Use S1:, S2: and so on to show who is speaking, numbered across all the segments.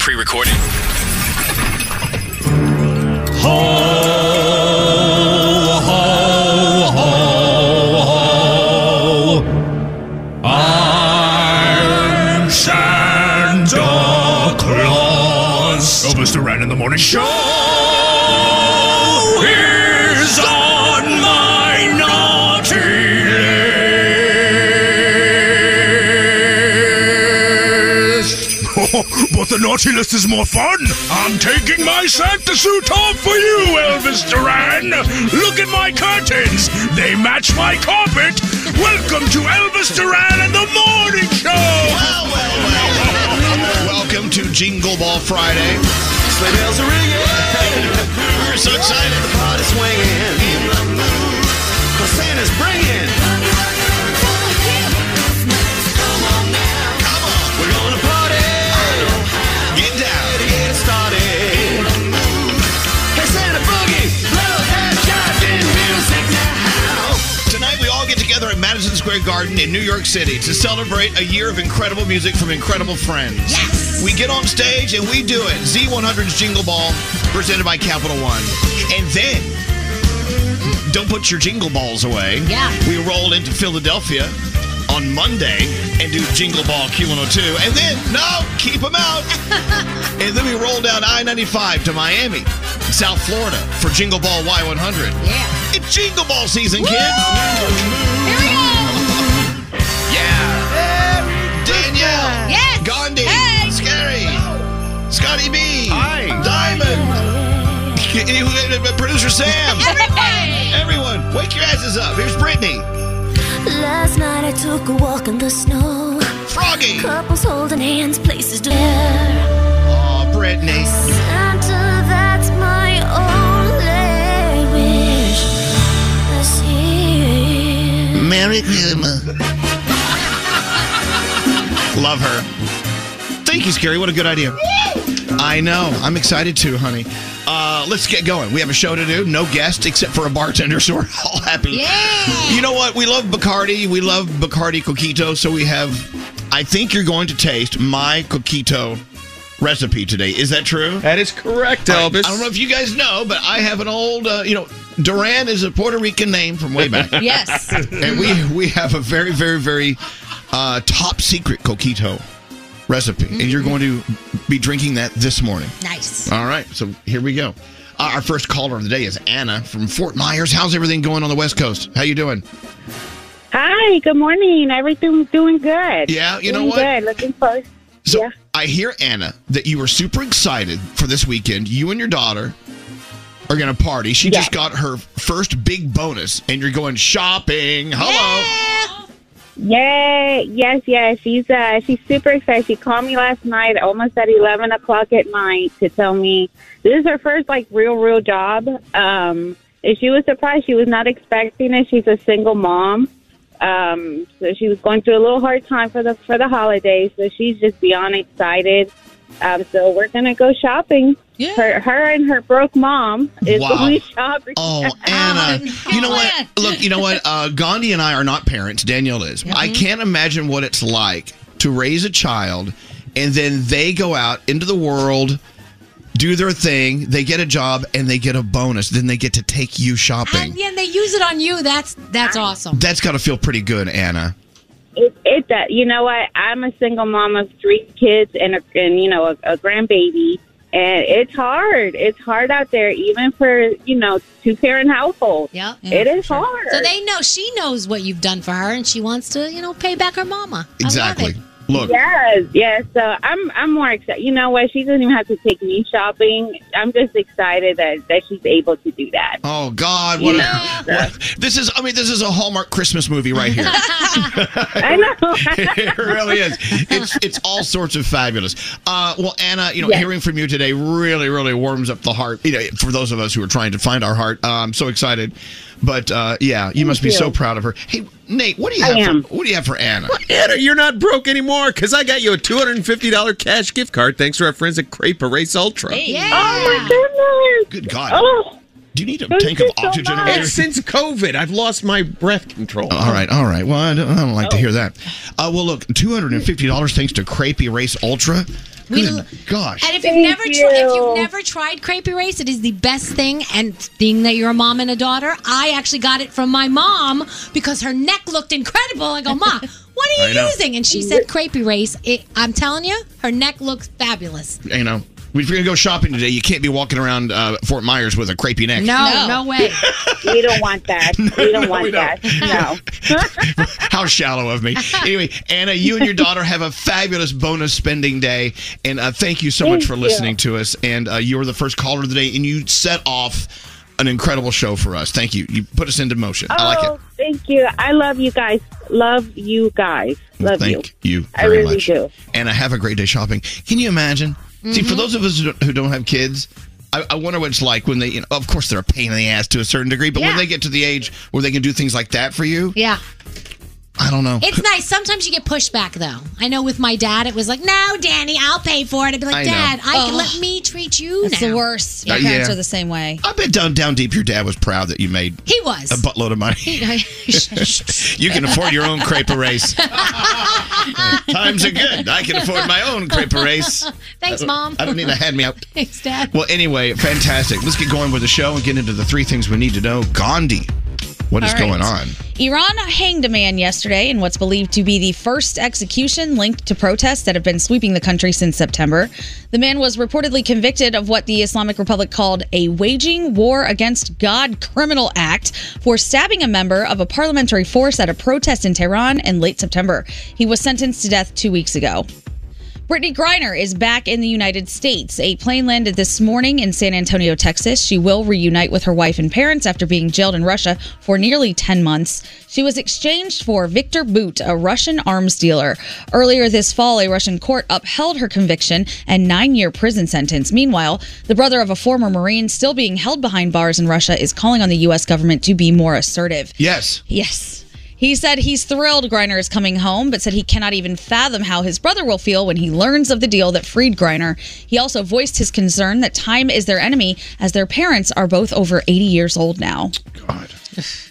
S1: Pre-recorded.
S2: I'm Santa Claus. Elvis Duran Oh, in the morning show is on my naughty list. but the naughty list is more fun. I'm taking my Santa suit off for you, Elvis Duran. Look at my curtains. They match my carpet. Welcome to Elvis Duran and the Morning Show.
S3: Welcome to Jingle Ball Friday.
S4: Sleigh bells are ringing. We're so excited. The pot is swinging. In the mood. 'cause Santa's bringing. Come on. We're gonna party. Get down. Get started. In the mood. Hey, Santa Boogie. Blow that goddamn music now.
S3: Tonight, we all get together at Madison Square Garden in New York City to celebrate a year of incredible music from incredible friends. Yes! We get on stage and we do it. Z100's Jingle Ball, presented by Capital One. And then, don't put your jingle balls away. Yeah. We roll into Philadelphia on Monday and do Jingle Ball Q102. And then, no, keep them out. and then we roll down I 95 to Miami, South Florida for Jingle Ball Y100. Yeah. It's Jingle Ball season, kids. Here we go. Yeah. Danielle.
S5: Yes.
S3: Gandhi. Scary. Scotty B. Hi. Diamond. Producer Sam.
S5: Everybody.
S3: Everyone, wake your asses up. Here's Brittany.
S6: Last night I took a walk in the snow.
S3: Froggy.
S6: Couples holding hands, places to air.
S3: Oh, Brittany.
S6: Santa, that's my only wish. This year.
S3: Mary Love her. Thank you, Scary. What a good idea. I know. I'm excited too, honey. Uh, Uh, let's get going. We have a show to do. No guest except for a bartender, so we're all happy. Yeah. You know what? We love Bacardi. We love Bacardi Coquito. So we have. I think you're going to taste my Coquito recipe today. Is that true? That is correct,
S7: Elvis.
S3: I don't know if you guys know, but I have an old. Uh, you know, Duran is a Puerto Rican name from way back.
S8: Yes.
S3: and we we have a very very very uh, top secret Coquito recipe, and you're going to be drinking that this morning.
S8: Mm-hmm. Nice.
S3: All right, so here we go. Uh, our first caller of the day is Anna from Fort Myers. How's everything going on the West Coast? How you doing?
S9: Hi, good morning. Everything's doing good.
S3: Yeah, you know
S9: Doing
S3: what?
S9: Good. Looking for.
S3: So I hear Anna that you were super excited for this weekend. You and your daughter are going to party. She just got her first big bonus, and you're going shopping. Hello.
S9: Yay! Yes, yes. She's uh, she's super excited. She called me last night, almost at eleven o'clock at night, to tell me this is her first like real, real job. Um, and she was surprised. She was not expecting it. She's a single mom, um, so she was going through a little hard time for the for the holidays. So she's just beyond excited. Um, so we're gonna go shopping. Her, her and her broke mom is
S3: Wow.
S9: going shopping.
S3: Oh, Anna, you know what? Look, you know what? Uh, Gandhi and I are not parents. Danielle is. I can't imagine what it's like to raise a child and then they go out into the world, do their thing, they get a job, and they get a bonus. Then they get to take you shopping.
S10: Yeah, and they use it on you. That's that's awesome.
S3: That's got to feel pretty good, Anna.
S9: It, it does. You know what? I'm a single mom of three kids and a, and you know a, a grandbaby, and it's hard. It's hard out there, even for you know two parent household.
S10: Yeah,
S9: it is
S10: Sure.
S9: hard.
S10: So they know she knows what you've done for her, and she wants to, you know, pay back her mama.
S3: Exactly. Look.
S9: Yes, yes. So I'm I'm more excited. You know what? She doesn't even have to take me shopping. I'm just excited that that she's able to do that.
S3: Oh God! What, a, what- this is. I mean, this is a Hallmark Christmas movie right here.
S9: I know.
S3: it really is. It's it's all sorts of fabulous. Uh, well, Anna, you know,
S9: Yes.
S3: hearing from you today really, really warms up the heart. You know, for those of us who are trying to find our heart, uh, I'm so excited. But uh, yeah, you must be
S7: you.
S3: so proud of her. Hey, Nate, what do you
S7: I
S3: have?
S7: am.
S3: For, what do you have for Anna?
S7: Anna, you're not broke anymore because I got you a $250 cash gift card thanks to our friends at Crepe Race Ultra.
S10: Yeah.
S9: Oh my goodness.
S7: Good God.
S9: Oh.
S3: Do you need a
S7: Thank
S3: tank of
S7: you so
S3: oxygen?
S7: much. It's since COVID. I've lost my breath control.
S3: All right, all right. Well, I don't, I don't like to hear that. Uh, well, look, two hundred and fifty dollars thanks to Crepe Race Ultra.
S10: We
S3: Good
S10: l-
S3: gosh.
S10: And if you've never tri- if you've never tried crepe erase, it is the best thing. And being that you're a mom and a daughter, I actually got it from my mom because her neck looked incredible. I go, Ma, what are
S3: I
S10: you
S3: know.
S10: using? And she said crepe erase. It, I'm telling you, her neck looks fabulous.
S3: you know, if you're gonna go shopping today, you can't be walking around uh, Fort Myers with a crepey neck.
S10: No, no, way.
S9: we don't want that. We don't want that. No.
S3: How shallow of me. Anyway, Anna, you and your daughter have a fabulous bonus spending day, and uh, thank you so much
S9: Thank
S3: for
S9: you.
S3: listening to us. And uh, you were the first caller of the day, and you set off an incredible show for us. Thank you. You put us into motion. I like it.
S9: Oh, thank you. I love you guys. Love you guys.
S3: Well,
S9: Love you.
S3: thank you,
S9: I
S3: very
S9: really
S3: much.
S9: do.
S3: Anna, have a great day shopping. Can you imagine? See, for
S9: Mhm.
S3: those of us who don't- who don't have kids. I, I wonder what it's like when they, you know, of course, they're a pain in the ass to a certain degree, but when
S10: Yeah.
S3: they get to the age where they can do things like that for you,
S10: Yeah.
S3: I don't know.
S10: It's nice. Sometimes you get pushback though. I know with my dad, it was like, "No, Danny, I'll pay for it." I'd be like,
S3: I know.
S10: "Dad, I
S9: Oh.
S11: Ugh.
S10: can let me treat you."
S11: That's
S10: now.
S11: the worst.
S3: Uh,
S11: Your parents
S3: yeah.
S11: are the same way.
S3: I bet down down deep your dad was proud that you made
S10: He was.
S3: a buttload of money. you can afford your own crepe race. Times are good. I can afford my own crepe race.
S10: Thanks,
S3: I don't-
S10: Mom.
S3: I don't need a hand me out.
S10: Thanks, Dad.
S3: Well, anyway, fantastic. Let's get going with the show and get into the three things we need to know. Gandhi, what is
S11: All right.
S3: going on?
S11: Iran hanged a man yesterday in what's believed to be the first execution linked to protests that have been sweeping the country since September. The man was reportedly convicted of what the Islamic Republic called a waging war against God criminal act for stabbing a member of a parliamentary force at a protest in Tehran in late September. He was sentenced to death two weeks ago. Brittany Griner is back in the United States. A plane landed this morning in San Antonio, Texas. She will reunite with her wife and parents after being jailed in Russia for nearly 10 months. She was exchanged for Victor Boot, a Russian arms dealer. Earlier this fall, a Russian court upheld her conviction and nine year prison sentence. Meanwhile, the brother of a former Marine still being held behind bars in Russia is calling on the U.S. government to be more assertive.
S3: Yes.
S11: Yes. He said he's thrilled Griner is coming home, but said he cannot even fathom how his brother will feel when he learns of the deal that freed Griner. He also voiced his concern that time is their enemy, as their parents are both over 80 years old now.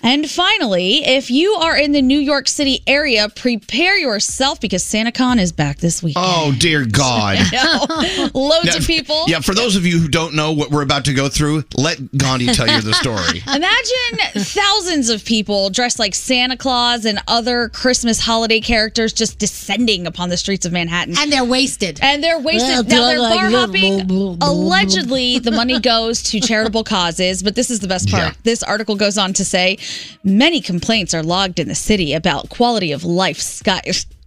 S11: And finally, if you are in the New York City area, prepare yourself because SantaCon is back this week.
S3: Oh dear God!
S11: I know. Loads
S3: Now,
S11: of people.
S3: Yeah, for those of you who don't know what we're about to go through, let Gandhi tell you the story.
S11: Imagine thousands of people dressed like Santa Claus and other Christmas holiday characters just descending upon the streets of Manhattan. And they're wasted. And they're wasted.
S10: Yeah,
S11: now they're
S10: they're like,
S11: bar
S10: blah,
S11: hopping. Allegedly, the money goes to charitable causes, but this is the best part. This article goes on to say many complaints are logged in the city about quality of life sky-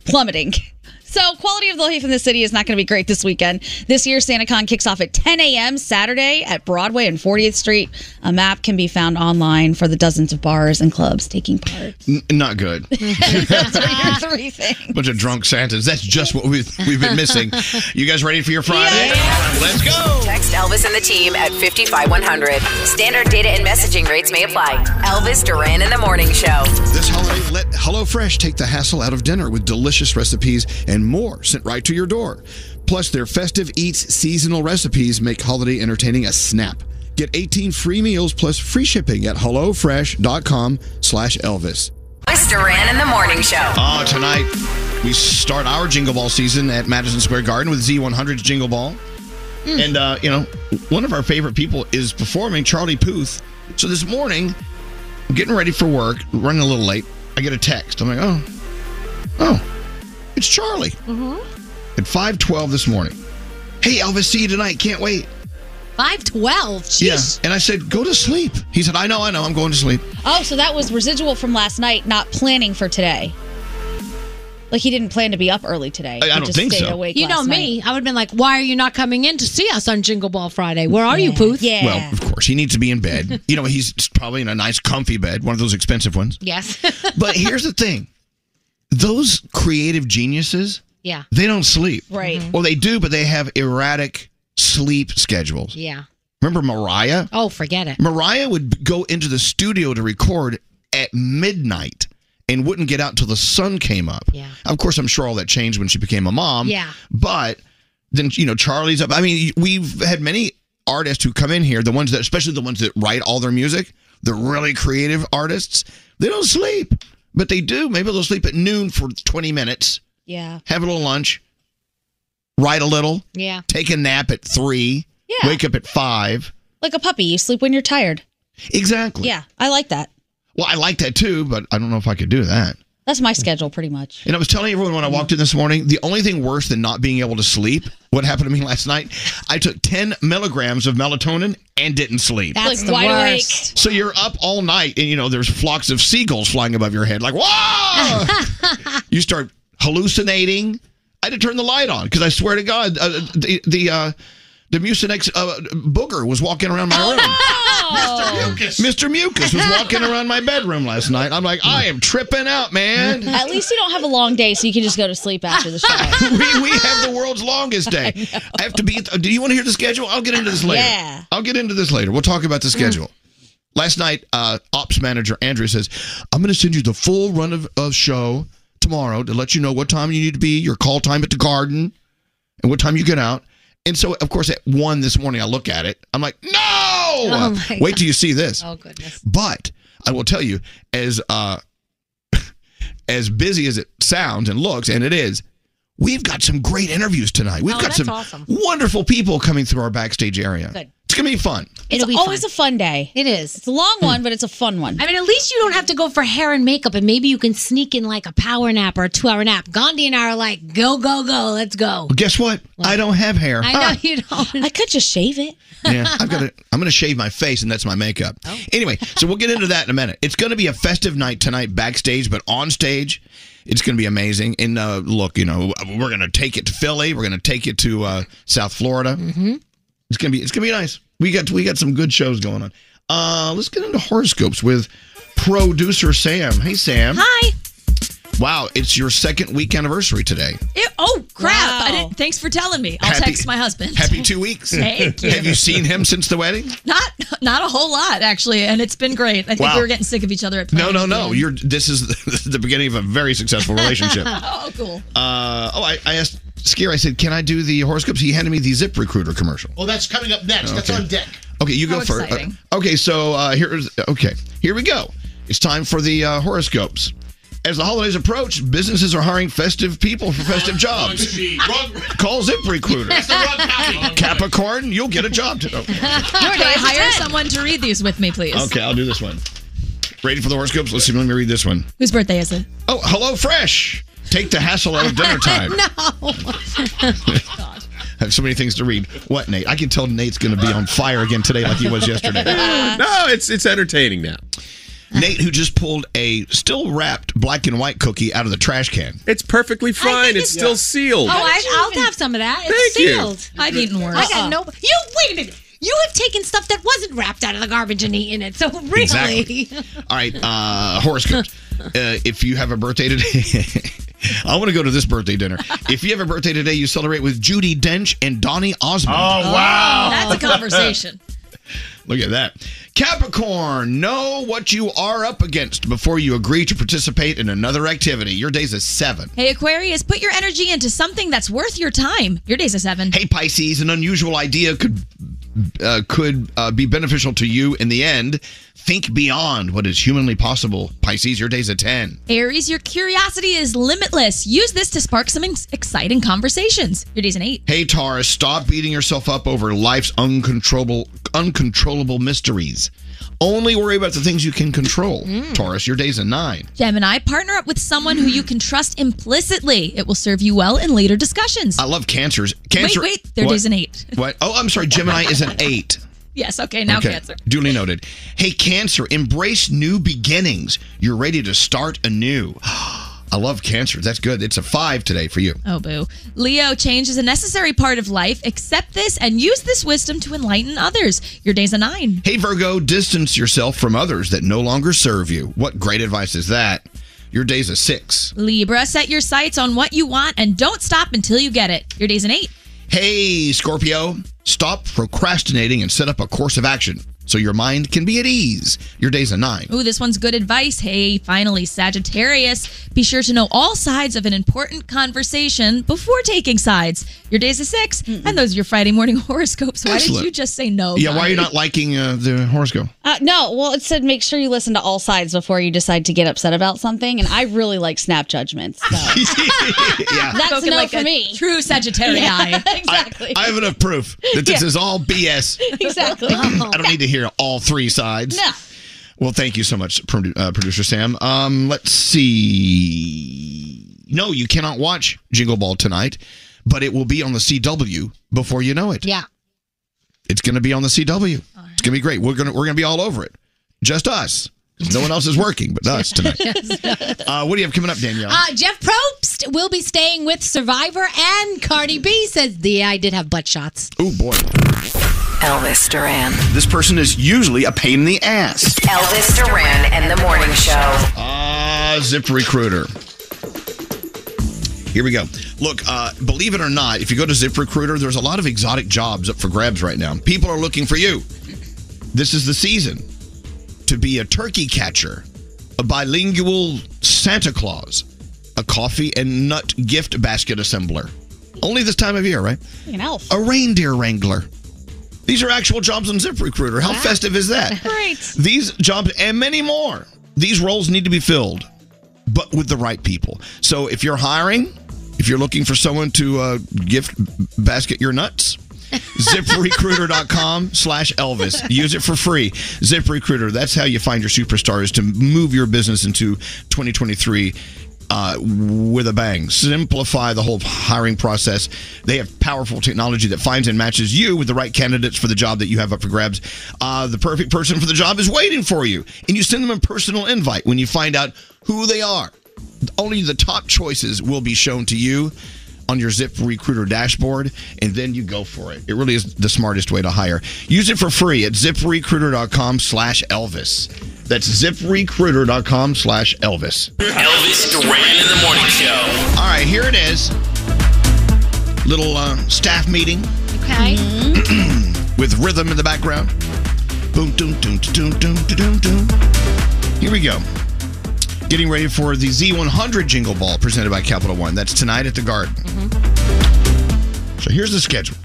S11: plummeting. So, quality of life in the city is not going to be great this weekend. This year, SantaCon kicks off at 10 a.m. Saturday at Broadway and 40th Street. A map can be found online for the dozens of bars and clubs taking part.
S3: N- not good.
S11: Those are your three things.
S3: Bunch of drunk Santas. That's just what we've we've been missing. You guys ready for your Friday? Let's go.
S8: Text Elvis and the team at 55100. Standard data and messaging rates may apply. Elvis Duran in the morning show.
S3: This holiday, let HelloFresh take the hassle out of dinner with delicious recipes and more sent right to your door. Plus, their festive eats seasonal recipes make holiday entertaining a snap. Get 18 free meals plus free shipping at HelloFresh.com slash Elvis.
S8: Elvis Duran in the morning show.
S3: Ah, tonight we start our Jingle Ball season at Madison Square Garden with Z100's Jingle Ball. And, uh, you know, one of our favorite people is performing, Charlie Puth. So this morning, I'm getting ready for work, running a little late. I get a text. I'm like, oh, oh, it's Charlie at 512 this morning. Hey, Elvis, see you tonight. Can't wait.
S10: 512. Jeez.
S3: Yeah. And I said, go to sleep. He said, I know, I know. I'm going to sleep.
S11: Oh, so that was residual from last night, not planning for today. Like he didn't plan to be up early today.
S3: I- I
S11: He
S3: don't
S11: just
S3: think
S11: stayed
S3: so.
S11: Awake
S10: You know
S11: last
S10: me. I would have been like, why are you not coming in to see us on Jingle Ball Friday? Where are you, Booth?
S3: Well, of course, he needs to be in bed. you know, he's probably in a nice, comfy bed, one of those expensive ones.
S10: yes.
S3: But here's the thing those creative geniuses,
S10: Yeah.
S3: they don't sleep.
S10: Right. Mhm.
S3: Well, they do, but they have erratic sleep schedules.
S10: Yeah.
S3: Remember Mariah?
S10: Oh, forget it.
S3: Mariah would b- go into the studio to record at midnight and wouldn't get out until the sun came up. Yeah. Of course, I'm sure all that changed when she became a mom.
S12: Yeah.
S3: But then, you know, Charlie's up. I mean, we've had many artists who come in here, the ones that, especially the ones that write all their music, the really creative artists, they don't sleep, but they do. Maybe they'll sleep at noon for 20 minutes,
S11: Yeah.
S3: have a little lunch, write a little,
S11: Yeah.
S3: take a nap at three,
S11: Yeah.
S3: wake up at five.
S11: Like a puppy, you sleep when you're tired.
S3: Exactly.
S11: Yeah, I like that.
S3: Well, I like that too, but I don't know if I could do that.
S11: That's my schedule pretty much.
S3: And I was telling everyone when I walked in this morning, the only thing worse than not being able to sleep, what happened to me last night, I took 10 milligrams of melatonin and didn't sleep.
S12: That's Like the wide worst.
S3: So you're up all night and, you know, there's flocks of seagulls flying above your head. Like, whoa! you start hallucinating. I had to turn the light on because I swear to God, uh, the, the, uh, the Mucinex uh, booger was walking around my
S12: Oh,
S3: room.
S12: Mr. Mucus.
S3: Mr. Mucus was walking around my bedroom last night. I'm like, I am tripping out, man.
S11: At least you don't have a long day, so you can just go to sleep after the show.
S3: we, we have the world's longest day. I, have to be. at the- Do you want to hear the schedule? I'll get into this later.
S11: Yeah.
S3: I'll get into this later. We'll talk about the schedule. Last night, uh, ops manager Andrew says, "I'm going to send you the full run of, of show tomorrow to let you know what time you need to be, your call time at the garden, and what time you get out." And so, of course, at one this morning, I look at it. I'm like, "No,
S12: Oh, my
S3: wait
S12: God.
S3: till you see this."
S12: Oh, goodness.
S3: But I will tell you, as uh, as busy as it sounds and looks, and it is, we've got some great interviews tonight. We've
S11: Oh,
S3: got
S11: that's
S3: some
S11: awesome.
S3: wonderful people coming through our backstage area.
S11: Good.
S3: It's gonna be fun.
S11: It's always a fun day.
S10: It is.
S11: It's a long one, but it's a fun one.
S10: I mean, at least you don't have to go for hair and makeup, and maybe you can sneak in like a power nap or a two hour nap. Gandhi and I are like, go, go, go, let's go.
S3: Well, guess what? I don't have hair.
S10: I
S3: Ah.
S10: know you don't. I
S11: could just shave it.
S3: yeah, I've got to. I'm gonna shave my face, and that's my makeup.
S13: Oh.
S3: Anyway, so we'll get into that in a minute. It's gonna be a festive night tonight, backstage, but on stage, it's gonna be amazing. And uh, look, you know, we're gonna take it to Philly. We're gonna take it to uh, South Florida.
S13: Mm-hmm.
S3: It's gonna be. It's gonna be nice. We got we got some good shows going on. Uh, let's get into horoscopes with producer Sam. Hey, Sam.
S10: Hi.
S3: Wow, it's your second week anniversary today.
S13: Ew, oh crap! I didn't, thanks for telling me. I'll
S3: Happy-
S13: text my husband.
S3: Happy two weeks.
S13: Thank you.
S3: Have you seen him since the wedding?
S13: Not not a whole lot actually, and it's been great. I think
S3: Wow.
S13: we were getting sick of each other at
S3: No, no,
S13: parties.
S3: no. You're. This is the, the beginning of a very successful relationship. uh,
S13: oh, cool.
S3: oh, I, I asked Skier. I said, "Can I do the horoscopes?" He handed me the Zip Recruiter commercial.
S4: Oh,
S1: Well, that's coming up next. That's
S3: Okay.
S1: on deck.
S3: Okay, you go
S1: How
S3: first.
S1: exciting.
S3: Uh, okay, so uh, here's okay. Here we go. It's time for the uh, horoscopes. As the holidays approach, businesses are hiring festive people for
S1: Oh,
S3: festive jobs. Call ZipRecruiter.
S13: That's the wrong copy.
S3: Capricorn, you'll get a job today.
S13: Can I hire someone to read these with me, please?
S3: Okay, I'll do this one. Ready for the horoscopes? Let's see. Let me read this one.
S13: Whose birthday is it?
S3: Oh, hello, fresh. Take the hassle out of Oh, dinner time.
S13: no.
S3: I have so many things to read. What, Nate? I can tell Nate's going to be on fire again today, like he was yesterday.
S7: no, it's it's entertaining now.
S3: Nate, who just pulled a still wrapped black and white cookie out of the trash can.
S7: It's perfectly fine. It's still
S10: Oh,
S7: sealed.
S10: I, I'll have some of that. It's
S7: Thank you.
S10: sealed.
S13: I've eaten worse.
S10: I got
S13: Uh-uh.
S10: no. You wait a minute. You have taken stuff that wasn't wrapped out of the garbage and eaten it. So really,
S3: Exactly. All right, uh, horoscopes. Uh, if you have a birthday today, I want to go to this birthday dinner. If you have a birthday today, you celebrate with Judy Dench and Donnie Osmond.
S12: Oh, wow. That's a conversation.
S3: Look at that. Capricorn, know what you are up against before you agree to participate in another activity. Your day's a seven.
S13: Hey Aquarius, put your energy into something that's worth your time. Your day's a seven.
S3: Hey Pisces, an unusual idea could uh, could uh, be beneficial to you in the end. Think beyond what is humanly possible. Pisces, your day's a ten.
S13: Aries, your curiosity is limitless. Use this to spark some ex- exciting conversations. Your day's an eight.
S3: Hey Taurus, stop beating yourself up over life's uncontrollable uncontrollable mysteries. Only worry about the things you can control. Taurus, your day's a nine.
S13: Gemini, partner up with someone who you can trust implicitly. It will serve you well in later discussions.
S3: I love cancers. Cancer.
S13: Wait, wait, their
S3: What?
S13: day's an eight.
S3: What? Oh, I'm sorry. Gemini is an eight.
S13: Yes, okay, now
S3: okay.
S13: Cancer.
S3: Duly noted. Hey, Cancer, embrace new beginnings. You're ready to start anew. I love Cancer. That's good. It's a five today for you.
S13: Oh, boo. Leo, change is a necessary part of life. Accept this and use this wisdom to enlighten others. Your day's a nine.
S3: Hey, Virgo, distance yourself from others that no longer serve you. What great advice is that? Your day's a six.
S13: Libra, set your sights on what you want and don't stop until you get it. Your day's an eight.
S3: Hey, Scorpio, stop procrastinating and set up a course of action so your mind can be at ease. Your day's a nine.
S13: Ooh, this one's good advice. Hey, finally, Sagittarius, be sure to know all sides of an important conversation before taking sides. Your day's a 6 and those are your Friday morning horoscopes. Why
S3: Excellent.
S13: did you just say no?
S3: yeah, why are you not liking uh, the horoscope?
S11: Uh, no, well, it said make sure you listen to all sides before you decide to get upset about something. And I really like snap judgments. So.
S3: yeah.
S11: That's
S13: Spoken
S11: no
S13: like
S11: for
S13: a
S11: me.
S13: True Sagittarius.
S11: Yeah.
S13: exactly.
S3: I have enough proof that this
S11: Yeah.
S3: is all BS.
S11: Exactly.
S3: I don't need to hear all three sides.
S11: No.
S3: Well, thank you so much, produ- uh, producer Sam. Um, let's see. No, you cannot watch Jingle Ball tonight, but it will be on the CW before you know it.
S10: Yeah.
S3: It's going to be on the CW. It's going to be great. We're going to we're going to be all over it. Just us. No one else is working but us tonight. Uh, what do you have coming up, Danielle?
S10: Uh, Jeff Probst will be staying with Survivor, and Cardi B says the I did have butt shots.
S3: Oh boy.
S8: Elvis Duran.
S14: This person is usually a pain in the ass.
S8: Elvis Duran and the Morning Show.
S3: Ah, Zip Recruiter. Here we go. Look, uh, believe it or not, if you go to Zip Recruiter, there's a lot of exotic jobs up for grabs right now. People are looking for you. This is the season to be a turkey catcher, a bilingual Santa Claus, a coffee and nut gift basket assembler. Only this time of year, right?
S11: An elf.
S3: A reindeer wrangler. These are actual jobs on ZipRecruiter. How festive is that?
S11: Great.
S3: These jobs and many more. These roles need to be filled, but with the right people. So if you're hiring, if you're looking for someone to uh, gift basket your nuts, ziprecruiter.com slash Elvis. Use it for free. ZipRecruiter, that's how you find your superstars to move your business into 2023 uh, with a bang. Simplify the whole hiring process. They have powerful technology that finds and matches you with the right candidates for the job that you have up for grabs. Uh, the perfect person for the job is waiting for you, and you send them a personal invite when you find out who they are. Only the top choices will be shown to you on your Zip Recruiter dashboard, and then you go for it. It really is the smartest way to hire. Use it for free at ziprecruiter.com slash Elvis. That's ziprecruiter.com slash Elvis.
S12: Elvis Duran in the morning show.
S3: All right, here it is. Little uh, staff meeting
S10: Okay.
S11: Mm-hmm.
S3: with rhythm in the background. Boom, doom, doom, doom, doom, doom, doom, doom. Here we go. Getting ready for the Z100 Jingle Ball presented by Capital One. That's tonight at the Garden. So here's the schedule.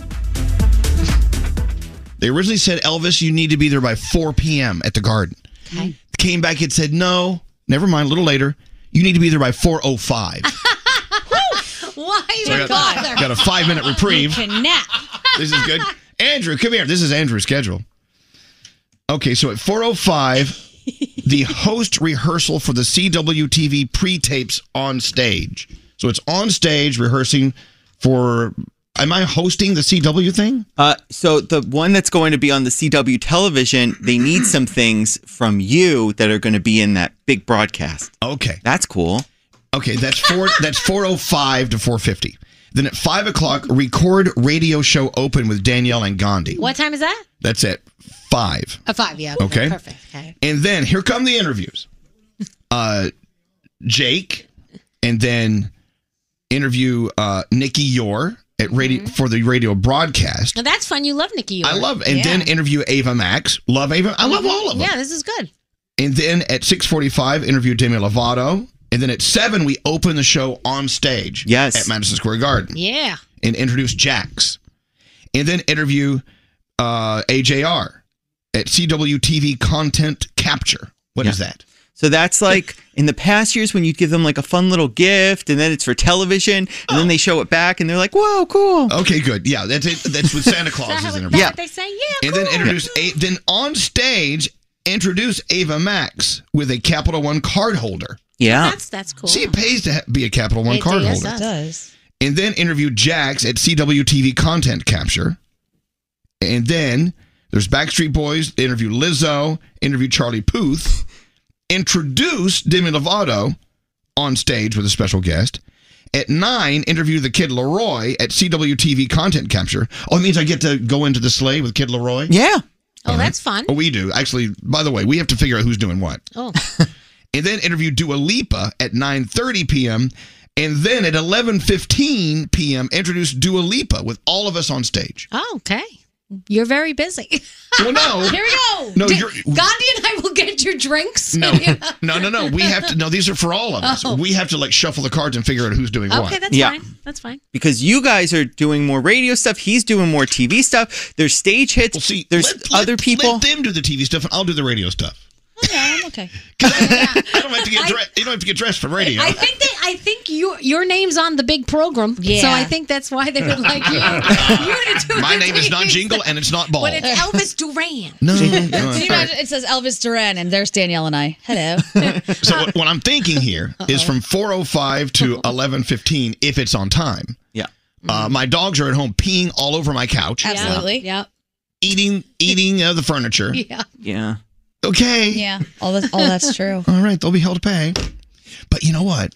S3: They originally said, Elvis, you need to be there by 4 p.m. at the Garden.
S12: Okay.
S3: Came back and said, no, never mind, a little later. You need to be there by 4.05.
S10: Why
S3: So I
S10: even
S3: got-
S10: bother?
S3: got a five-minute reprieve.
S10: You can nap.
S3: this is good. Andrew, come here. This is Andrew's schedule. Okay, so at 4.05, the host rehearsal for the CWTV pre-tapes on stage. So it's on stage rehearsing for, am I hosting the CW thing?
S1: Uh, so the one that's going to be on the CW television, they need some things from you that are going to be in that big broadcast.
S3: Okay,
S1: that's cool.
S3: Okay, that's four. that's four oh five to four fifty. Then at five o'clock, record radio show open with Danielle and Gandhi.
S10: What time is that?
S3: That's at five.
S10: A five, yeah.
S3: Okay.
S10: Perfect. Okay.
S3: And then here come the interviews. Uh, Jake, and then interview uh, Nikki Yore at radio
S10: Mm-hmm.
S3: for the radio broadcast.
S10: Now that's fun. You love Nikki. York.
S3: I love, and then interview Ava Max. Love Ava. I love all of them.
S10: Yeah, this is good.
S3: And then at 6:45, interview Demi Lovato. And then at seven, we open the show on stage. Yes, at Madison Square Garden,
S10: Yeah.
S3: and introduce Jax. And then interview uh, AJR at CWTV Content Capture. What is that?
S1: So that's like in the past years when you'd give them like a fun little gift and then it's for television and then they show it back and they're like, whoa, cool.
S3: Oh. Okay, good. Yeah, that's it. That's with Santa Claus is interviewed.
S1: Yeah.
S10: They say,
S3: And then introduce a, then on stage introduce Ava Max with a Capital One card holder.
S1: Yeah.
S10: That's that's cool.
S3: See, it pays to ha- be a Capital One
S10: It
S3: card
S10: does.
S3: holder.
S10: It does.
S3: and then interview Jax at CWTV Content Capture. And then there's Backstreet Boys, they interview Lizzo, interview Charlie Puth, introduce Demi Lovato on stage with a special guest. At nine, interview the Kid Leroy at CWTV Content Capture. Oh, it means I get to go into the sleigh with Kid Leroy?
S1: Yeah.
S10: Oh, that's fun.
S3: Oh, we do. Actually, by the way, we have to figure out who's doing what
S10: Oh.
S3: and then interview Dua Lipa at 9:30 p.m. and then at 11:15 p.m. introduce Dua Lipa with all of us on stage.
S10: Oh, okay. You're very busy.
S3: Well, no.
S10: Here we go.
S3: No,
S10: D-
S3: you're-
S10: Gandhi and I will get your drinks.
S3: No, no, no, no. We have to. No, these are for all of us.
S10: Oh.
S3: We have to like shuffle the cards and figure out who's doing what.
S10: okay, that's
S1: Yeah.
S10: fine. That's fine.
S1: Because you guys are doing more radio stuff. He's doing more TV stuff. There's stage hits. There's other people.
S3: Let them do the TV stuff, and I'll do the radio stuff.
S10: Okay, Oh, I'm okay.
S3: I don't have to get dressed. You don't have to get dressed for radio.
S10: I think they, I think your your name's on the big program. Yeah. So I think that's why they would like you.
S3: My name is not Jingle, and it's not Ball.
S10: But it's Elvis Duran.
S3: no,
S11: Can
S3: no,
S11: you
S3: sorry.
S11: imagine? It says Elvis Duran, and there's Danielle and I. Hello.
S3: So what, what I'm thinking here is from 4:05 to 11:15 if it's on time.
S1: Yeah.
S3: Uh, my dogs are at home peeing all over my couch.
S10: Yeah.
S3: Eating eating uh, the furniture.
S10: Yeah.
S1: Yeah.
S3: Okay.
S11: Yeah. All that, all that's true.
S3: All right, they'll be held to pay. But you know what?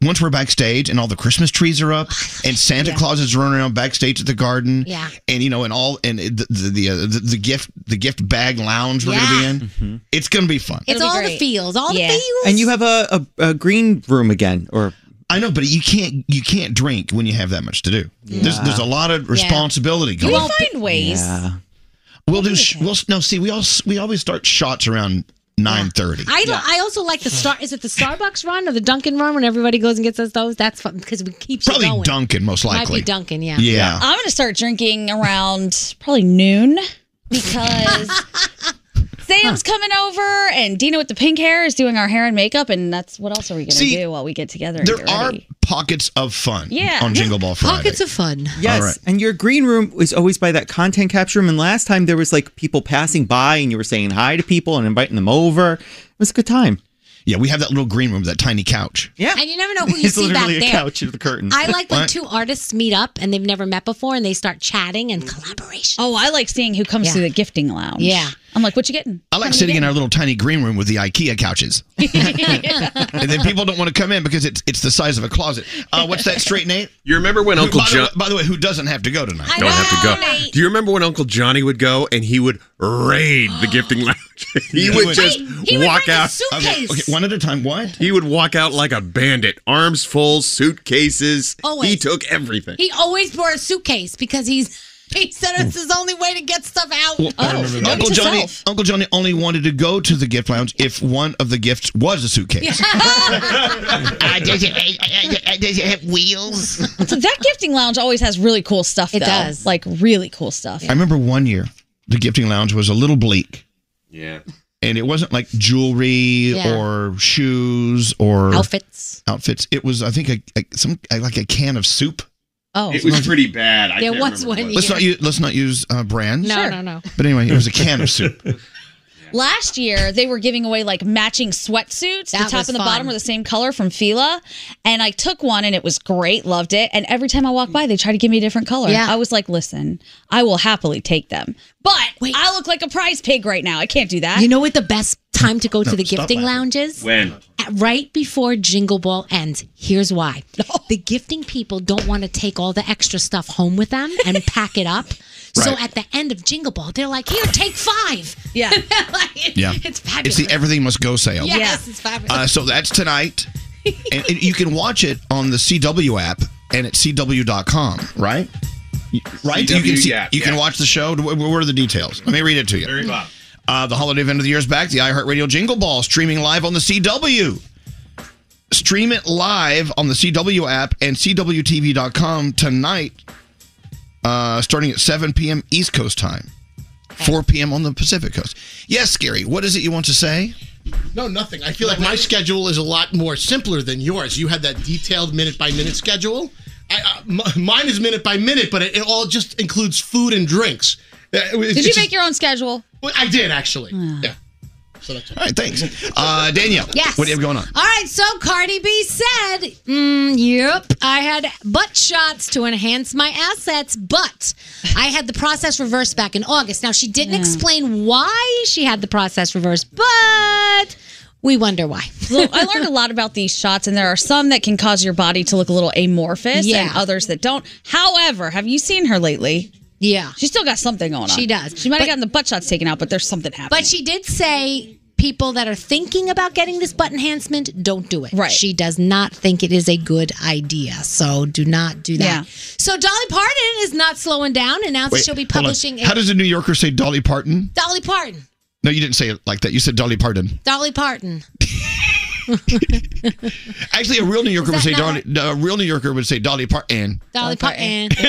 S3: Once we're backstage and all the Christmas trees are up and Santa
S11: Yeah.
S3: Claus is running around backstage at the garden,
S11: Yeah.
S3: and you know, and all and the the the, uh, the, the gift the gift bag lounge we're
S10: Yeah.
S3: gonna be in, it's gonna be fun.
S10: It's all the feels. All the feels.
S1: Mm-hmm. And you have a, a, a green room again or
S3: I know, but you can't you can't drink when you have that much to do. There's
S1: Yeah.
S3: there's a lot of
S1: Yeah.
S3: responsibility
S11: You
S3: going.
S11: will find ways.
S1: Yeah.
S3: We'll do. Sh- we'll no. See, we all we always start shots around nine thirty.
S10: I, li- I also like the star. Is it the Starbucks run or the Dunkin' run when everybody goes and gets us those? That's fun because we keep
S3: probably
S10: going.
S3: Duncan most
S10: Might
S3: likely.
S10: be Dunkin', yeah.
S3: Yeah.
S11: I'm going to start drinking around probably noon because Sam's coming over and Dina with the pink hair is doing our hair and makeup. And that's what else are we going to
S3: See,
S11: do while we get together? And
S3: There
S11: get
S3: are
S11: ready?
S3: pockets of fun.
S11: Yeah.
S3: On Jingle Ball Friday.
S10: fun.
S1: Yes,
S3: All right.
S1: and your green room is always by that content capture room. And last time there was like people passing by, and you were saying hi to people and inviting them over. It was a good time.
S3: Yeah, we have that little green room, that tiny couch.
S1: Yeah.
S10: And you never know who you see back there.
S1: with a curtain.
S10: I like when
S3: What?
S10: two artists meet up and they've never met before and they start chatting and collaboration.
S11: Oh, I like seeing who comes through the gifting lounge.
S10: Yeah.
S11: I'm like, what you getting?
S3: I like sitting in our little tiny green room with the IKEA couches, and then people don't want to come in because it's it's the size of a closet. Uh, what's that straight Nate?
S7: You remember when
S3: Who-
S7: Uncle
S3: by the
S7: John-
S3: way- by the way, who doesn't have to go tonight?
S7: don't have to go. Do you remember when Uncle Johnny would go and he would raid the gifting lounge? he
S3: Yeah.
S7: would just
S3: Wait, he would
S7: walk
S3: bring a
S7: out.
S3: suitcase. Okay, okay, one at a time. What?
S7: He would walk out like a bandit, arms full, suitcases. He
S10: Always.
S7: took everything.
S10: He always bore a suitcase because he's he said it's his only way to get stuff out. Oh,
S3: Well, Uncle Johnny, Uncle Johnny only wanted to go to the gift lounge if one of the gifts was a suitcase.
S12: Uh, does it-
S11: does it have wheels? that gifting lounge always has really cool stuff. It does, like really cool stuff.
S3: I remember one year the gifting lounge was a little bleak.
S7: Yeah.
S3: And it wasn't like jewelry
S11: Yeah.
S3: or shoes or
S10: outfits.
S3: Outfits. It was, I think, a, a, some like a can of soup.
S10: Oh,
S7: It was pretty bad. I
S10: There
S7: can't
S10: was
S7: remember
S10: one
S7: what it
S3: Let's not use, let's not use uh, brands.
S11: No, Sure. no, no.
S3: But anyway, it was a can of soup.
S11: Last year, they were giving away like matching sweatsuits.
S10: That
S11: the top
S10: was
S11: and the
S10: fun.
S11: bottom were the same color from Fila. And I took one and it was great, loved it. And every time I walk by, they try to give me a different color.
S10: Yeah.
S11: I was like, listen, I will happily take them. But I look like a prize pig right now. I can't do that.
S10: You know what the best time to go
S11: No,
S10: to the
S11: stop
S10: gifting
S11: laughing.
S10: lounge is?
S7: When?
S10: At- Right before Jingle Ball ends. Here's why. The gifting people don't want to take all the extra stuff home with them and pack it up. So
S3: Right.
S10: at the end of Jingle Ball, they're like, here, take five.
S11: Yeah.
S3: Yeah.
S10: It's fabulous.
S3: It's the Everything Must Go sale.
S10: Yes, it's fabulous.
S3: Uh, so that's tonight. and, and you can watch it on the CW app and at CW.com, right? Y- Right? you can
S7: CW
S3: see,
S7: app,
S3: you can
S7: yeah.
S3: watch the show. Wh- wh- What are the details? Let me read it to you.
S7: Very well.
S3: Uh, the holiday event of the year's back. The iHeartRadio Jingle Ball streaming live on the CW. Stream it live on the CW app and CWTV.com tonight, uh, starting at 7 p.m. East Coast time, 4 p.m. on the Pacific Coast. Yes, Gary, what is it you want to say?
S4: No, nothing. I feel like my schedule is a lot more simpler than yours. You had that detailed minute by minute schedule. I, uh, m- mine is minute by minute, but it, it all just includes food and drinks. Uh, it- it's
S11: Did you
S4: just-
S11: make your own schedule?
S4: Well, I did actually. yeah. So that's
S3: All right, thanks. Uh, Danielle,
S10: Yes.
S3: what do you have going on?
S10: All right, so Cardi B said, mm, "Yep, I had butt shots to enhance my assets, but I had the process reversed back in August." Now she didn't explain why she had the process reversed, but we wonder why.
S11: Well, I learned a lot about these shots, and there are some that can cause your body to look a little amorphous
S10: Yeah.
S11: and others that don't. However, have you seen her lately?
S10: Yeah.
S11: She's still got something going on.
S10: She does.
S11: She might have
S10: But-
S11: gotten the butt shots taken out, but there's something happening.
S10: But she did say people that are thinking about getting this butt enhancement don't do it. Right. She does not think it is a good idea, so do not do that. So Dolly Parton is not slowing down, announced
S3: Wait,
S10: she'll be
S3: hold on.
S10: publishing. a-
S3: How does a New Yorker say Dolly Parton?
S10: Dolly Parton?
S3: No, you didn't say it like that. You said Dolly Parton.
S10: Dolly Parton.
S3: Actually, a real New Yorker would
S10: Is
S3: say
S10: that not
S3: Dolly. A real New Yorker would say Dolly Parton.
S10: Dolly Parton. she,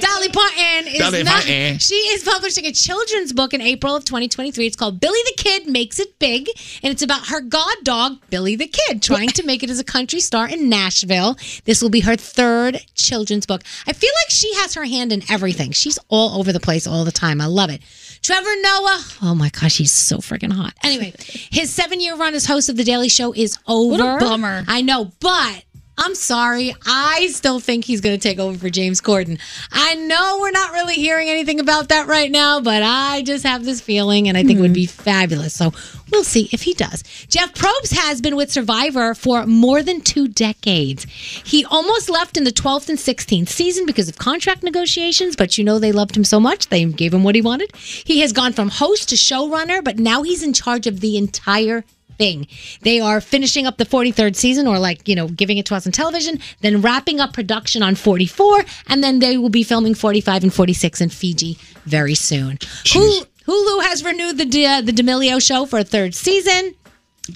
S10: Dolly Parton is
S3: Dolly
S10: not,
S3: Parton.
S10: she is publishing a children's book in April of 2023. It's called Billy the Kid Makes It Big, and it's about her god dog Billy the Kid trying to make it as a country star in Nashville. This will be her third children's book. I feel like she has her hand in everything. She's all over the place all the time. I love it. Trevor Noah, oh my gosh, he's so freaking hot. Anyway, his seven year run as host of The Daily Show is over.
S11: bummer.
S10: I know, but I'm sorry. I still think he's going to take over for James Corden. I know we're not really hearing anything about that right now, but I just have this feeling and I think it would be fabulous. So we'll see if he does. Jeff Probst has been with Survivor for more than two decades. He almost left in the 12th and 16th season because of contract negotiations, but you know they loved him so much, they gave him what he wanted. He has gone from host to showrunner, but now he's in charge of the entire thing. They are finishing up the 43rd season or like, you know, giving it to us on television, then wrapping up production on 44, and then they will be filming 45 and 46 in Fiji very soon. Hulu, Hulu has renewed the D- uh, the D'Amelio show for a third season.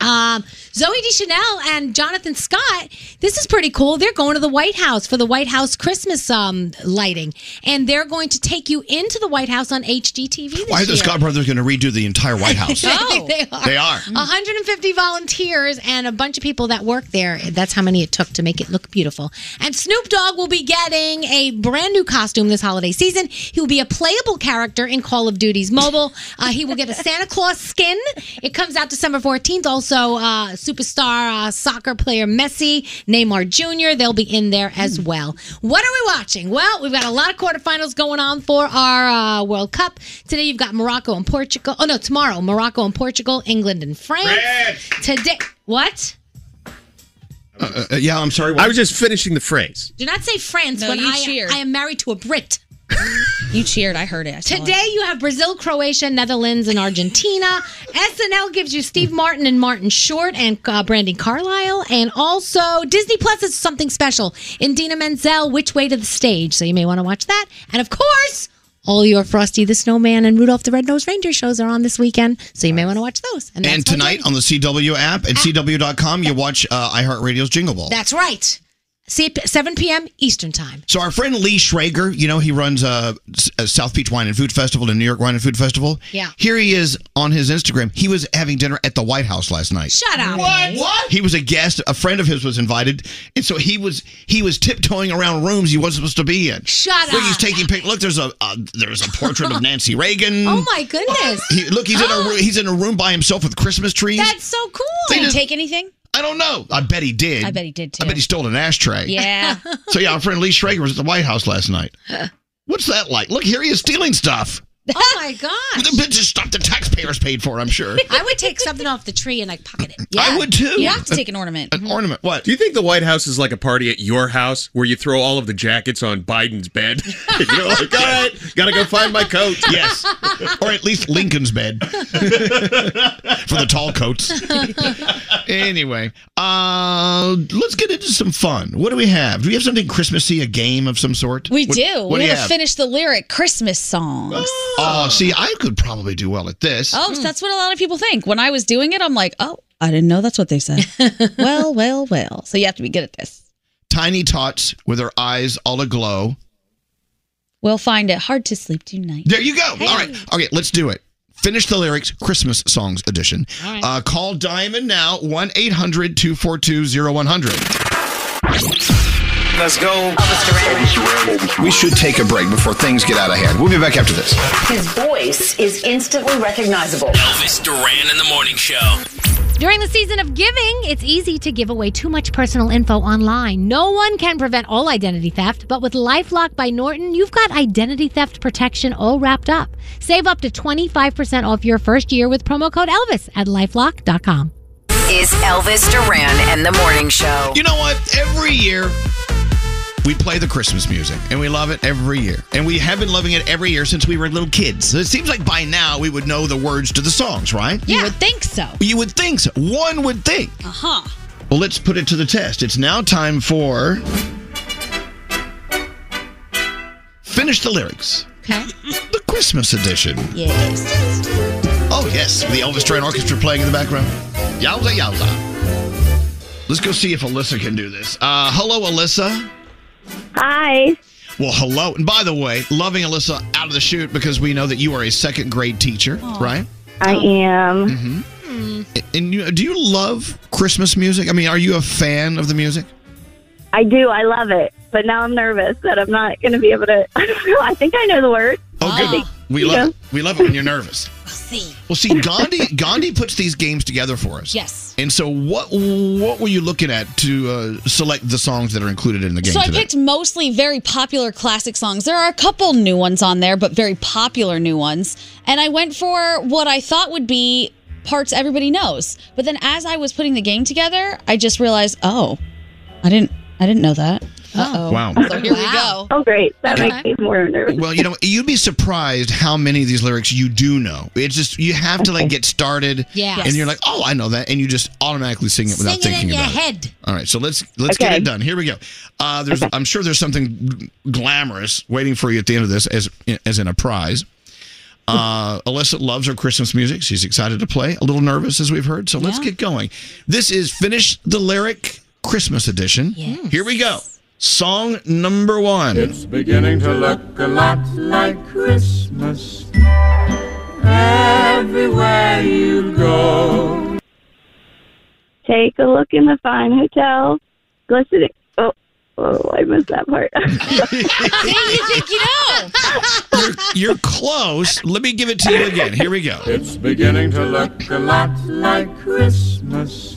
S10: Um, Zoe Deschanel and Jonathan Scott. This is pretty cool. They're going to the White House for the White House Christmas um, lighting, and they're going to take you into the White House on HGTV. This
S3: Why are
S10: year. Oh.
S3: the Scott brothers going to redo the entire White House?
S10: I think they are.
S3: They are.
S10: 150 volunteers and a bunch of people that work there. That's how many it took to make it look beautiful. And Snoop Dogg will be getting a brand new costume this holiday season. He will be a playable character in Call of Duty's mobile. Uh, he will get a Santa Claus skin. It comes out December 14th. Also, also uh, superstar uh, soccer player Messi, Neymar Jr. They'll be in there as well. What are we watching? Well, we've got a lot of quarterfinals going on for our uh, World Cup. Today you've got Morocco and Portugal. Oh no, tomorrow Morocco and Portugal, England and France. Today, what?
S7: Uh, uh, yeah, I'm sorry. I was just finishing the phrase.
S10: Do not say France
S11: No,
S10: when
S11: you
S10: I, I am married to a Brit.
S11: You cheered. I heard it. I saw it.
S10: Today you have Brazil, Croatia, Netherlands, and Argentina. SNL gives you Steve Martin and Martin Short and uh, Brandy Carlisle, and also Disney Plus is something special. Indina Menzel, Which Way to the Stage, so you may want to watch that. And of course, all your Frosty the Snowman and Rudolph the Red-Nosed Reindeer shows are on this weekend, so you may want to watch those.
S3: And,
S10: that's my Ah.
S3: tonight on the CW app at CW.com, you watch uh, iHeartRadio's Jingle Ball.
S10: That's right. See, 7 p.m. Eastern Time.
S3: So our friend Lee Schrager, you know, he runs a, a South Beach Wine and Food Festival and New York Wine and Food Festival.
S10: Yeah.
S3: Here he is on his Instagram. He was having dinner at the White House last night.
S10: Shut up.
S12: What?
S3: What? He was a guest. A friend of his was invited, and so he was he was tiptoeing around rooms he wasn't supposed to be in.
S10: Shut
S3: look,
S10: up.
S3: He's taking pic. Look, there's a uh, there's a portrait of Nancy
S11: Mm.
S3: Reagan.
S10: Oh my goodness.
S3: He, look, he's in a roo- he's in a room by himself with Christmas trees.
S10: That's so cool.
S11: Did he take anything?
S3: I don't know. I bet he did.
S11: I bet he did too.
S3: I bet he stole an ashtray.
S11: Yeah.
S3: So yeah, our friend Lee Schrager was at the White House last night. What's that like? Look, here he is stealing stuff.
S10: Oh my gosh.
S3: The bitch is stuff the taxpayers paid for, I'm sure.
S10: I would take something off the tree and like pocket it.
S3: I would too.
S11: You have to take an ornament.
S3: An ornament. What?
S7: Do you think the White House is like a party at your house where you throw all of the jackets on Biden's bed? You're like, all right, gotta go find my coat.
S3: Yes. or at least Lincoln's bed for the tall coats. anyway, uh, let's get into some fun. What do we have? Do we have something Christmassy, a game of some sort?
S11: We
S3: What-
S11: do.
S3: What
S11: we
S3: do you
S11: have to
S3: have?
S11: finish the lyric Christmas songs.
S3: Oh, see, I could probably do well at this.
S11: Oh, so that's what a lot of people think. When I was doing it, I'm like, oh, I didn't know that's what they said. well, well, well. So you have to be good at this.
S3: Tiny tots with her eyes all aglow.
S11: We'll find it hard to sleep tonight.
S3: There you go. All right. Okay, let's do it. Finish the lyrics, Christmas songs edition.
S11: All right.
S3: Uh, call Diamond now, 1 800 242 0100.
S14: Let's go. We should take a break before things get out of hand. We'll be back after this.
S8: His voice is instantly recognizable.
S15: Elvis Duran in the morning show.
S16: During the season of giving, it's easy to give away too much personal info online. No one can prevent all identity theft, but with Lifelock by Norton, you've got identity theft protection all wrapped up. Save up to 25% off your first year with promo code Elvis at lifelock.com.
S8: Is Elvis Duran and the morning show.
S3: You know what? Every year we play the Christmas music and we love it every year. And we have been loving it every year since we were little kids. So it seems like by now we would know the words to the songs, right?
S11: You would think so.
S3: You would think so. One would think.
S11: Uh huh.
S3: Well, let's put it to the test. It's now time for Finish the Lyrics.
S11: Okay.
S3: The Christmas edition.
S11: Yes.
S3: Oh, yes, the Elvis Duran Orchestra playing in the background. Yowza, yowza. Let's go see if Alyssa can do this. Uh, hello, Alyssa.
S9: Hi.
S3: Well, hello. And by the way, loving Alyssa out of the chute because we know that you are a second grade teacher, right? Oh. Mm-hmm.
S9: I am.
S3: And you, do you love Christmas music? I mean, are you a fan of the music?
S9: I do. I love it. But now I'm nervous that I'm not going to be able to. I don't know. I think I know the words.
S3: Oh,
S11: Ah.
S3: good. We love it. We love it when you're nervous. Well, see, Gandhi Gandhi puts these games together for us.
S11: Yes.
S3: And so, what what were you looking at to uh, select the songs that are included in the game
S11: So I
S3: today?
S11: picked mostly very popular classic songs. There are a couple new ones on there, but very popular new ones. And I went for what I thought would be parts everybody knows. But then as I was putting the game together, I just realized, oh, I didn't I didn't know that. Uh-oh.
S3: Wow.
S11: So here we go.
S9: Oh, great. That
S3: Okay.
S9: makes me more nervous.
S3: well, you know, you'd be surprised how many of these lyrics you do know. It's just you have to like get started,
S10: Yeah.
S3: and you're like, oh, I know that, and you just automatically sing it without
S10: Sing it
S3: thinking
S10: in your
S3: about it.
S10: head.
S3: All right, so let's let's get
S10: Okay.
S3: it done. Here we go. Uh, there's, I'm sure there's something glamorous waiting for you at the end of this, as as in a prize. Uh, Alyssa loves her Christmas music. She's excited to play. A little nervous, as we've heard. So let's get going. This is finish the lyric Christmas edition. Here we go. Song number one. It's
S12: beginning to look a lot like Christmas everywhere you go.
S9: Take a look in the fine hotel. Glisten. Oh, Oh, I missed that part.
S6: you think you know?
S3: You're, you're close. Let me give it to you again. Here we go. It's beginning to look a lot.
S6: Like Christmas,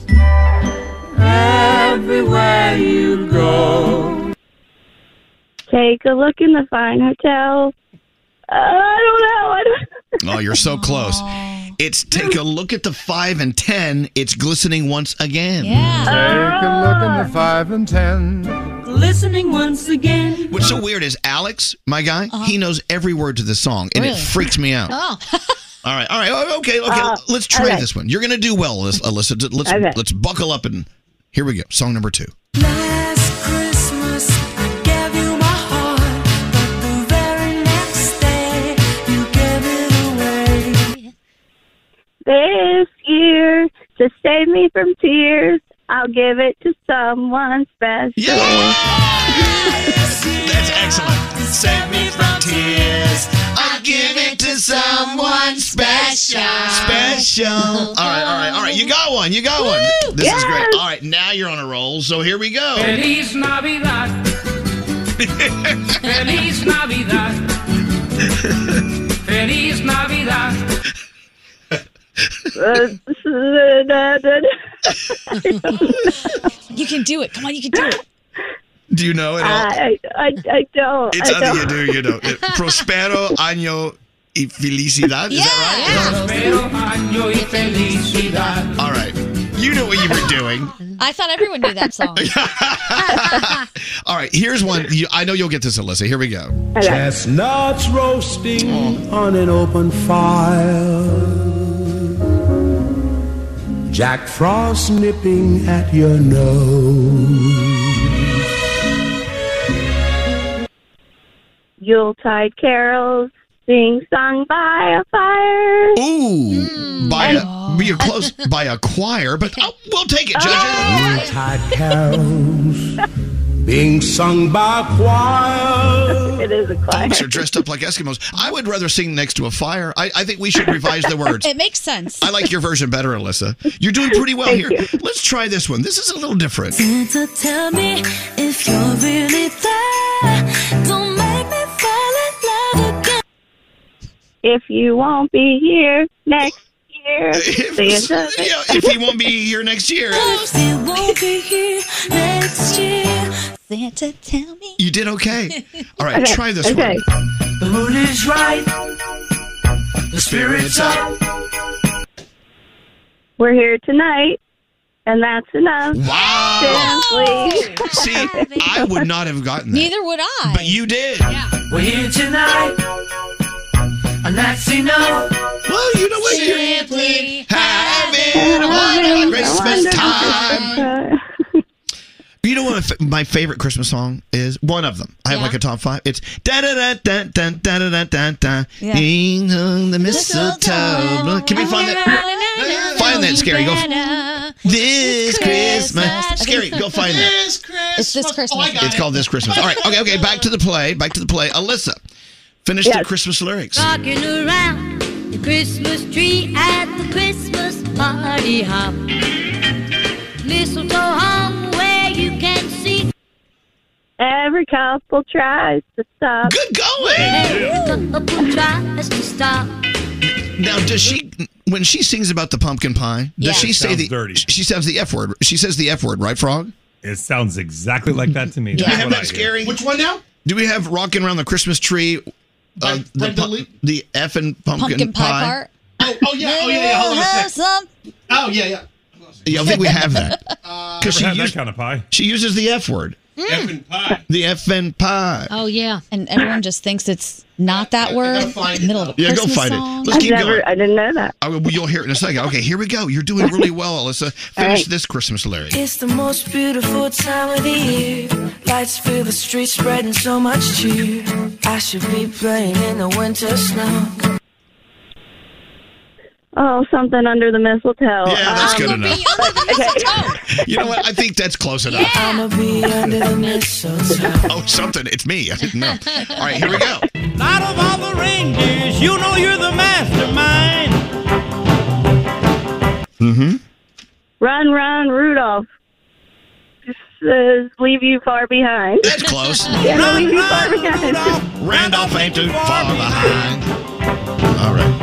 S6: everywhere you go.
S9: Take a look in the fine hotel. Uh, I don't know. I
S3: Oh, you're so close. It's take a look at the five and ten. It's glistening once again.
S6: Take a look in the five and ten. Listening once again. Uh-huh.
S3: What's so weird is Alex, my guy, he knows every word to the song, and
S6: Really?
S3: it freaks me out.
S6: Oh.
S3: All right, all right, oh, okay, okay.
S6: Uh,
S3: let's trade
S6: okay.
S3: this one. You're gonna do well, Alyssa. Alyssa. Let's
S6: Okay.
S3: let's buckle up and here we go. Song number two.
S6: Last Christmas, I gave you my heart, but the very next day, you gave it away.
S9: this year to save me from tears. I'll give it to someone special.
S6: That's excellent. Save me from tears. I'll give it to someone special.
S3: Special. All right, all right, all right. You got one. You got one. This is great. All right, now you're on a roll. So here we go.
S6: Feliz Navidad. Feliz Navidad. Feliz Navidad.
S11: you can do it. Come on, you can do it.
S3: Do you know it all?
S9: I, I, I don't.
S3: It's
S9: I
S3: either
S9: don't.
S3: you do, you know. Prospero año y felicidad. Is that right? All right. You know what you were doing.
S11: I thought everyone knew that song.
S3: All right. Here's one. You, I know you'll get this, Alyssa. Here we go.
S6: Chestnuts roasting on an open fire. Jack Frost nipping at your nose.
S9: Yuletide carols sing sung by a fire.
S3: Ooh. By a, you're close by a choir, but oh, we'll take it, judges.
S6: Yuletide carols being sung by a choir.
S9: It is a choir.
S3: Folks are dressed up like Eskimos. I would rather sing next to a fire. I, I think we should revise the words.
S11: It makes sense.
S3: I like your version better, Alyssa. You're doing pretty well
S6: Thank
S3: here. Let's try this one. This is a little different.
S6: Santa, tell me if you're really there. Don't make me fall in love again.
S9: If you won't be here next year, Santa.
S3: Yeah, if he won't be here next year.
S6: It won't be here next year.
S11: Santa, tell me.
S3: You did okay. All right, try this one.
S6: The mood is right. The spirit's up.
S9: We're here tonight, and that's enough.
S3: Wow.
S9: Simply.
S3: See, I would not have gotten that.
S11: Neither would I.
S3: But you did.
S6: We're here tonight. And that's enough.
S3: Well, you know what? You're-
S6: Simply
S3: having a wonderful Christmas time. You know what my favorite Christmas song is? One of them. I have like a top five. It's da da da da da da da da da da.
S6: Yeah.
S3: Ding dong, the mistletoe. blow- Can we find that? Find that, Scary. Go. This Christmas. Oh, Scary, go find that.
S4: This Christmas.
S11: It's this Christmas.
S3: It's called This Christmas. All right, okay, okay. Back to the play. Back to the play. Alyssa, finish the Christmas lyrics.
S17: Rocking around the Christmas tree at the Christmas party hop. Mistletoe hung where you can see.
S9: Every couple tries to stop.
S3: Good
S17: Every couple tries to stop.
S3: Now, does she when she sings about the pumpkin pie? Does
S17: Yeah.
S3: she
S17: It
S3: say
S17: sounds
S3: the she says the f word? She says the f word, right, Frog?
S18: It sounds exactly like that to me.
S3: Do we
S18: That's
S3: have
S18: what
S3: that
S18: I hear.
S3: scary?
S4: Which one now?
S3: Do we have rocking around the Christmas tree? Uh, the, pu- the f and pumpkin,
S4: Oh, oh yeah, oh yeah, yeah. Hold on a sec. Oh yeah, yeah.
S3: Yeah, I think we have that because she
S18: Never had that
S3: used,
S18: kind of pie.
S3: she uses the f word. The f and pie.
S11: Oh yeah, and everyone just thinks it's not that word. in the middle of a
S3: Yeah, go
S11: Christmas
S3: find
S11: song.
S3: it. Let's keep going.
S9: I didn't know that.
S3: you'll hear it in a second. Okay, here we go. You're doing really well, Alyssa. Finish this Christmas lyric.
S6: It's the most beautiful time of the year. Lights fill the streets, spreading so much cheer. I should be playing in the winter snow.
S9: Oh, something under the mistletoe. Uh,
S3: Yeah, that's good enough.
S9: Okay.
S3: You know what? I think that's close enough.
S6: I'ma be under the mistletoe.
S3: Oh, something. It's me. I didn't know. All right, here we go.
S6: Out of all the reindeers, you know you're the mastermind.
S3: Mm-hmm.
S9: Run, run, Rudolph. is Leave You Far Behind.
S3: That's close.
S9: yeah, the Leave You Far Behind.
S3: Randolph ain't too far behind. All right.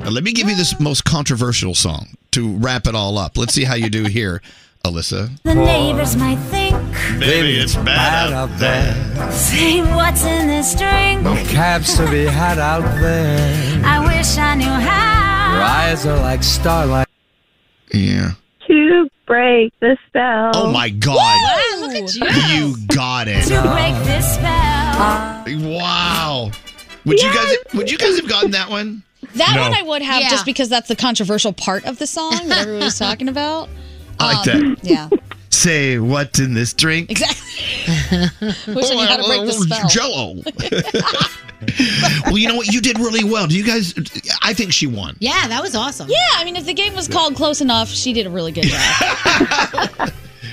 S3: Now, let me give you this most controversial song to wrap it all up. Let's see how you do here, Alyssa.
S19: The neighbors might think,
S3: Baby, it's bad up there.
S19: say what's in this drink.
S20: Cabs to be had out there.
S19: I wish I knew how.
S20: Your eyes are like starlight.
S3: Yeah.
S9: To break the spell.
S3: Oh my God. You uh, got it.
S19: To break this spell.
S3: Wow. Would you guys would you guys have gotten that one?
S11: That
S3: No.
S11: one I would have
S3: Yeah.
S11: just because that's the controversial part of the song that everyone was talking about.
S3: I like
S11: Um,
S3: that.
S11: Yeah.
S3: Say what's in this drink?
S11: Exactly. Wish I knew how to break the spell.
S3: Jello. well, you know what? You did really well. Do you guys? I think she won.
S11: Yeah, that was awesome. Yeah, I mean, if the game was called close enough, she did a really good job.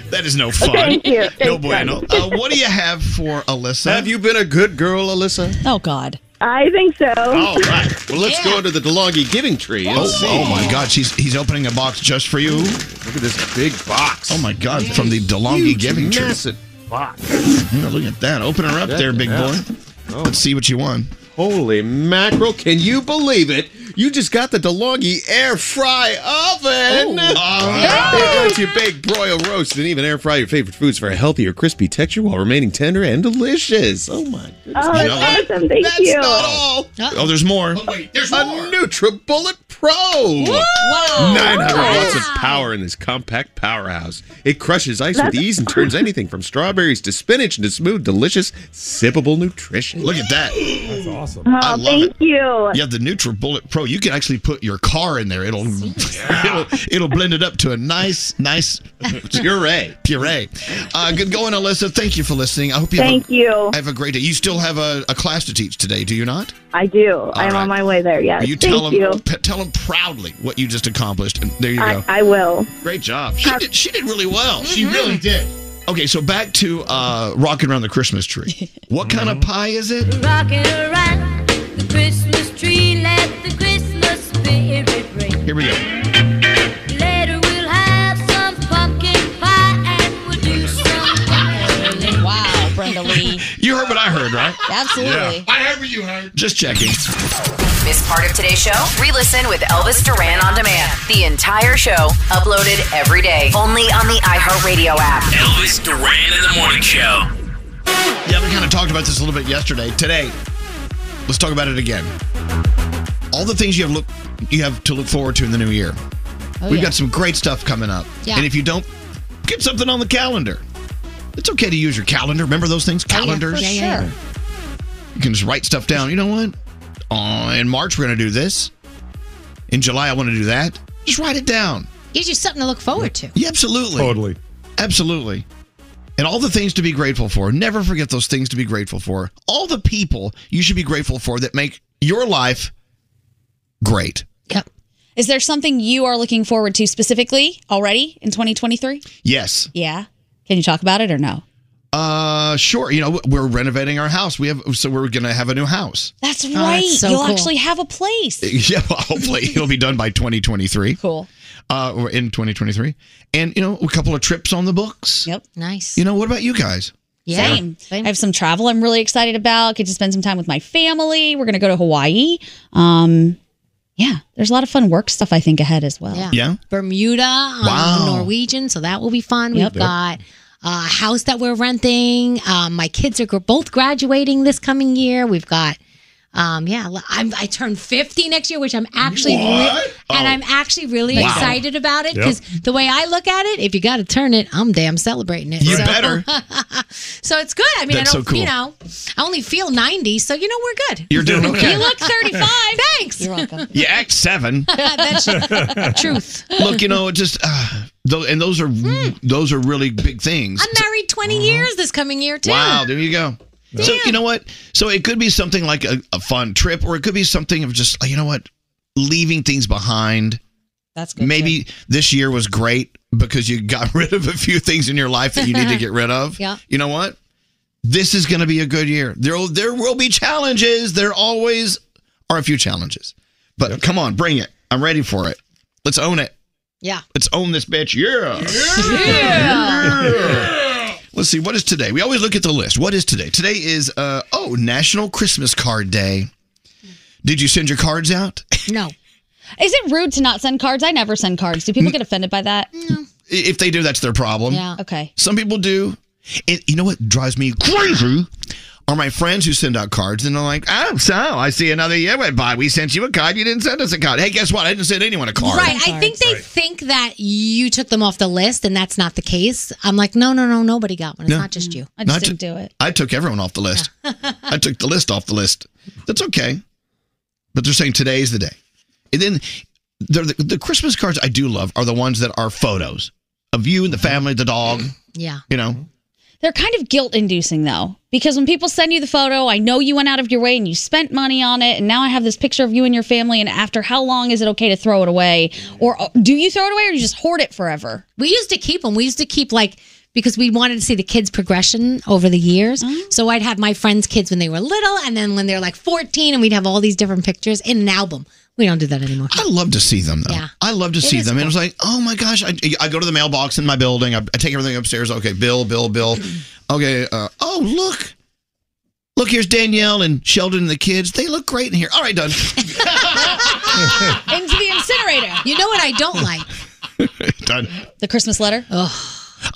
S3: That is no fun.
S11: Thank you.
S3: No
S11: Thank
S3: bueno.
S11: you.
S3: Uh, what do you have for Alyssa?
S7: Have you been a good girl, Alyssa?
S11: oh God.
S9: I think so.
S7: All right. Well, let's go into the DeLonghi Giving Tree and
S3: Oh,
S7: see.
S3: oh my God! She's he's opening a box just for you. Look at this big box. Oh my God! From the DeLonghi
S7: Huge,
S3: Giving Tree.
S7: massive box.
S3: Yeah, look at that! Open her up
S7: Yeah,
S3: there, big
S7: yeah.
S3: boy. Let's see what you won.
S7: Oh. Holy mackerel! Can you believe it? You just got the DeLonghi air fry
S3: Oh,
S7: oven. Oh, It
S9: Oh,
S7: lets you bake, broil, roast, and even air fry your favorite foods for a healthier, crispy texture while remaining tender and delicious. Oh my!
S9: Oh,
S7: You
S9: that's
S7: know,
S9: awesome. Thank
S7: that's
S9: you.
S7: not all. Oh, there's more. Oh, wait, there's a NutriBullet Pro.
S12: Wow.
S7: 900 watts of power in this compact powerhouse. It crushes ice with
S12: That's-
S7: ease and turns anything from strawberries to spinach into smooth, delicious, sippable nutrition.
S3: Look at that.
S21: That's awesome.
S3: I love thank
S9: Oh, you.
S3: You have the NutriBullet Pro. You can actually put your car in there. It'll it'll, it'll blend it up to a nice nice
S7: puree.
S3: Puree. Uh, good going, Alyssa. Thank you for listening. I hope you
S9: Thank
S3: have a,
S9: you.
S3: Have a great day. You still have a, a class to teach today, do you not?
S9: I do.
S3: right.
S9: I'm on my way there. Yes.
S3: you
S9: Thank
S3: tell them
S9: you.
S3: tell them proudly what you just accomplished. And there you
S9: I,
S3: go.
S9: I will.
S3: Great job. She did, she did really well. Mm-hmm. She really did. Okay, so back to uh, rocking around the Christmas tree. What kind of pie is it?
S6: Rocking around the Christmas tree, let the Christmas spirit ring.
S3: Here we go.
S6: Later we'll have some pumpkin pie and we'll do some caroling.
S11: Wow, Brenda Lee.
S3: You heard what I heard, right?
S11: Absolutely.
S3: I heard what you heard. Just checking.
S8: Miss part of today's show? Re-listen with Elvis Duran on demand. The entire show uploaded every day, only on the iHeartRadio app.
S15: Elvis Duran in the morning show.
S3: Yeah, we kind of talked about this a little bit yesterday. Today, let's talk about it again. All the things you have look you have to look forward to in the new year.
S12: Oh,
S3: We've
S12: yeah.
S3: got some great stuff coming up.
S12: Yeah.
S3: And if you don't get something on the calendar, it's okay to use your calendar. Remember those things? Calendars.
S12: Oh, Yeah, yeah, yeah.
S3: You can just write stuff down. You know what? Uh, in March we're going to do this. In July I want to do that. Just write it down.
S10: Gives you something to look forward to.
S3: Yeah, absolutely. Totally. Absolutely. And all the things to be grateful for. Never forget those things to be grateful for. All the people you should be grateful for that make your life great.
S11: Is there something you are looking forward to specifically already in 2023?
S3: Yes.
S11: Yeah. Can you talk about it or no?
S3: Uh sure, you know, we're renovating our house. We have so we're going to have a new house.
S11: That's
S12: Oh,
S11: right.
S12: that's so
S11: You'll
S12: cool.
S11: actually have a place.
S3: Yeah, well, hopefully it'll be done by 2023.
S11: Cool.
S3: Uh or in 2023. And you know, a couple of trips on the books.
S11: Yep.
S10: Nice.
S3: You know, what about you guys?
S11: Same. I have some travel I'm really excited about. Get to spend some time with my family. We're going to go to Hawaii. Um, yeah, there's a lot of fun work stuff I think ahead as well.
S10: Yeah. Bermuda on
S11: Wow.
S10: the Norwegian, so that will be fun.
S11: Yep.
S10: We've got uh, a house that we're renting. Um, my kids are gr- both graduating this coming year. We've got. Um, yeah, l- I'm, I turn 50 next year, which I'm actually, re-
S12: What? Oh.
S10: and I'm actually really
S12: Wow.
S10: excited about it
S12: Yep.
S10: because the way I look at it, if you got to turn it, I'm damn celebrating it.
S12: You
S10: so,
S12: better.
S10: so it's good. I mean,
S12: That's
S10: I
S12: so
S10: don't,
S12: cool.
S10: you know, I only feel 90, so you know, we're good.
S3: You're doing okay.
S10: You look 35. Thanks. You're welcome.
S3: You act 7.
S10: That's truth. Hmm.
S3: Look, you know, it just uh, tho- and those are those are really big things.
S10: I'm married 20 years this coming year too.
S3: Uh-huh. Wow, there you go. So you know what? So it could be something like a, a fun trip, or it could be something of just you know what, leaving things behind.
S11: That's
S3: good maybe this year was great because you got rid of a few things in your life that you need to get rid of.
S12: Yeah.
S3: You know what? This is going to be a good year. There there will be challenges. There always are a few challenges, but come on, bring it. I'm ready for it. Let's own it.
S10: Yeah.
S3: Let's own this bitch. Yeah.
S12: Yeah.
S3: Let's see, what is today? We always look at the list. What is today? Today is, uh, oh, National Christmas Card Day. Did you send your cards out?
S11: No. Is it rude to not send cards? I never send cards. Do people get offended by that?
S3: I- If they do, that's their problem.
S11: Okay.
S3: Some people do. And you know what drives me crazy are my friends who send out cards and they're like, oh, so I see another year went by. We sent you a card. You didn't send us a card. Hey, guess what? I didn't send anyone a card.
S10: Right. I think they think that you took them off the list, and that's not the case. I'm like, no, no, no, nobody got one. It's
S3: No.
S10: not just you.
S3: Not ju- I took everyone off the list. I took the list off the list. That's okay. But they're saying today is the day. And then they're the, the Christmas cards I do love are the ones that are photos of you and the family, the dog,
S11: Yeah.
S3: you know.
S11: They're kind of guilt inducing though, because when people send you the photo, I know you went out of your way and you spent money on it, and now I have this picture of you and your family. And after how long is it okay to throw it away, or uh, do you throw it away, or you just hoard it forever?
S10: We used to keep them. We used to keep like because we wanted to see the kids' progression over the years. So I'd have my friends' kids when they were little, and then when they're like 14, and we'd have all these different pictures in an album. We don't do that anymore.
S3: I love to see them though.
S10: Yeah.
S3: I love to
S10: It
S3: see
S10: is
S3: them. And it was like, oh my gosh, I, I go to the mailbox in my building. I, I take everything upstairs. Okay, Bill, Bill, Bill. Okay, uh, oh look, look here's Danielle and Sheldon and the kids. They look great in here. All right, done.
S11: Into the incinerator.
S10: You know what I don't like?
S3: done.
S11: The Christmas letter.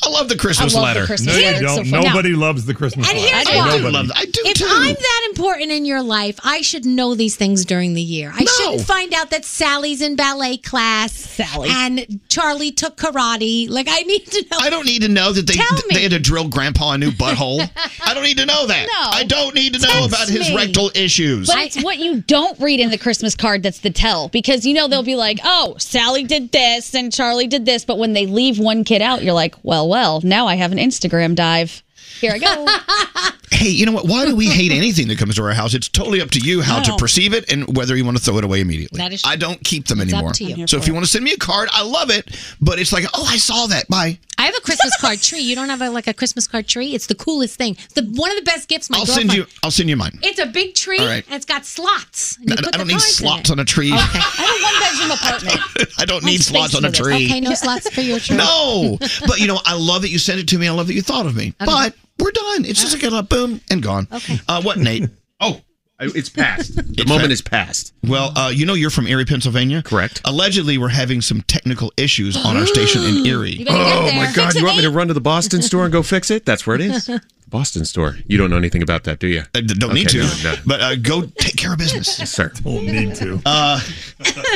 S3: I love the Christmas
S11: I love the
S3: letter.
S11: Christmas No, you letter. It's don't. so fun.
S21: Nobody loves the Christmas
S10: And
S21: card.
S10: here's
S21: I
S10: why.
S21: do love that.
S3: I do
S10: if I'm that important in your life, I should know these things during the year. I
S21: No.
S10: shouldn't find out that Sally's in ballet class. Sally and Charlie took karate. Like I need to know.
S3: I don't need to know that they
S10: Tell me.
S3: they had to drill Grandpa a new butthole. I don't need to know that.
S11: No.
S3: I don't need to know
S11: Text
S3: about his
S11: me.
S3: rectal issues.
S11: But it's what you don't read in the Christmas card that's the tell because you know they'll be like, oh, Sally did this and Charlie did this. But when they leave one kid out, you're like, well, well, now I have an Instagram dive. Here I go.
S3: hey, you know what? Why do we hate anything that comes to our house? It's totally up to you how to
S11: No.
S3: perceive it and whether you want to throw it away immediately.
S11: That is
S3: I don't keep them
S10: It's up
S3: anymore.
S10: to you. I'm here
S3: So if
S10: for
S3: you
S10: it.
S3: want to send me a card, I love it. But it's like, oh, I saw that. Bye.
S10: I have a Christmas card tree. You don't have a, like a Christmas card tree? It's the coolest thing. It's the one of the best gifts. My
S3: I'll
S10: girlfriend.
S3: send you. I'll send you mine.
S10: It's a big tree
S3: All right.
S10: and it's got slots. And
S3: No,
S10: you put
S3: I don't need
S10: the cards in
S3: slots
S10: it.
S3: on a tree.
S10: Okay. I have a one bedroom apartment.
S3: I don't need slots on a tree.
S10: Okay, no slots for your tree.
S3: No, but you know, I love that you sent it to me. I love that you thought of me. But we're done. It's just a good up, boom, and gone. Okay. Uh, what, Nate? oh, it's past. The
S7: moment
S3: is past. Well, uh, you know, you're from Erie, Pennsylvania. Correct. Allegedly, we're having some technical issues on our station in Erie.
S7: Oh my God! You want me to run to the Boston store and go fix it? That's where it is. Boston store. You don't know anything about that, do you?
S3: I d- don't need
S7: Okay,
S3: to,
S7: no, no.
S3: but uh, go take care of business.
S7: Yes, sir.
S21: Don't need to.
S3: Uh,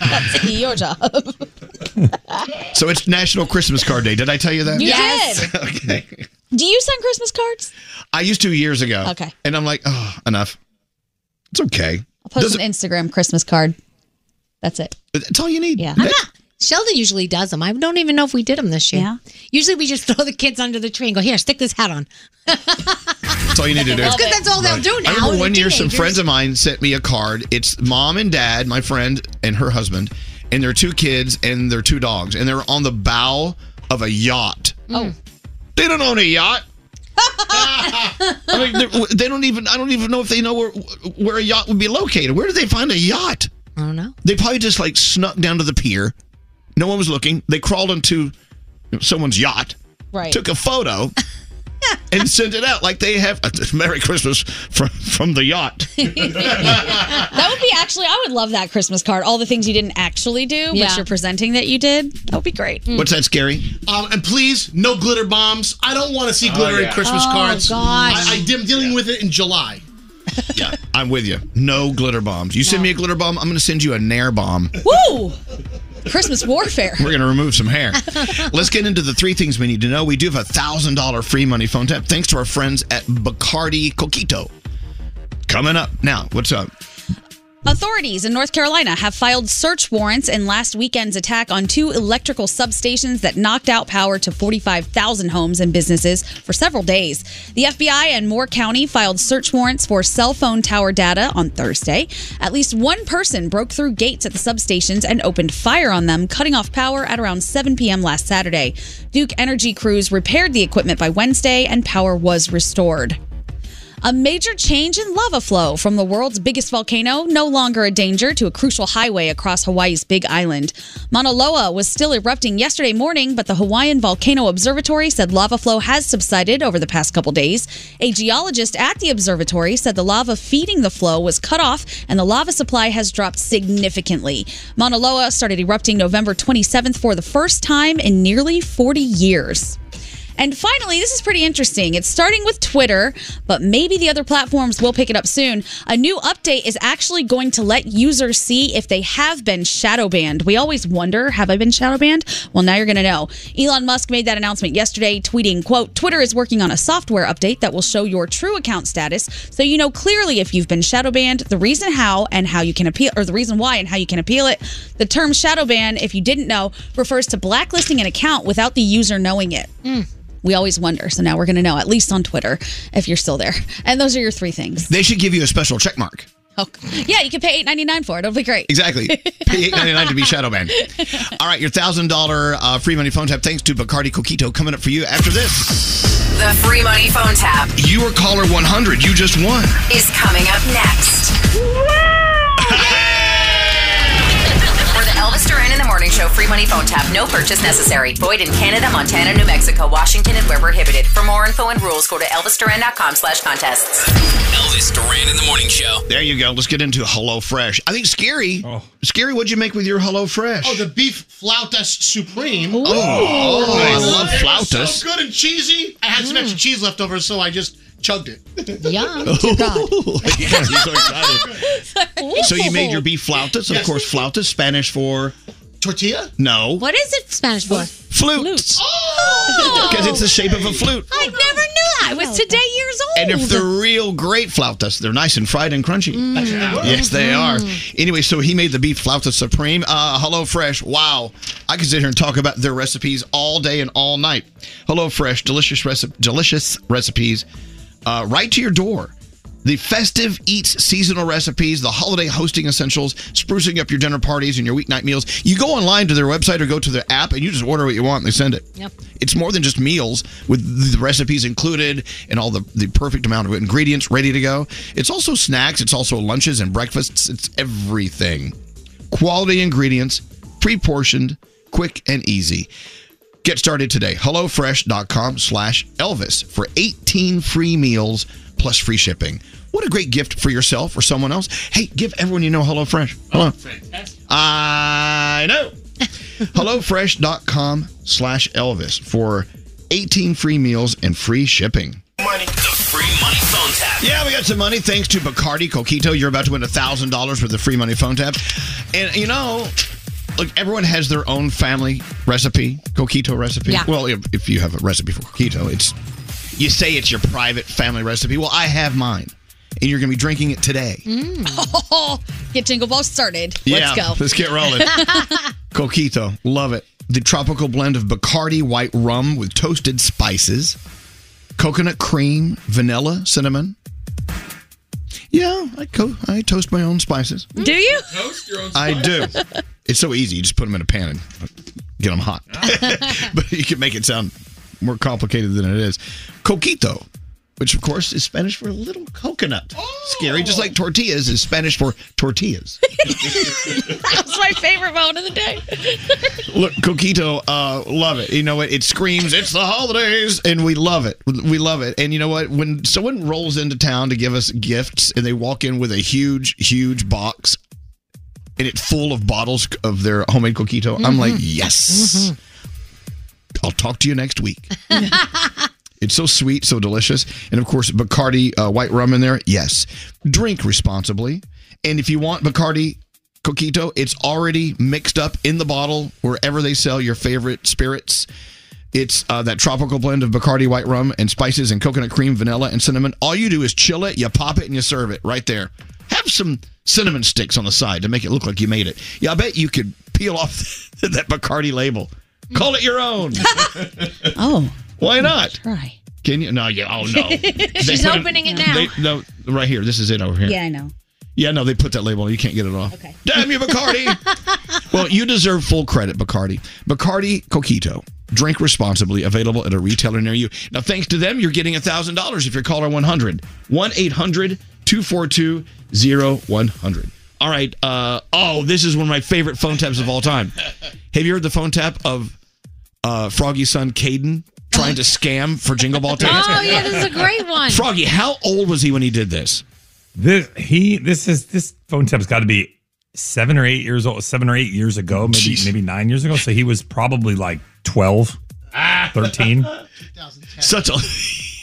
S11: that's your job.
S3: so it's National Christmas Card Day. Did I tell you that?
S11: You Yes.
S3: okay.
S11: Do you send Christmas cards?
S3: I used to years ago.
S11: Okay.
S3: And I'm like, oh, enough. It's okay.
S11: I'll post an Instagram Christmas card. That's it.
S3: That's all you need.
S11: Yeah.
S10: Sheldon usually does them. I don't even know if we did them this year. Usually we just throw the kids under the tree and go, here, stick this hat on.
S3: That's all you need to do.
S10: That's 'cause that's all they'll do now.
S3: I remember
S10: They're
S3: one year some
S10: teenagers.
S3: friends of mine sent me a card. It's mom and dad, my friend and her husband, and their two kids and their two dogs, and they're on the bow of a yacht.
S11: Oh.
S3: They don't own a yacht. I mean, they're- they don't even. I don't even know if they know where where a yacht would be located. Where did they find a yacht?
S10: I don't know.
S3: They probably just like snuck down to the pier. No one was looking. They crawled into someone's yacht,
S11: Right.
S3: took a photo, and sent it out like they have Merry Christmas from from the yacht.
S11: that would be actually, I would love that Christmas card. All the things you didn't actually do,
S4: Yeah.
S11: but you're presenting that you did. That would be great.
S3: What's that, Scary?
S4: Um, and please, no glitter bombs. I don't want to see glitter
S3: yeah.
S4: in Christmas
S11: Oh,
S4: cards.
S11: gosh.
S4: I, I am dealing with it in July.
S3: Yeah, I'm with you. No glitter bombs. You send me a glitter bomb, I'm going to send you a nair bomb.
S11: Woo! Christmas warfare.
S3: We're going to remove some hair. Let's get into the three things we need to know. We do have a thousand dollar free money phone tap thanks to our friends at Bacardi Coquito. Coming up now. What's up?
S11: Authorities in North Carolina have filed search warrants in last weekend's attack on two electrical substations that knocked out power to 45,000 homes and businesses for several days. The FBI and Moore County filed search warrants for cell phone tower data on Thursday. At least one person broke through gates at the substations and opened fire on them, cutting off power at around 7 p.m. last Saturday. Duke Energy crews repaired the equipment by Wednesday and power was restored. A major change in lava flow from the world's biggest volcano, no longer a danger to a crucial highway across Hawaii's Big Island. Mauna Loa was still erupting yesterday morning, but the Hawaiian Volcano Observatory said lava flow has subsided over the past couple days. A geologist at the observatory said the lava feeding the flow was cut off and the lava supply has dropped significantly. Mauna Loa started erupting November 27th for the first time in nearly 40 years. And finally, this is pretty interesting. It's starting with Twitter, but maybe the other platforms will pick it up soon. A new update is actually going to let users see if they have been shadow banned. We always wonder, have I been shadow banned? Well, now you're going to know. Elon Musk made that announcement yesterday, tweeting, quote, Twitter is working on a software update that will show your true account status so you know clearly if you've been shadow banned, the reason how and how you can appeal or the reason why and how you can appeal it. The term shadow ban, if you didn't know, refers to blacklisting an account without the user knowing it. We always wonder. So now we're going to know, at least on Twitter, if you're still there. And those are your three things.
S3: They should give you a special check mark.
S11: Yeah, you can pay eight ninety nine for it. It'll be great.
S3: Exactly. Pay eight ninety nine to be shadow banned. All right, your thousand dollar uh, free money phone tap. Thanks to Bacardi Coquito coming up for you after this.
S8: The free money phone tap
S3: You are caller one hundred. You just won.
S8: is coming up next. For the Elvis Duran in the Morning Show free money phone tap, no purchase necessary. Void in Canada, Montana, New Mexico, Washington, and where prohibited. For more info and rules, go to elvisduran.com slash contests.
S15: Elvis Duran in the Morning Show.
S3: There you go. Let's get into Hello Fresh. I think scary. Scary. What'd you make with your Hello Fresh?
S4: Oh, the beef flautas supreme.
S3: Oh, I love
S4: It was
S3: flautas.
S4: So good and cheesy. I had some
S11: Mm.
S4: extra cheese left over, so I just chugged it.
S10: Yum.
S3: so you made your beef flautas. Of
S4: Yes.
S3: course, flautas Spanish for
S4: tortilla.
S3: No,
S10: What is it Spanish for?
S3: Flute.
S6: Oh.
S3: because it's the shape of a flute.
S10: I never knew that. I was today years old.
S3: And if they're real great flautas, they're nice and fried and crunchy.
S10: Mm.
S3: Yes, they are.
S10: Mhm.
S3: Anyway, so he made the beef flauta supreme. Uh, Hello Fresh. Wow, I could sit here and talk about their recipes all day and all night. Hello Fresh, delicious recipe, delicious recipes, uh, right to your door. The festive eats seasonal recipes, the holiday hosting essentials, sprucing up your dinner parties and your weeknight meals. You go online to their website or go to their app and you just order what you want and they send it.
S12: Yep.
S3: It's more than just meals with the recipes included and all the, the perfect amount of ingredients ready to go. It's also snacks, it's also lunches and breakfasts, it's everything. Quality ingredients, pre portioned, quick and easy. Get started today. HelloFresh.com slash Elvis for 18 free meals plus free shipping. What a great gift for yourself or someone else. Hey, give everyone you know HelloFresh. Hello. I know. HelloFresh.com slash Elvis for 18 free meals and free shipping.
S15: Money. The free money phone tap.
S3: Yeah, we got some money thanks to Bacardi Coquito. You're about to win $1,000 with the free money phone tap. And, you know, look, everyone has their own family recipe, Coquito recipe.
S12: Yeah.
S3: Well, if, if you have a recipe for Coquito, it's, you say it's your private family recipe. Well, I have mine. And you're going to be drinking it today.
S11: Get Jingle Ball started.
S3: Yeah,
S11: let's go.
S3: let's get rolling. Coquito, love it. The tropical blend of Bacardi white rum with toasted spices, coconut cream, vanilla, cinnamon. Yeah, I co- I toast my own spices.
S11: Do you?
S3: I do. It's so easy. You just put them in a pan and get them hot.
S6: Ah.
S3: but you can make it sound more complicated than it is. Coquito, which of course is Spanish for little coconut. Scary, just like tortillas is Spanish for tortillas.
S11: that was my favorite moment of the day.
S3: Look, Coquito, uh, love it. You know what? It screams, it's the holidays, and we love it. We love it. And you know what? When someone rolls into town to give us gifts and they walk in with a huge, huge box and it's full of bottles of their homemade Coquito, I'm like,
S22: Mm-hmm.
S12: Mhm.
S3: yes. I'll talk to you next week. It's so sweet, so delicious. And of course, Bacardi uh, white rum in there. Yes. Drink responsibly. And if you want Bacardi Coquito, it's already mixed up in the bottle wherever they sell your favorite spirits. It's uh, that tropical blend of Bacardi white rum and spices and coconut cream, vanilla, and cinnamon. All you do is chill it, you pop it, and you serve it right there. Have some cinnamon sticks on the side to make it look like you made it. Yeah, I bet you could peel off that Bacardi label. Call it your own.
S11: oh.
S3: Why not?
S11: Try.
S3: Can you? No, you. Oh no. They
S16: She's
S3: put it-
S16: opening it now.
S3: They, no, right here. This is it over here.
S16: I know.
S3: Yeah, no, they put that label on. it. You can't get it off. Okay. Damn you, Bacardi. well, you deserve full credit, Bacardi. Bacardi Coquito. Drink responsibly. Available at a retailer near you. Now, thanks to them, you're getting $1,000 if you're caller 100. 1 800 242 0100. All right. Uh, oh, this is one of my favorite phone taps of all time. Have you heard the phone tap of uh, Froggy's son, Caden, trying to scam for Jingle Ball tickets?
S10: Oh, yeah, this is a great one.
S3: Froggy, how old was he when he did this?
S21: This he this is this phone tap's got to be seven or eight years old, seven or eight years ago, maybe maybe nine years ago. So he was probably like 12, 13.
S3: Such a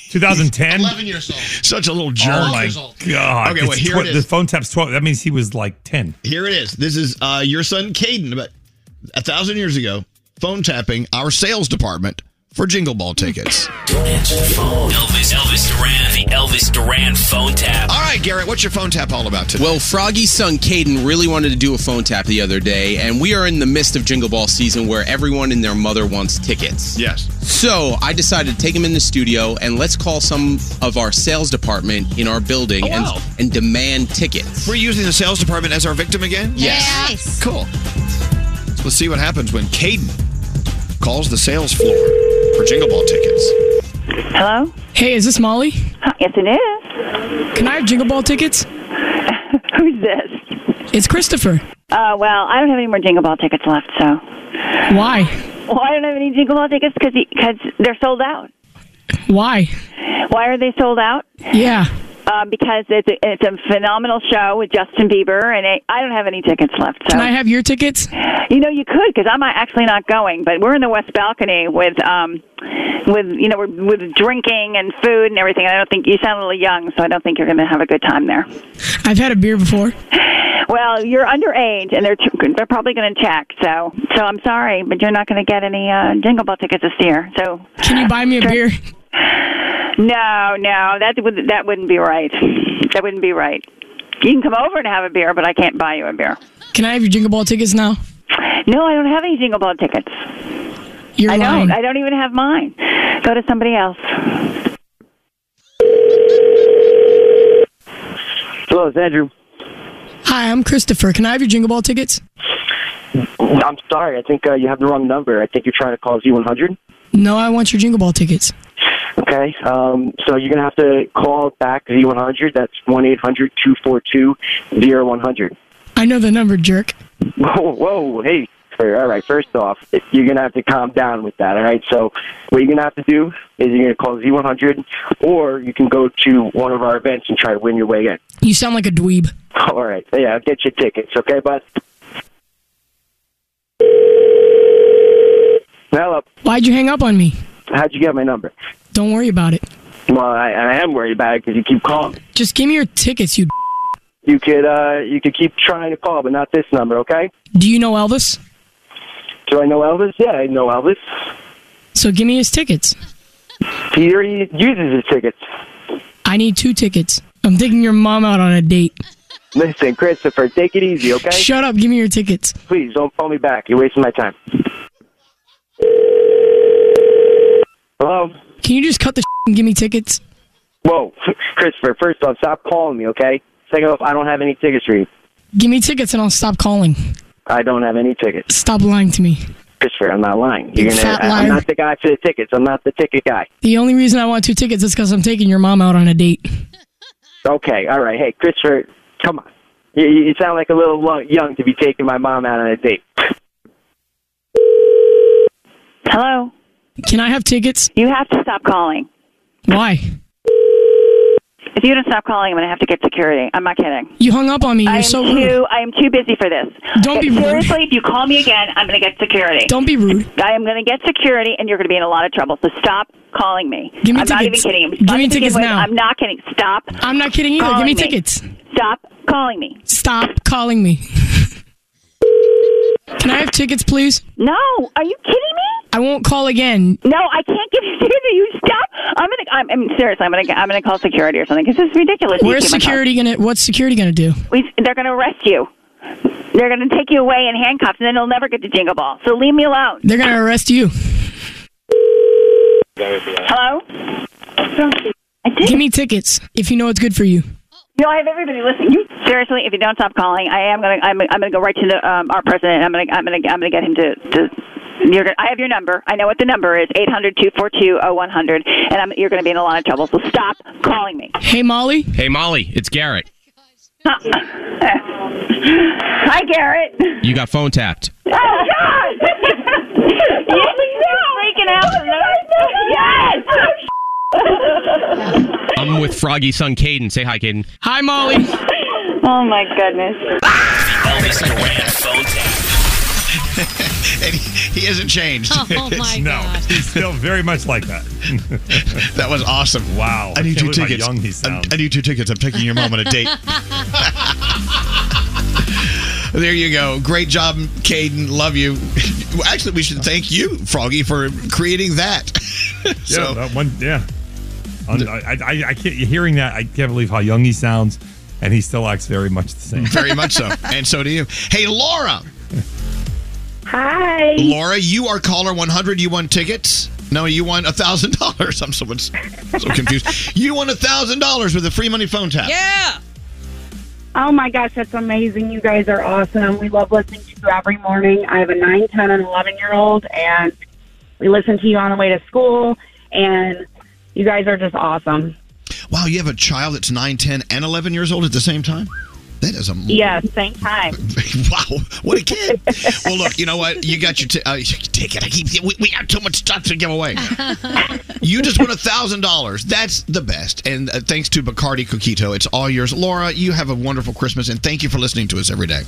S21: 2010.
S4: Eleven years old.
S3: Such a little
S4: jerk.
S21: Oh my
S4: Years old.
S21: god!
S3: Okay, well,
S21: It's
S3: here it is.
S21: The phone tap's 12. That means he was like 10.
S3: Here it is. This is uh, your son, Caden, about a thousand years ago, phone tapping our sales department for Jingle Ball tickets.
S15: Don't answer the phone. Elvis, Elvis Duran, the Elvis Duran phone tap.
S3: All right, Garrett, what's your phone tap all about today?
S23: Well, Froggy's son Caden really wanted to do a phone tap the other day, and we are in the midst of Jingle Ball season where everyone and their mother wants tickets.
S3: Yes.
S23: So I decided to take him in the studio and let's call some of our sales department in our building
S3: Oh,
S23: and,
S3: wow.
S23: and demand tickets.
S3: We're using the sales department as our victim again?
S23: Yes.
S3: Cool. So let's see what happens when Caden calls the sales floor for Jingle Ball tickets.
S22: Mm-hmm. Hello? Hey, is this Molly? Yes, it is. Can I have Jingle Ball tickets? Who's this? It's Christopher.
S24: Uh, well, I don't have any more Jingle Ball tickets left, so. Why? Well, I don't have any Jingle Ball tickets because they're sold out. Why? Why are they sold out? Yeah. Uh, because it's a, it's a phenomenal show with Justin Bieber, and it, I don't have any tickets left. So.
S22: Can I have your tickets?
S24: You know, you could because I'm actually not going, but we're in the west balcony with um, with you know, we're, with drinking and food and everything. I don't think you sound a little young, so I don't think you're going to have a good time there.
S22: I've had a beer before.
S24: Well, you're underage, and they're they're probably going to check. So, so I'm sorry, but you're not going to get any uh, Jingle Ball tickets this year. So,
S22: Can you buy me a beer?
S24: no, no, that would that wouldn't be right. That wouldn't be right. You can come over and have a beer, but I can't buy you a beer.
S22: Can I have your Jingle Ball tickets now?
S24: No, I don't have any Jingle Ball tickets.
S22: You're
S24: I
S22: lying.
S24: don't. I don't even have mine. Go to somebody else.
S25: Hello, it's Andrew.
S22: Hi, I'm Christopher. Can I have your Jingle Ball tickets?
S25: I'm sorry. I think uh, you have the wrong number. I think you're trying to call Z100.
S22: No, I want your Jingle Ball tickets.
S25: Okay. Um, so you're gonna have to call back Z100. That's one eight hundred two four two zero one hundred.
S22: I know the number, jerk.
S25: Whoa, whoa, hey. All right. First off, you're gonna have to calm down with that. All right. So what you're gonna have to do is you're gonna call Z100, or you can go to one of our events and try to win your way in.
S22: You sound like a dweeb.
S25: All right. Yeah, I'll get your tickets. Okay, bud. Hello.
S22: Why'd you hang up on me?
S25: How'd you get my number?
S22: Don't worry about it.
S25: Well, I, I am worried about it because you keep calling.
S22: Just give me your tickets, you.
S25: You could uh, you could keep trying to call, but not this number, okay?
S22: Do you know Elvis?
S25: Do I know Elvis? Yeah, I know Elvis.
S22: So give me his tickets.
S25: He already uses his tickets.
S22: I need two tickets. I'm taking your mom out on a date.
S25: Listen, Christopher, take it easy, okay?
S22: Shut up. Give me your tickets.
S25: Please don't call me back. You're wasting my time. Hello.
S22: Can you just cut the and give me tickets?
S25: Whoa, Christopher. First off, stop calling me, okay? Second off, I don't have any tickets for you.
S22: Give me tickets and I'll stop calling.
S25: I don't have any tickets,
S22: Stop lying to me.
S25: Christopher. I'm not lying.
S22: You
S25: You're gonna.
S22: fat
S25: I-
S22: liar.
S25: I'm not the guy for the tickets. I'm not the ticket guy.
S22: The only reason I want two tickets is because I'm taking your mom out on a date.
S25: Okay, all right. Hey, Christopher, come on. You, you sound like a little lo- young to be taking my mom out on a date.
S24: Hello.
S22: Can I have tickets?
S24: You have to stop calling.
S22: Why?
S24: If you don't stop calling, I'm going to have to get security. I'm not kidding.
S22: You hung up on me. You're
S24: I am
S22: so
S24: too.
S22: rude.
S24: I am too busy for this.
S22: Don't
S24: Okay,
S22: be rude.
S24: Seriously, if you call me again, I'm going to get security.
S22: Don't be rude.
S24: I am going to get security, and you're going to be in a lot of trouble. So stop calling me.
S22: Give me
S24: I'm not even
S22: tickets.
S24: kidding.
S22: Give me
S24: Not to begin
S22: tickets
S24: with,
S22: now.
S24: I'm not kidding. Stop.
S22: I'm not kidding either. Give me
S24: calling
S22: tickets.
S24: Stop calling me.
S22: Stop calling me. Can I have tickets, please?
S24: No. Are you kidding me?
S22: I won't call again.
S24: No, I can't give you to you. Stop. I'm gonna. I'm, I'm seriously. I'm gonna. I'm gonna call security or something. 'cause this is ridiculous. You
S22: Where's
S24: keep on calling.
S22: security gonna? What's security gonna do?
S24: We, they're gonna arrest you. They're gonna take you away in handcuffs, and then you'll never get to Jingle Ball. So leave me alone.
S22: They're gonna arrest you.
S24: Hello.
S22: Give me tickets if you know it's good for you.
S24: No, I have everybody listening. You seriously, if you don't stop calling, I am gonna I'm, I'm gonna go right to the um, our president. I'm gonna I'm gonna I'm gonna get him to to You're gonna, I have your number. I know what the number is 800 242 0100, and I'm, you're going to be in a lot of trouble. So stop calling me. Uh,
S26: Hey, Molly.
S23: Hey, Molly, it's Garrett.
S24: Hi, Garrett.
S23: You got phone tapped.
S24: Oh, God. freaking out for
S9: Oh,
S24: Yes.
S23: I'm with Froggy's son, Caden. Say hi, Caden.
S26: Hi, Molly.
S24: Oh, my goodness.
S6: Elvis Duran phone tap.
S3: and he, he hasn't changed.
S21: Oh, my
S3: no, he's still very much like that. that was awesome. Wow, I need
S21: Can't
S3: two
S21: believe how
S3: tickets.
S21: young he
S3: I'm-
S21: sounds.
S3: I need two tickets. I'm taking your mom on a date. there you go. Great job, Caden. Love you. Actually, we should thank you, Froggy, for creating that.
S21: yeah, that one, yeah. Un- I, I, I can't, hearing that, I can't believe how young he sounds, and he still acts very much the same.
S3: Very much so. And so do you. Hey, Laura.
S9: Hi.
S3: Laura, you are caller 100. You won tickets. No, you won $1,000. I'm so, so confused. you won $1,000 with a free money phone tap.
S27: Yeah.
S9: Oh my gosh, that's amazing. You guys are awesome. We love listening to you every morning. I have a nine, ten, and 11 year old, and we listen to you on the way to school, and you guys are just
S3: Mm.
S9: awesome.
S3: Wow, you have a child that's 9, 10, and 11 years old at the same time? That is a
S9: Yes, same time.
S3: wow, what a kid! well, look, you know what? You got your t- uh, ticket. I keep we, we have too much stuff to give away. you just won a thousand dollars. That's the best. And uh, thanks to Bacardi Coquito, it's all yours. Laura, you have a wonderful Christmas, and thank you for listening to us every day.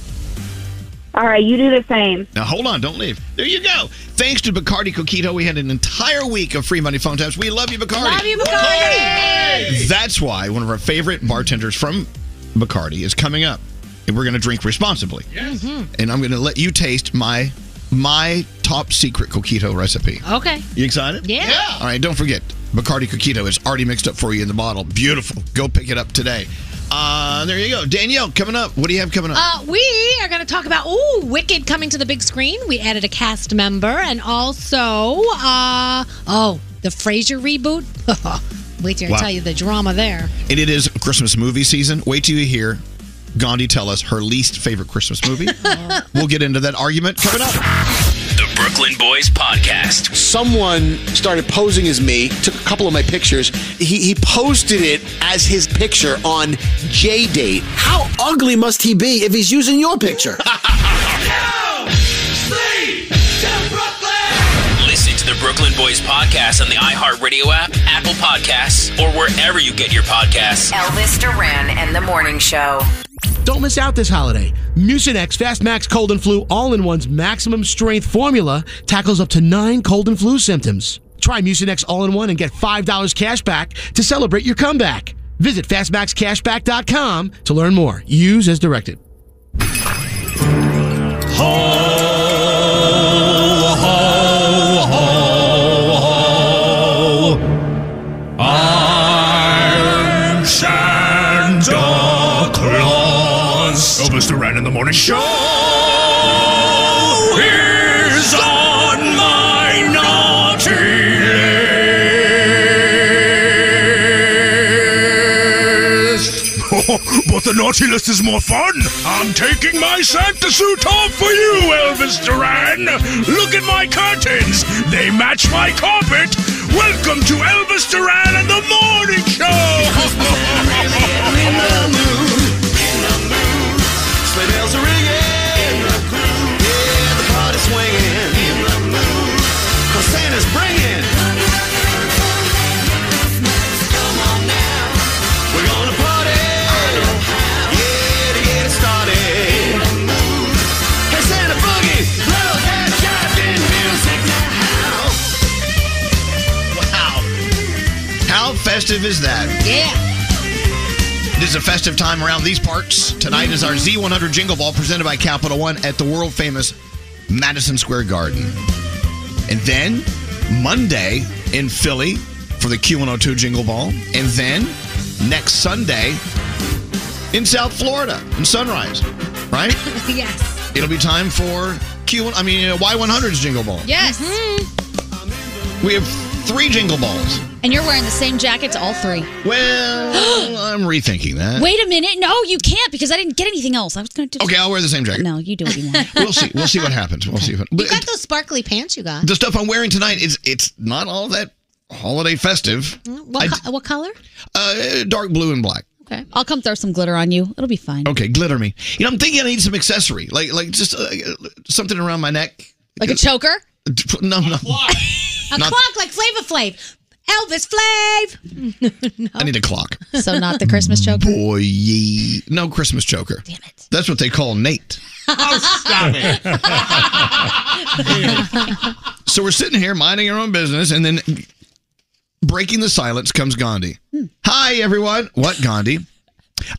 S9: All right, you do the same.
S3: Now hold on, don't leave. There you go. Thanks to Bacardi Coquito, we had an entire week of free money phone taps. We love you, Bacardi.
S2: Love you, Bacardi.
S3: That's why one of our favorite bartenders from Bacardi is coming up, and we're going to drink responsibly.
S10: Mm-hmm.
S3: And I'm going to let you taste my my top secret coquito recipe.
S2: Okay.
S3: You excited?
S2: Oh. Yeah. Yeah.
S3: All right, don't forget, Bacardi Coquito is already mixed up for you in the bottle. Beautiful. Go pick it up today. Uh, there you go. Danielle, coming up. What do you have coming up?
S10: Uh, we are going to talk about ooh, Wicked coming to the big screen. We added a cast member, and also uh, oh, the Frasier reboot. Wait till
S3: Wow.
S10: I tell you the drama there.
S3: and it is Christmas movie season. Wait till you hear Gandhi tell us her least favorite Christmas movie. we'll get into that argument coming up.
S6: The Brooklyn Boys Podcast.
S28: Someone started posing as me, took a couple of my pictures. He, he posted it as his picture on J Date. How ugly must he be if he's using your picture?
S6: Listen to the Brooklyn Boys Podcast on the iHeartRadio app, Apple Podcasts, or wherever you get your podcasts.
S8: Elvis Duran and the Morning Show.
S4: Don't miss out this holiday. Mucinex Fast Max Cold and Flu All in One's maximum strength formula tackles up to nine cold and flu symptoms. Try Mucinex All in One and get $5 cash back to celebrate your comeback. Visit FastMaxCashback.com to learn more. Use as directed.
S2: I'm Santa Claus. Elvis Duran Oh, in the morning show. Here's on my naughty list. but the naughty list is more fun. I'm taking my Santa suit off for you, Elvis Duran. Look at my curtains. They match my carpet. Welcome to Elvis Duran and the Morning Show. Sleigh bells are ringing. Yeah, the party's swinging. Cause Santa's bringing. We're gonna party. Yeah, to get it started. Hey, Santa Boogie, blow that goddamn music now.
S3: How festive is that?
S10: Yeah.
S3: It is a festive time around these parts. Tonight is our Z100 Jingle Ball presented by Capital One at the world famous Madison Square Garden. And then Monday in Philly for the Q102 Jingle Ball. And then next Sunday in South Florida in Sunrise, right?
S10: yes.
S3: It'll be time for Q1, I mean, uh, Y100's Jingle Ball.
S10: Yes.
S3: We have three jingle balls.
S11: And you're wearing the same jacket to all three.
S3: Well, I'm rethinking that.
S11: Wait a minute. No, you can't because I didn't get anything else. I was going to do.
S3: Uh, Okay, I'll wear the same jacket.
S11: No, you do what you want.
S3: We'll see. We'll see what happens. We'll see. What, but uh,
S10: You got those sparkly pants you got.
S3: the stuff I'm wearing tonight is it's not all that holiday festive.
S11: Mm,
S10: What,
S3: I-
S10: co- what color?
S3: Uh, dark blue and black.
S11: Okay. I'll come throw some glitter on you. It'll be fine.
S3: Okay, glitter me. You know, I'm thinking I need some accessory, like like just uh, something around my neck.
S11: Like a choker?
S3: No, no.
S10: A
S3: Not-
S10: clock like Flavor Flav. Elvis Flav.
S3: I need a clock.
S11: So not the Christmas choker?
S3: Boy, ye- no Christmas choker. Damn
S11: it.
S3: That's what they call Nate.
S10: oh,
S3: Stop it. so we're sitting here minding our own business, and then breaking the silence comes Gandhi.
S11: Hmm.
S3: Hi, everyone. What, Gandhi?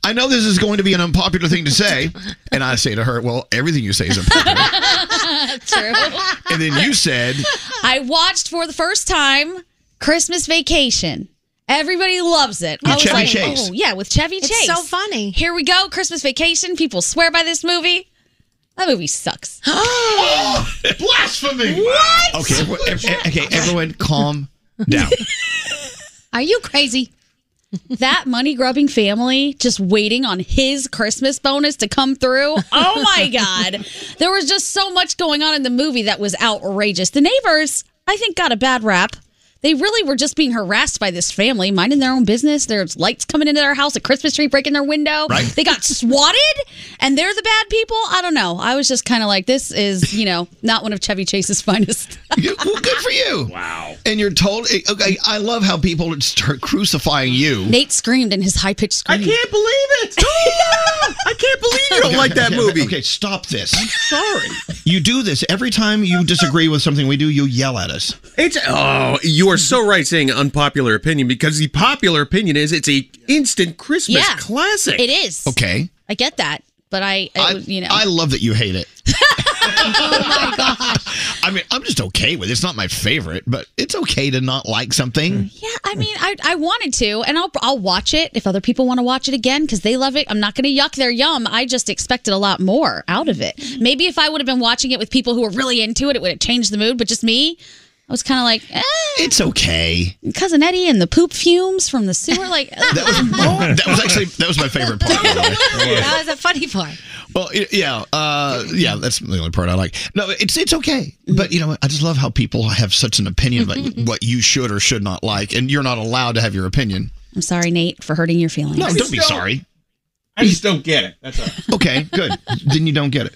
S3: I know this is going to be an unpopular thing to say, and I say to her, "Well, everything you say is unpopular."
S11: True.
S3: and then you said,
S11: I watched for the first time Christmas Vacation. Everybody loves it.
S3: With
S11: I was
S3: Chevy
S11: like,
S3: Chase.
S11: oh yeah, with Chevy
S10: It's
S11: Chase.
S10: so
S11: funny. Here we go, Christmas Vacation. People swear by this movie. That movie sucks.
S3: "Blasphemy!"
S11: What?
S3: Okay, everyone, ev- okay, everyone, calm down.
S11: Are you crazy? That money grubbing family just waiting on his Christmas bonus to come through. Oh my God. There was just so much going on in the movie that was outrageous. The neighbors, I think, got a bad rap. They really were just being harassed by this family, minding their own business. There's lights coming into their house, a Christmas tree breaking their window.
S3: Right.
S11: They got swatted, and they're the bad people. I don't know. I was just kind of like, this is, you know, not one of Chevy Chase's finest.
S3: You- well, good for you. Wow. And you're told, eh, okay, I love how people start crucifying you.
S11: Nate screamed in his high pitched scream. I can't
S3: believe it. I can't believe
S11: you
S3: Okay, okay, okay, Okay, stop this. I'm sorry. You do this every time you disagree with something we do. You yell at us.
S7: It's oh, you are so right saying unpopular opinion because the popular opinion is it's a instant Christmas
S11: Yeah.
S7: classic.
S11: It is.
S3: Okay.
S11: I get that, but I, I, you know,
S3: I love that you hate it.
S11: oh my gosh.
S3: I mean, I'm just okay with it. It's not my favorite, but it's okay to not like something.
S11: Yeah, I mean, I, I wanted to, and I'll, I'll watch it if other people want to watch it again because they love it. I'm not going to yuck their yum. I just expected a lot more out of it. Maybe if I would have been watching it with people who were really into it, it would have changed the mood. But just me, I was kind of like, eh.
S3: It's okay.
S11: Cousin Eddie and the poop fumes from the sewer, like
S3: That was Oh, that was actually that was my favorite part.
S10: that was a funny part.
S3: Well, y- yeah, uh, yeah, that's the only part I like. No, it's it's okay, but you know, what? I just love how people have such an opinion about what you should or should not like, and you're not allowed to have your opinion.
S11: I'm sorry, Nate, for hurting your feelings.
S3: No, don't be sorry.
S13: I just don't get it. That's all.
S3: Okay, good. then you don't get it.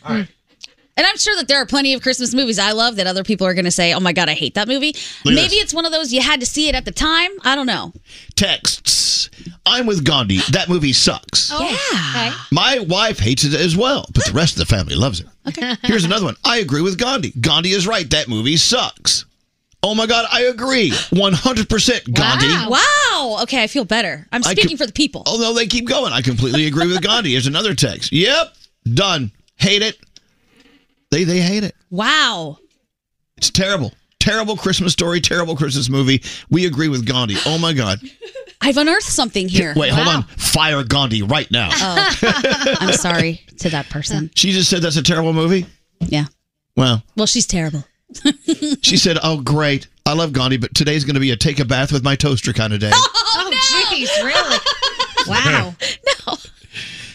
S11: And I'm sure that there are plenty of Christmas movies I love that other people are going to say, "Oh my god, I hate that movie."
S3: Look at
S11: Maybe it's one of those you had to see it at the time. I don't know.
S3: Texts. I'm with Gandhi. That movie sucks.
S11: yeah.
S3: My wife hates it as well, but the rest of the family loves it.
S11: Okay.
S3: Here's another one. I agree with Gandhi. Gandhi is right. That movie sucks. Oh my God, I agree. 100% Gandhi.
S11: Wow. Wow. Okay, I feel better. I'm
S3: I
S11: speaking
S3: com-
S11: for the people.
S3: Oh no, they keep going. I completely agree with Gandhi. Here's another text. Yep, done. Hate it. They they hate it.
S11: Wow.
S3: It's terrible. Terrible Christmas story. Terrible Christmas movie. We agree with Gandhi. Oh my God.
S11: I've unearthed something here.
S3: Wait, hold on. Fire Gandhi right now.
S11: Oh, I'm sorry to that person.
S3: She just said that's a terrible movie.
S11: Yeah.
S3: Well,
S11: Well, she's terrible.
S3: she said, "Oh great, I love Gandhi, but today's going to be a take a bath with my toaster kind of day."
S11: Oh, jeez, really? Wow.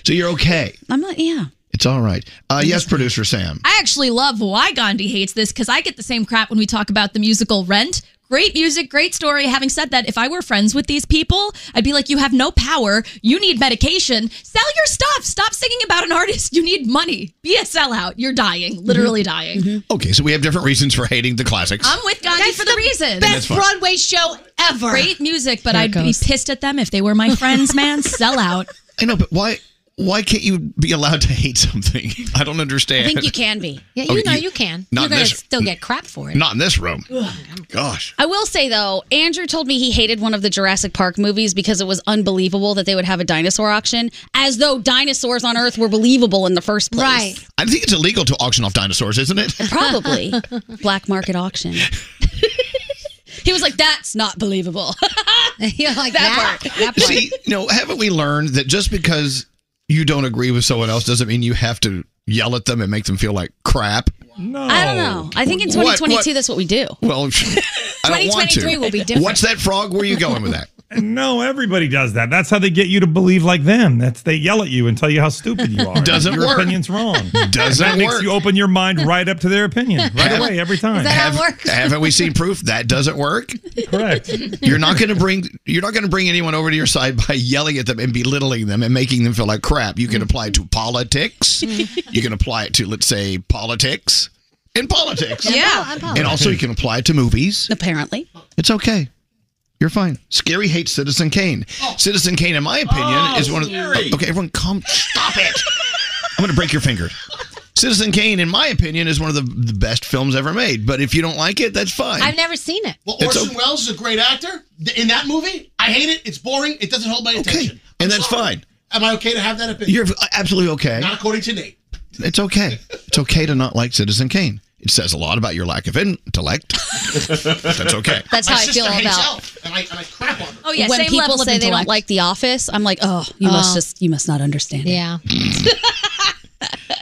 S3: so you're okay.
S11: I'm not. Yeah.
S3: It's all right. Uh, yes, producer Sam.
S25: I actually love why Gandhi hates this because I get the same crap when we talk about the musical Rent. Great music, great story. Having said that, if I were friends with these people, I'd be like, you have no power. You need medication. Sell your stuff. Stop singing about an artist. You need money. Be a sellout. You're dying, literally dying.
S11: Mm-hmm.
S3: Okay, so we have different reasons for hating the classics.
S25: I'm with Gandhi for the, reason.
S3: That's Best fine.
S25: Broadway show ever. Great music, but
S3: There it
S25: I'd be
S3: goes.
S25: pissed at them if they were my friends, man. Sell out.
S3: I know, but why? Why can't you be allowed to hate something? I don't understand.
S25: I think you
S11: can be.
S25: Yeah,
S3: you Okay, know you- you
S11: can.
S3: not You're gonna this- still
S11: get crap for
S3: Not in this room. Gosh.
S11: I will say though, Andrew told me he hated one of the Jurassic Park movies because it was unbelievable that they would have a dinosaur auction, as though dinosaurs on Earth were believable in the first place. Right.
S3: I think it's illegal to auction off dinosaurs, isn't it?
S11: Probably black market auction. he was like, "That's not believable."
S10: You're like
S11: that,
S10: that?
S11: part.
S3: See, no, haven't we learned that just because you don't agree with someone else doesn't mean you have to yell at them and make them feel like crap?
S11: I don't know. I think in
S3: What- what-
S11: 2022, that's what we do.
S3: Well, I don't want to.
S10: 2023 will be different.
S3: What's that frog? Where are you going with that?
S21: No, everybody does that. That's how they get you to believe like them. That's they yell at you and tell you how stupid you are.
S3: Doesn't
S21: Your
S3: work.
S21: opinion's wrong.
S3: Doesn't
S21: that makes
S3: work.
S21: you open your mind right up to their opinion right
S3: Have-
S21: away every time.
S3: Have- Haven't we seen proof that doesn't work?
S21: Correct.
S3: You're not going to bring you're not going to bring anyone over to your side by yelling at them and belittling them and making them feel like crap. You
S12: Mm-hmm.
S3: can apply it to politics. You can apply it to let's say politics and politics.
S11: Yeah. Yeah, and
S12: Oh.
S11: politics.
S3: and also you can apply it to movies.
S11: Apparently.
S3: It's okay. You're fine. Scary hates Citizen Kane. Citizen Kane, in my opinion,
S12: Oh,
S3: is one of
S12: Scary.
S3: the. Okay, everyone, come. Stop it. I'm going to break your finger. Citizen Kane, in my opinion, is one of the, the best films ever made. But if you don't like it, that's fine.
S10: I've never seen it.
S4: Well,
S3: It's
S4: Orson
S3: o-
S4: Welles is a great actor. Th- In that movie, I hate it. It's boring. It doesn't hold my attention.
S3: and that's fine.
S4: Am I okay to have that opinion?
S3: You're uh, absolutely okay.
S4: Not according to Nate.
S3: It's okay. It's okay to not like Citizen Kane. It says a lot about your lack of intellect. That's okay.
S11: That's how
S4: My
S11: I
S4: sister
S11: feel
S4: hates
S11: about.
S4: Elf, and I, and I crap on her.
S11: Oh yeah, when people say they don't like The Office, I'm like, oh, you must
S10: Oh.
S11: just, you must not understand.
S10: Yeah.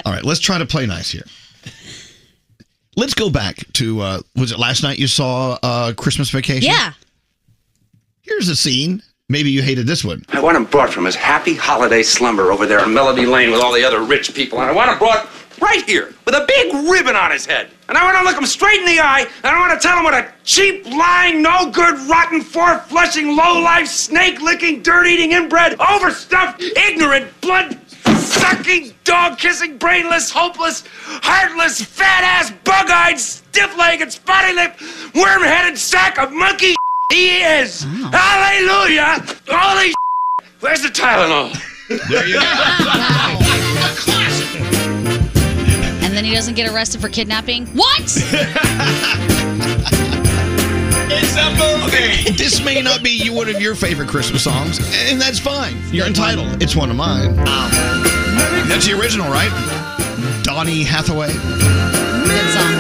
S3: All right, let's try to play nice here. Let's go back to uh, was it last night you saw uh, Christmas Vacation?
S11: Yeah.
S3: Here's a scene. Maybe you hated this one.
S19: I want him brought from his happy holiday slumber over there on Melody Lane with all the other rich people, and I want him brought right here with a big ribbon on his head. And I want to look him straight in the eye, and I want to tell him what a cheap, lying, no good, rotten, four flushing, low life, snake licking, dirt eating, inbred, overstuffed, ignorant, blood sucking, dog kissing, brainless, hopeless, heartless, fat ass, bug eyed, stiff legged, spotty lipped, worm headed sack of monkey he is. Hallelujah! Holy Where's the Tylenol? There you
S11: And then he doesn't get arrested for kidnapping. What?
S3: It's a movie. this may not be you one of your favorite Christmas songs, and that's fine. You're entitled. It's one of mine. That's the original, right? Donnie Hathaway.
S11: Good song.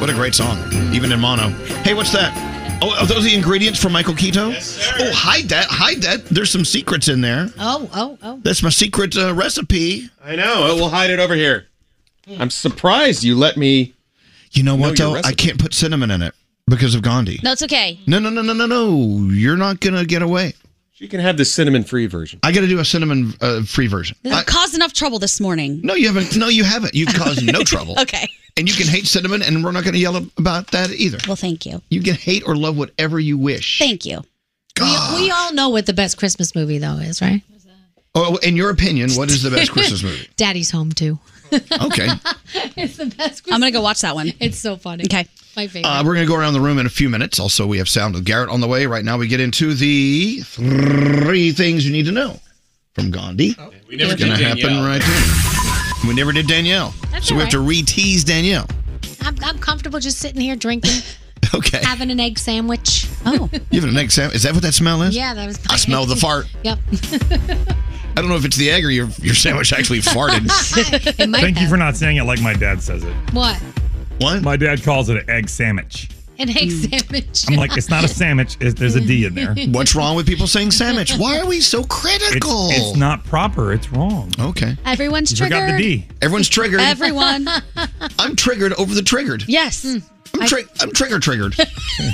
S3: What a great song, even in mono. Hey, what's that? Oh, are those the ingredients for Michael Keto? Oh, hide that, hide that. There's some secrets in there.
S10: Oh, oh, oh.
S3: That's my secret uh, recipe.
S7: I know. We'll hide it over here. I'm surprised you let me.
S3: You know
S7: what,
S3: though? I can't put cinnamon in it because of Gandhi.
S11: No, it's okay.
S3: No, no, no, no, no, no. You're not gonna get away.
S7: She can have the cinnamon free version.
S3: I got to do a cinnamon uh, free version.
S11: I caused enough trouble this morning.
S3: No, you haven't. No, you haven't. You've caused no trouble.
S11: okay.
S3: And you can hate cinnamon, and we're not going to yell about that either.
S11: Well, thank you.
S3: You can hate or love whatever you wish.
S11: Thank you.
S10: We, we all know what the best Christmas movie though is, right?
S3: Oh, in your opinion, what is the best Christmas movie?
S10: Daddy's Home Too.
S3: Okay.
S10: it's the best.
S11: I'm gonna go watch that one.
S10: It's so funny.
S11: Okay.
S10: My favorite.
S3: Uh, we're going to go around the room in a few minutes. Also, we have sound with Garrett on the way. Right now, we get into the three things you need to know from Gandhi.
S12: we never
S3: It's
S12: did
S3: gonna happen
S12: Danielle.
S3: right there. We never did Danielle,
S10: That's
S3: so we have to
S10: all
S3: re tease Danielle.
S10: I'm, I'm comfortable just sitting here drinking,
S3: Okay.
S10: having an egg sandwich. Oh,
S3: You have an egg sandwich. Is that what that smell is?
S10: yeah, that was.
S3: I smell the fart.
S10: Yep.
S3: I don't know if it's the egg or your your sandwich actually farted.
S10: It might
S21: Thank
S10: have.
S21: you for not saying it like my dad says it.
S10: What?
S3: What?
S21: My dad calls it an egg sandwich.
S10: An egg sandwich.
S21: Mm. I'm like, it's not a sandwich. It's, there's a D in there.
S3: What's wrong with people saying sandwich? Why are we so critical?
S21: It's, it's not proper. It's wrong.
S3: Okay.
S11: Everyone's
S21: You forgot
S11: triggered.
S21: the D.
S3: Everyone's triggered.
S11: Everyone.
S3: I'm triggered over the triggered.
S11: yes.
S3: I'm, tri- I'm trigger triggered.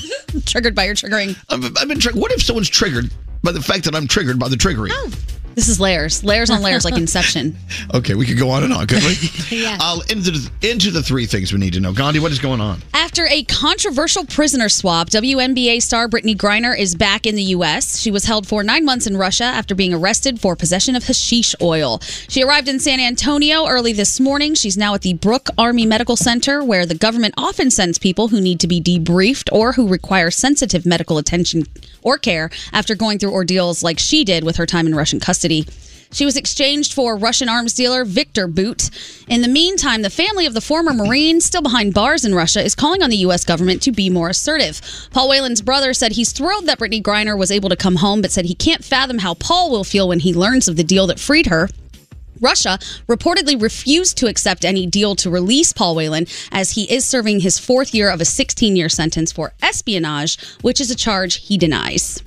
S11: triggered by your triggering.
S3: I've, I've been triggered. What if someone's triggered by the fact that I'm triggered by the triggery?
S11: Oh, This is layers, layers on layers, like Inception.
S3: Okay, we could go on and on, couldn't we?
S11: Yeah.
S3: I'll into the, into the three things we need to know. Gandhi, what is going on?
S11: After a controversial prisoner swap, WNBA star Brittany Griner is back in the U.S. She was held for nine months in Russia after being arrested for possession of hashish oil. She arrived in San Antonio early this morning. She's now at the Brook Army Medical Center, where the government often sends people who need to be debriefed or who require sensitive medical attention or care after going through ordeals like she did with her time in Russian custody. She was exchanged for Russian arms dealer Victor Boot. In the meantime, the family of the former Marine, still behind bars in Russia, is calling on the U.S. government to be more assertive. Paul Whelan's brother said he's thrilled that Brittany Griner was able to come home, but said he can't fathom how Paul will feel when he learns of the deal that freed her. Russia reportedly refused to accept any deal to release Paul Whelan as he is serving his fourth year of a 16 year sentence for espionage, which is a charge he denies.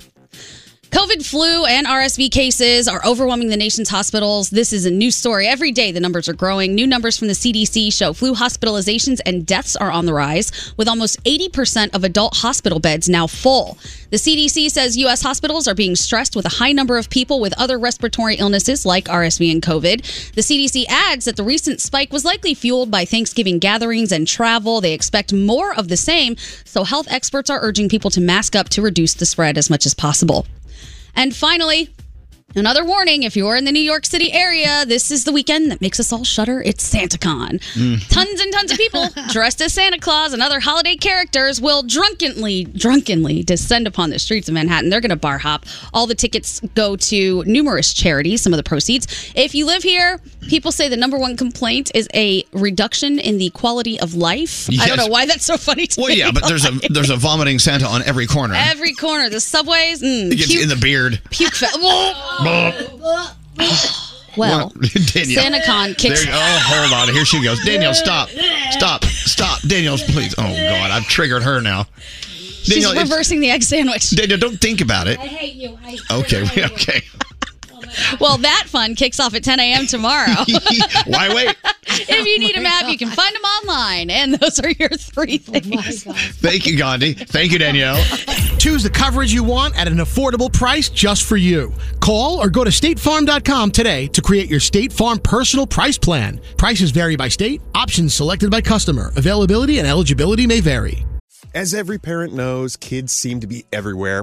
S11: COVID flu and RSV cases are overwhelming the nation's hospitals. This is a new story. Every day, the numbers are growing. New numbers from the CDC show flu hospitalizations and deaths are on the rise, with almost 80% of adult hospital beds now full. The CDC says U.S. hospitals are being stressed with a high number of people with other respiratory illnesses like RSV and COVID. The CDC adds that the recent spike was likely fueled by Thanksgiving gatherings and travel. They expect more of the same, so health experts are urging people to mask up to reduce the spread as much as possible. And finally, another warning if you're in the New York City area, this is the weekend that makes us all shudder. It's SantaCon. Tons and tons of people dressed as Santa Claus and other holiday characters will drunkenly, drunkenly descend upon the streets of Manhattan. They're going to bar hop. All the tickets go to numerous charities, some of the proceeds. If you live here, people say the number one complaint is a reduction in the quality of life. I
S3: Yes.
S11: don't know why that's so funny to
S3: Well,
S11: me.
S3: yeah, but there's a there's a vomiting Santa on every corner.
S11: Every corner, the subways, mm,
S3: He gets
S11: puke,
S3: in the beard.
S11: puke. fe- well,
S3: Danielle.
S11: SantaCon kicks-
S3: There you- oh, hold on. Here she goes. Danielle, stop. Stop. Stop. Danielle, please. Oh, God. I've triggered her now.
S11: she's
S3: Danielle, it's-
S11: reversing the egg sandwich.
S3: Danielle, don't think about it.
S11: hate you. I
S3: Okay. Okay.
S11: Well, that fun kicks off at 10 a.m. tomorrow.
S3: Why wait?
S11: if you need a map, you can find them online. And those are your three things.
S3: Thank you, Gandhi. Thank you, Danielle.
S4: Choose the coverage you want at an affordable price just for you. Call or go to statefarm.com today to create your State Farm personal price plan. Prices vary by state, options selected by customer, availability and eligibility may vary.
S7: As every parent knows, kids seem to be everywhere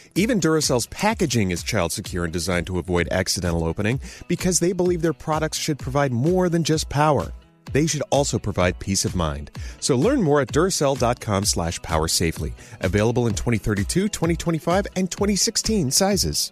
S7: Even Duracell's packaging is child secure and designed to avoid accidental opening because they believe their products should provide more than just power. They should also provide peace of mind. So learn more at Duracell.com slash power safely. Available in 2032, 2025, and 2016 sizes.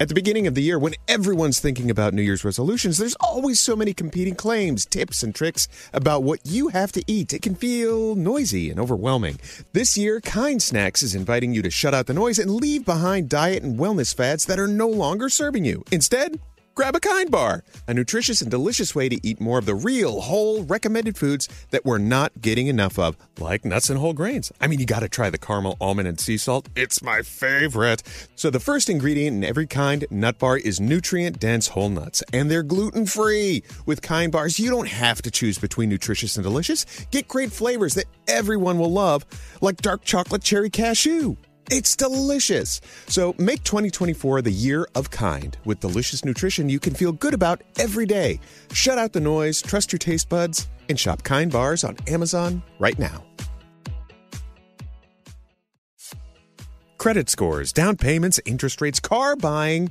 S7: At the beginning of the year, when everyone's thinking about New Year's resolutions, there's always so many competing claims, tips, and tricks about what you have to eat. It can feel noisy and overwhelming. This year, Kind Snacks is inviting you to shut out the noise and leave behind diet and wellness fads that are no longer serving you. Instead, grab a Kind Bar, a nutritious and delicious way to eat more of the real, whole, recommended foods that we're not getting enough of, like nuts and whole grains. I mean, you gotta try the caramel, almond, and sea salt. It's my favorite. So, the first ingredient in every Kind nut bar is nutrient dense whole nuts, and they're gluten free. With Kind bars, you don't have to choose between nutritious and delicious. Get great flavors that everyone will love, like dark chocolate cherry cashew. It's delicious. So make 2024 the year of kind with delicious nutrition you can feel good about every day. Shut out the noise, trust your taste buds, and shop Kind Bars on Amazon right now. Credit scores, down payments, interest rates, car buying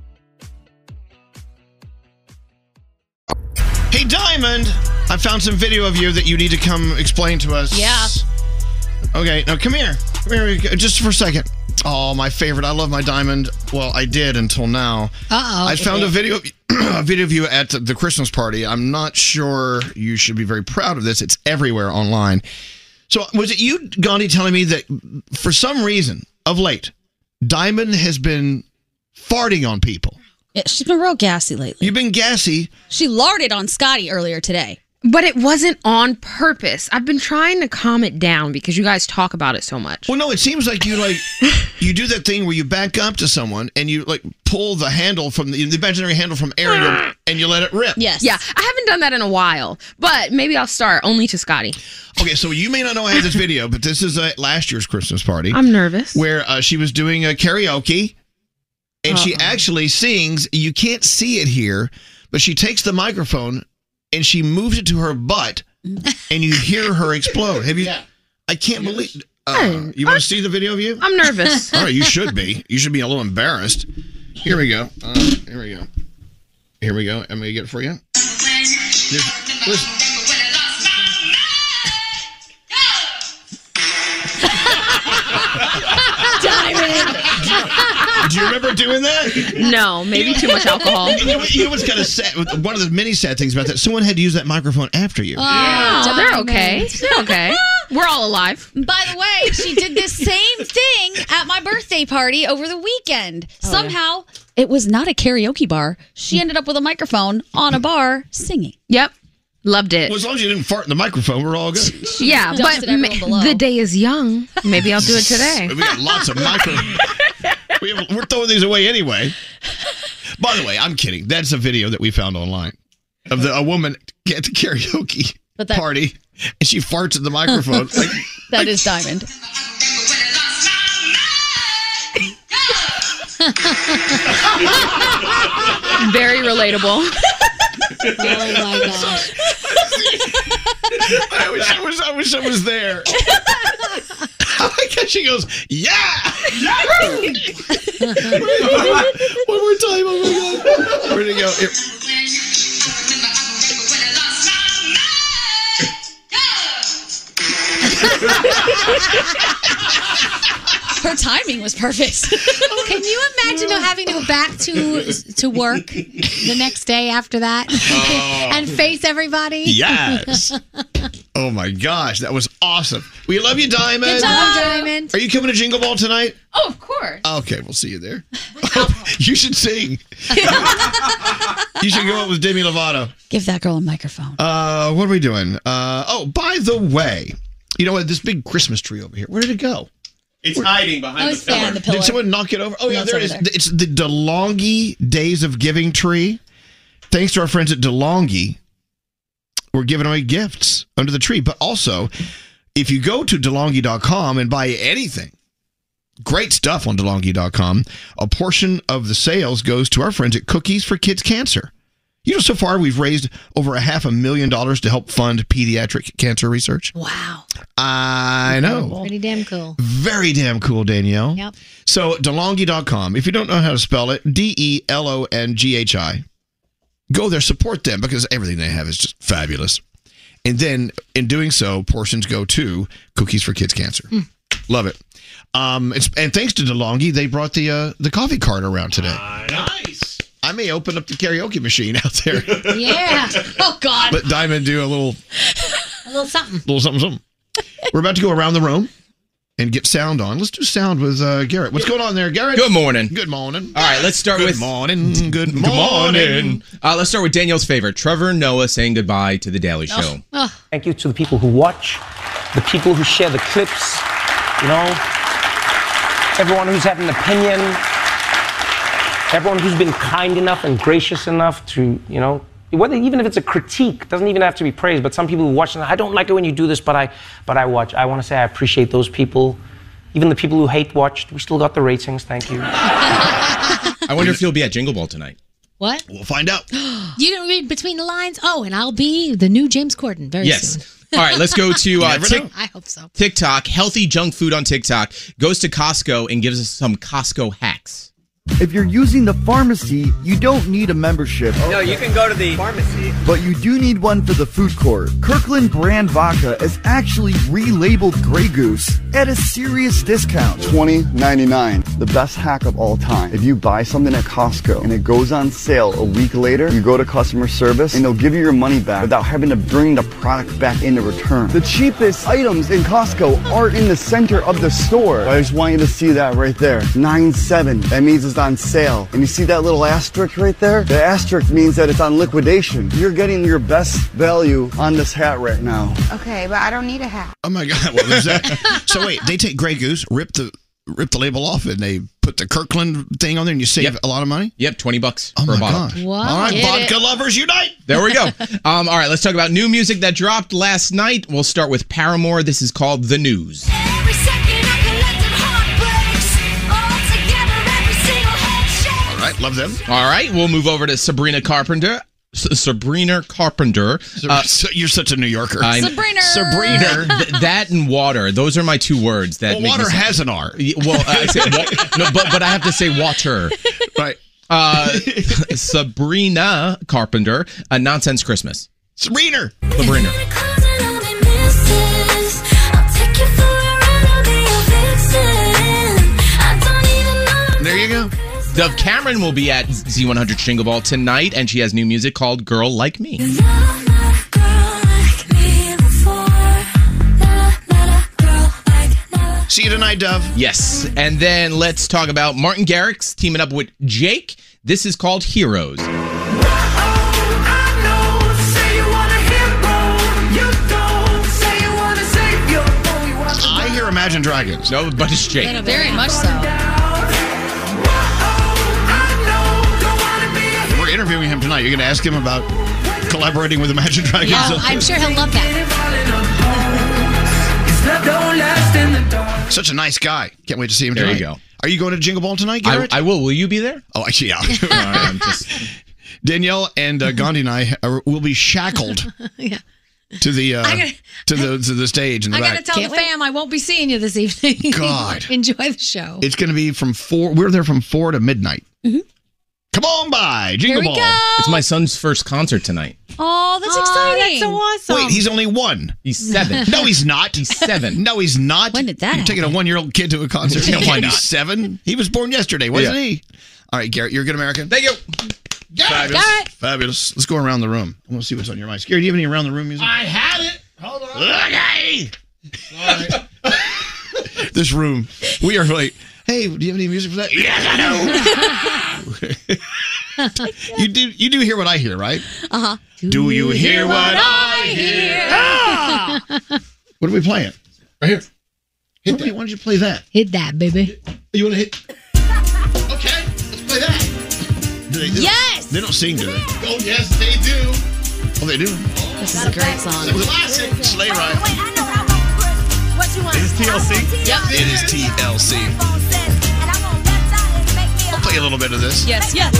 S3: Hey, Diamond, I found some video of you that you need to come explain to us. Yeah. Okay, now come here. Come here, just for a second. Oh, my favorite. I love my Diamond. Well, I did until now.
S11: Oh,
S14: Uh-oh.
S3: I found a video, of- a video of you at the Christmas party. I'm not sure you should be very proud of this. It's everywhere online. So, was it you, Gandhi, telling me that for some reason of late, Diamond has been farting on people?
S11: Yeah, she's been real gassy lately.
S3: You've been gassy.
S11: She larded on Scotty earlier today.
S25: But it wasn't on purpose. I've been trying to calm it down because you guys talk about it so much.
S3: Well, no, it seems like you like you do that thing where you back up to someone and you like pull the handle from the, the imaginary handle from Ariel and you let it rip.
S25: Yeah, I haven't done that in a while, but maybe I'll start only to Scotty.
S3: Okay, so you may not know I had this video, but this is uh, last year's Christmas party.
S25: I'm nervous.
S3: Where uh, she was doing a karaoke, and she
S25: Uh-oh.
S3: actually sings. You can't see it here, but she takes the microphone and she moves it to her butt, and you hear her explode. Have you? I can't believe. Uh, you want to see the video of you?
S25: I'm nervous.
S3: All right, you should be. You should be a little embarrassed. Here we go. Uh, here we go. Here we go. I'm gonna get it for you. This- listen. Do you remember doing that?
S25: No, maybe too much alcohol.
S3: You know, what- you know what's kind of sad? One of the many sad things about that, someone had to use that microphone after you.
S25: Yeah. So they're okay. They're okay. We're all alive.
S11: By the way, she did the same thing at my birthday party over the weekend.
S25: Oh,
S11: Somehow, it was not a karaoke bar. She ended up with a microphone on a bar singing.
S25: Yep. Loved it.
S3: Well, as long as you didn't fart in the microphone, we're all good.
S25: Yeah, but
S11: Dusted everyone
S25: ma-
S11: below.
S25: the day is young. Maybe I'll do it today.
S3: We got lots of micro. we have, we're throwing these away anyway. By the way, I'm kidding. That's a video that we found online of the, a woman at the karaoke
S11: But that-
S3: party, and she farts at the microphone. Like,
S11: That is Diamond.
S25: Very relatable. Oh
S11: my gosh.
S3: I wish I was. I wish I was there. I like how she goes, yeah. One more time. Oh my god. Where'd it go? It-
S11: Her timing was perfect.
S10: Can you imagine though, having to go back to to work the next day after that
S3: Oh.
S10: and face everybody?
S3: Yes. oh my gosh, that was awesome. We love you, Diamond.
S10: Good job, Diamond.
S3: Are you coming to Jingle Ball tonight?
S25: Oh, of course.
S3: Okay, we'll see you there. you should sing. you should go up with Demi Lovato.
S11: Give that girl a microphone.
S3: Uh, what are we doing? Uh, oh, by the way, you know what? This big Christmas tree over here. Where did it go?
S13: Oh, It's hiding behind the pillar.
S3: Did someone knock it over? Oh, yeah,
S13: No, it's
S3: there it is.
S13: over
S3: It's the DeLonghi Days of Giving tree. Thanks to our friends at DeLonghi, we're giving away gifts under the tree. But also, if you go to DeLonghi.com and buy anything, great stuff on DeLonghi.com, a portion of the sales goes to our friends at Cookies for Kids Cancer. You know, so far we've raised over a half a million dollars to help fund pediatric cancer research.
S10: Wow.
S3: I know.
S10: Pretty damn cool.
S3: Very damn cool, Danielle.
S10: Yep.
S3: So, DeLonghi.com. If you don't know how to spell it, D E L O N G H I, go there, support them because everything they have is just fabulous. And then, in doing so, portions go to Cookies for Kids Cancer. Love it. Um, it's, and thanks to DeLonghi, they brought the uh, the coffee cart around today.
S13: nice.
S3: I may open up the karaoke machine out there,
S10: Yeah. Oh God.
S3: let Diamond do a little
S10: A little something.
S3: little something something. We're about to go around the room and get sound on. Let's do sound with uh, Garrett. What's going on there, Garrett?
S23: Good morning.
S3: Good morning.
S23: All right, let's start
S3: Good
S23: with
S3: morning. Good
S23: Good
S3: morning.
S23: morning. Uh, let's start with Danielle's favorite, Trevor Noah saying goodbye to the Daily Show.
S16: Thank you to the people who watch, the people who share the clips, you know, everyone who's had an opinion, everyone who's been kind enough and gracious enough to, you know, whether even if it's a critique, doesn't even have to be praise, but some people who watch and I don't like it when you do this, but I but I watch. I want to say I appreciate those people. Even the people who hate watched, we still got the ratings, thank you.
S23: I wonder if he'll be at Jingle Ball tonight.
S10: What?
S3: We'll find out.
S10: You didn't read between the lines. Oh, and I'll be the new James Corden very soon.
S23: Yes. All right, let's go to uh, Tik-
S10: I hope so.
S23: TikTok. Healthy junk food on TikTok goes to Costco and gives us some Costco hacks.
S14: If you're using the pharmacy, you don't need a membership.
S7: Oh.
S6: you can go to the pharmacy.
S14: But you do need one for the food court. Kirkland brand vodka is actually relabeled Grey Goose at a serious discount. Twenty ninety nine. The best hack of all time. If you buy something at Costco and it goes on sale a week later, you go to customer service and they'll give you your money back without having to bring the product back into return. The cheapest items in Costco are in the center of the store. I just want you to see that right there. 9-7. That means it's on sale. And you see that little asterisk right there? The asterisk means that it's on liquidation. You're getting your best value on this hat right now.
S20: Okay, but I don't need a hat.
S3: Oh my God! What was that? so wait, they take Grey Goose, rip the rip the label off, and they put the Kirkland thing on there, and you save a lot of money. Oh
S23: Yep, twenty bucks for a bottle.
S3: All right, vodka lovers unite!
S23: There we go. Um, all right, let's talk about new music that dropped last night. We'll start with Paramore. This is called The News.
S3: All right, love them.
S23: All right, we'll move over to Sabrina Carpenter. S- Sabrina Carpenter. Uh,
S3: you're such a New Yorker.
S23: Sabrina. Sabrina. that and water. Those are my two words. That
S3: Well,
S23: make me
S3: water
S23: say-
S3: has an R.
S23: Y- Well, I say wa- no, but but I have to say water.
S3: Right.
S23: Uh, Sabrina Carpenter. A nonsense Christmas.
S3: Sabrina.
S23: Sabrina.
S3: There you go.
S23: Dove Cameron will be at Z100 Shingle Ball tonight, and she has new music called "Girl Like Me."
S3: See you tonight, Dove.
S23: Yes. And then let's talk about Martin Garrix teaming up with Jake. This is called Heroes.
S3: I hear Imagine Dragons.
S23: No, but it's Jake.
S11: Very much so.
S3: We're interviewing him tonight. You're going to ask him about collaborating with Imagine Dragons.
S10: Yeah, I'm sure he'll love that.
S3: Such a nice guy. Can't wait to see him
S23: There you
S3: tonight.
S23: go.
S3: Are you going to Jingle Ball tonight,
S23: I,
S3: Garrett?
S23: I will. Will you be there?
S3: oh, actually, yeah. Danielle and uh, Gandhi and I are, will be shackled
S10: yeah.
S3: to the uh,
S10: I gotta-
S3: to the to the stage in the
S10: I
S3: back.
S10: gotta tell the fam I won't be seeing you this evening.
S3: God.
S10: Enjoy the show.
S3: It's going to be from four. We're there from four to midnight. Come on by, Jingle
S10: Here we
S3: Ball.
S10: go.
S23: It's my son's first concert tonight.
S10: Oh, that's
S11: exciting.
S10: That's so awesome.
S3: Wait, he's only one.
S23: He's seven.
S3: no, he's not. He's
S23: seven.
S3: No, he's not. When did that? You're taking a one-year-old kid to a concert.
S23: Yeah, why
S3: He's
S23: not?
S3: Seven. He was born yesterday, wasn't
S23: Yeah.
S3: he? All right, Garrett, you're a good American. Thank
S23: you.
S3: Fabulous. Fabulous. Let's go around the room. I want to see what's on your mic. Gary, do you have any around the room music?
S4: I had it. Hold on.
S3: Okay. this room. We are like, hey, do you have any music for that? Yes, I do. you do. You do hear what I hear, right?
S10: Uh-huh.
S3: Do you hear what I hear?
S4: Ah!
S3: What are we playing? Right here. Hit that. Why don't you play that?
S10: Hit that, baby.
S3: You want to hit? Play that. Do they do?
S10: Yes!
S3: They don't sing, do they?
S4: Oh yes, they do.
S3: Oh, they do.
S10: This is a great song.
S3: Classic sleigh ride.
S13: Is TLC?
S11: Yep.
S3: It is TLC. I'll play a little bit of this.
S11: Yes, yes.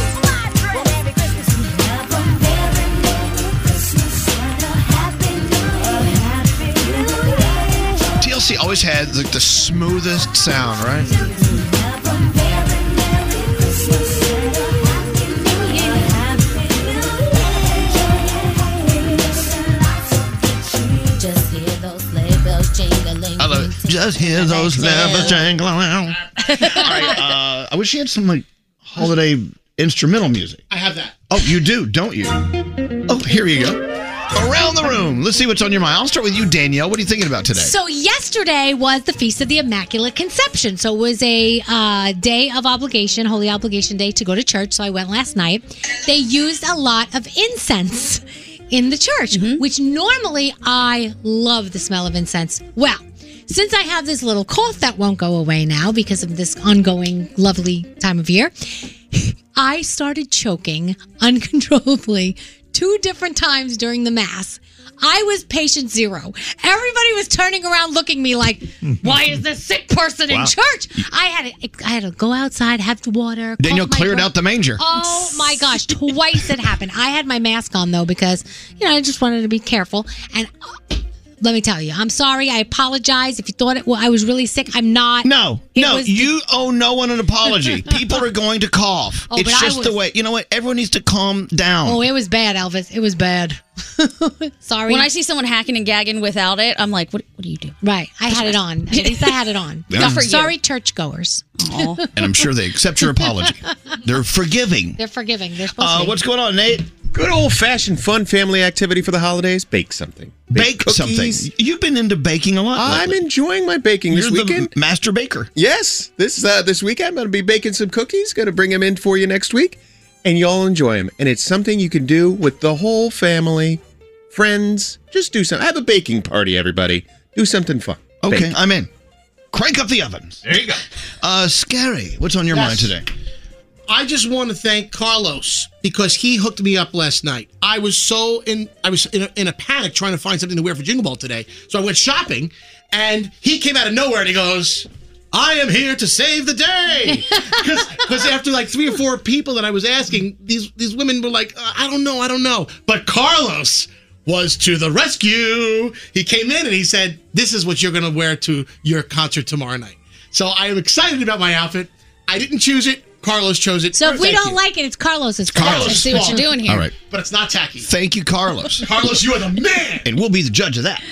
S3: TLC always had like the smoothest sound, right? I love it. Just hear those levels jangling. All right, uh, I wish you had some like holiday instrumental music.
S4: I have that.
S3: Oh, you do, don't you? Oh, here you go. Around the room. Let's see what's on your mind. I'll start with you, Danielle. What are you thinking about today?
S10: So yesterday was the feast of the Immaculate Conception. So it was a uh, day of obligation, holy obligation day to go to church. So I went last night. They used a lot of incense in the church, which normally I love the smell of incense. Well, since I have this little cough that won't go away now because of this ongoing lovely time of year, I started choking uncontrollably two different times during the mass. I was patient zero. Everybody was turning around looking me like, "Why is this sick person
S3: Wow.
S10: in church?" I had to, I had to go outside, have water.
S3: Danielle
S10: cough my
S3: cleared
S10: breath.
S3: out the manger.
S10: Oh my gosh, twice it happened. I had my mask on though because you know I just wanted to be careful, and uh, let me tell you. I'm sorry. I apologize if you thought it. Well, I was really sick. I'm not.
S3: No,
S10: It
S3: no,
S10: was-
S3: you owe no one an apology. People are going to cough.
S10: Oh,
S3: it's
S10: but I
S3: just the
S10: was-
S3: way. You know what? Everyone needs to calm down.
S10: Oh, it was bad, Elvis. It was bad. sorry.
S11: When I see someone hacking and gagging without it, I'm like, what, what are you doing?
S10: Right. I had it on. At least I had it on.
S3: Yeah. Good for you.
S10: sorry, churchgoers.
S3: and I'm sure they accept your apology. They're forgiving.
S10: They're forgiving. They're supposed
S3: Uh,
S10: to. be.
S3: what's going on, Nate?
S7: Good old fashioned fun family activity for the holidays. Bake something.
S3: Bake
S7: cookies.
S3: something. You've been into baking a lot.
S7: I'm
S3: lately.
S7: enjoying my baking this
S3: You're the
S7: weekend.
S3: master baker.
S7: Yes, this uh, this week I'm going to be baking some cookies. Going to bring them in for you next week, and y'all enjoy them. And it's something you can do with the whole family, friends. Just do something. Have a baking party, everybody. Do something fun.
S3: Okay, I'm in. Crank up the ovens. There you go. Uh, scary. What's on your
S4: Yes.
S3: mind today?
S4: I just want to thank Carlos because he hooked me up last night. I was so in I was in a, in a panic trying to find something to wear for Jingle Ball today. So I went shopping, and he came out of nowhere and he goes. I am here to save the day because after like three or four people that I was asking, these these women were like, uh, I don't know, I don't know. But Carlos was to the rescue. He came in and he said, "This is what you're going to wear to your concert tomorrow night." So I am excited about my outfit. I didn't choose it. Carlos chose it.
S10: So if we
S4: Thank
S10: don't
S4: you.
S10: like it, it's Carlos's fault.
S3: Carlos. I see what you're doing here. All right.
S4: But it's not tacky.
S3: Thank you, Carlos.
S4: Carlos, you are the man.
S3: And we'll be the judge of that.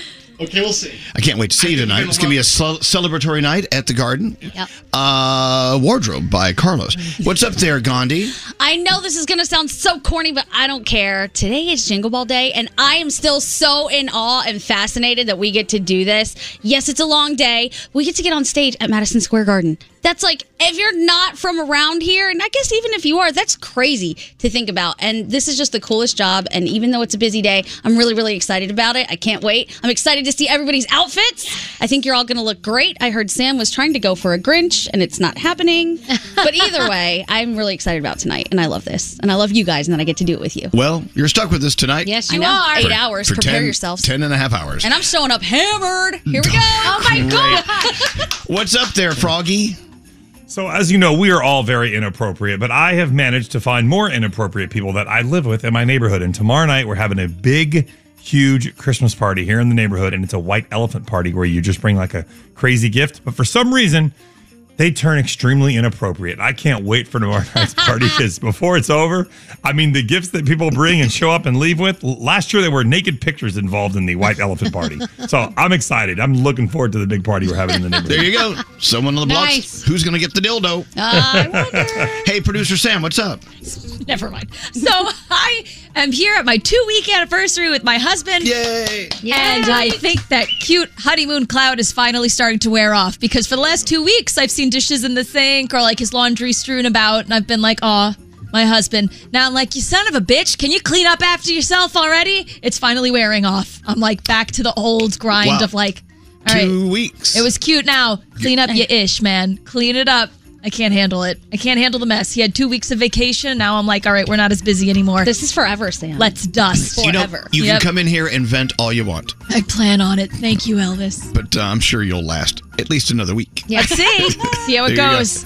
S4: Okay, we'll see.
S3: I can't wait to see you tonight. It's going to be a cel- celebratory night at the Garden. Uh, wardrobe by Carlos. What's up there, Gandhi?
S11: I know this is going to sound so corny, but I don't care. Today is Jingle Ball Day, and I am still so in awe and fascinated that we get to do this. Yes, it's a long day. We get to get on stage at Madison Square Garden. That's like, if you're not from around here, and I guess even if you are, that's crazy to think about. And this is just the coolest job. And even though it's a busy day, I'm really, really excited about it. I can't wait. I'm excited to see everybody's outfits. I think you're all going to look great. I heard Sam was trying to go for a Grinch, and it's not happening. But either way, I'm really excited about tonight, and I love this, and I love you guys, and then I get to do it with you.
S3: Well, you're stuck with us tonight.
S11: Yes, you I know. are. Eight hours. Prepare yourselves.
S3: Ten and a half hours.
S11: And I'm showing up hammered. Here we go. Oh my god.
S3: What's up there, Froggy?
S21: So, as you know, we are all very inappropriate, but I have managed to find more inappropriate people that I live with in my neighborhood. And tomorrow night, we're having a big, huge Christmas party here in the neighborhood. And it's a white elephant party where you just bring like a crazy gift. But for some reason, they turn extremely inappropriate. I can't wait for tomorrow night's party because before it's over, I mean, the gifts that people bring and show up and leave with. l- Last year, there were naked pictures involved in the white elephant party. So I'm excited. I'm looking forward to the big party we're having in the neighborhood.
S3: There you go. Someone on the block.
S11: Nice. Uh,
S3: Who's going to get the dildo? hey, producer Sam, what's up?
S29: Never mind. So I am here at my two week anniversary with my husband.
S3: Yay!
S29: And I think that cute honeymoon cloud is finally starting to wear off because for the last two weeks I've seen dishes in the sink or like his laundry strewn about and I've been like, aw. My husband. Now I'm like, you son of a bitch, can you clean up after yourself already? It's finally wearing off. I'm like back to the old grind
S3: Wow.
S29: of like, all right,
S3: Two weeks.
S29: it was cute now. Clean up your ish, man. Clean it up. I can't handle it. I can't handle the mess. He had two weeks of vacation. Now I'm like, all right, we're not as busy anymore. This
S11: is forever, Sam.
S29: Let's dust.
S3: You know, you can come in here and vent all you want,
S29: I plan on it. Thank you, Elvis.
S3: but uh, I'm sure you'll last at least another week.
S29: Let's see. see how it
S3: There you go.
S29: goes.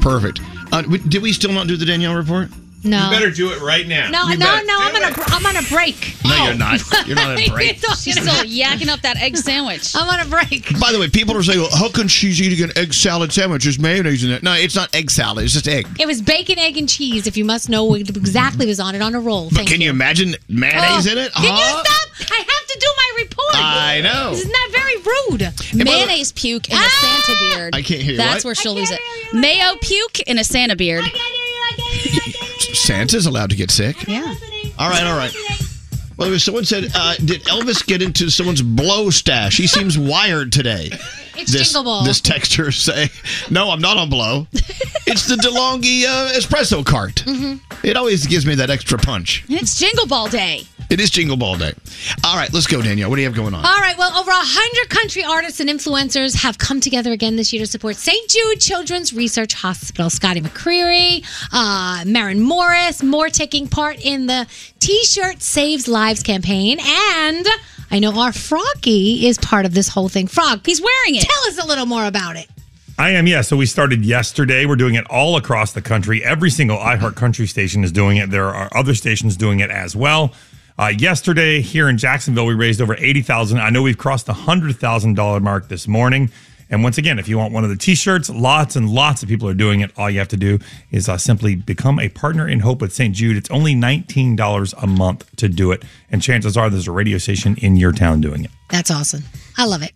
S3: Perfect. Uh, w- did we still not do the Danielle report?
S10: No. You better
S3: do it right now.
S10: No, no, no. I'm on a br- I'm on a break.
S3: No, you're not. You're not on a break.
S11: She's still yakking up that egg sandwich.
S10: I'm on a break.
S3: By the way, people are saying, well, how can she's eating an egg salad sandwich? There's mayonnaise in it. No, it's not egg salad. It's just egg.
S10: It was bacon, egg, and cheese. If you must know what exactly was on it on a roll.
S3: But
S10: Thank Oh,
S3: can you imagine mayonnaise in it? Uh-huh.
S10: Can you
S3: Huh?
S10: stop? I have to do my report.
S3: I know.
S10: This is not very rude.
S3: And by the-
S11: Mayonnaise puke in a Santa beard.
S3: Ah! I can't hear you.
S11: That's
S3: What?
S11: where she'll lose it. Mayo puke in a Santa beard.
S3: Santa's allowed to get sick.
S11: Yeah.
S3: All right, all right. By the way, someone said, uh, did Elvis get into someone's blow stash? He seems wired today.
S10: It's
S3: this,
S10: Jingle Ball.
S3: This texture say, no, I'm not on blow. it's the DeLonghi uh, espresso cart. It always gives me that extra punch.
S11: And Mm-hmm. it's Jingle Ball Day.
S3: It is Jingle Ball Day. All right, let's go, Danielle. What do you have going on?
S10: All right. Well, over 100 country artists and influencers have come together again this year to support St. Jude Children's Research Hospital. Scotty McCreery, uh, Marin Morris, more taking part in the T shirt Saves Lives campaign. And I know our Froggy is part of this whole thing. Frog, he's wearing it. Tell us a little more about it.
S21: I am, yeah. So we started yesterday. We're doing it all across the country. Every single iHeart Country station is doing it. There are other stations doing it as well. Uh, yesterday here in Jacksonville, we raised over eighty thousand. I know we've crossed the hundred thousand dollar mark this morning. And once again, if you want one of the T-shirts, lots and lots of people are doing it. All you have to do is uh, simply become a partner in Hope with St. Jude. It's only nineteen dollars a month to do it, and chances are there's a radio station in your town doing it.
S10: That's awesome. I love it.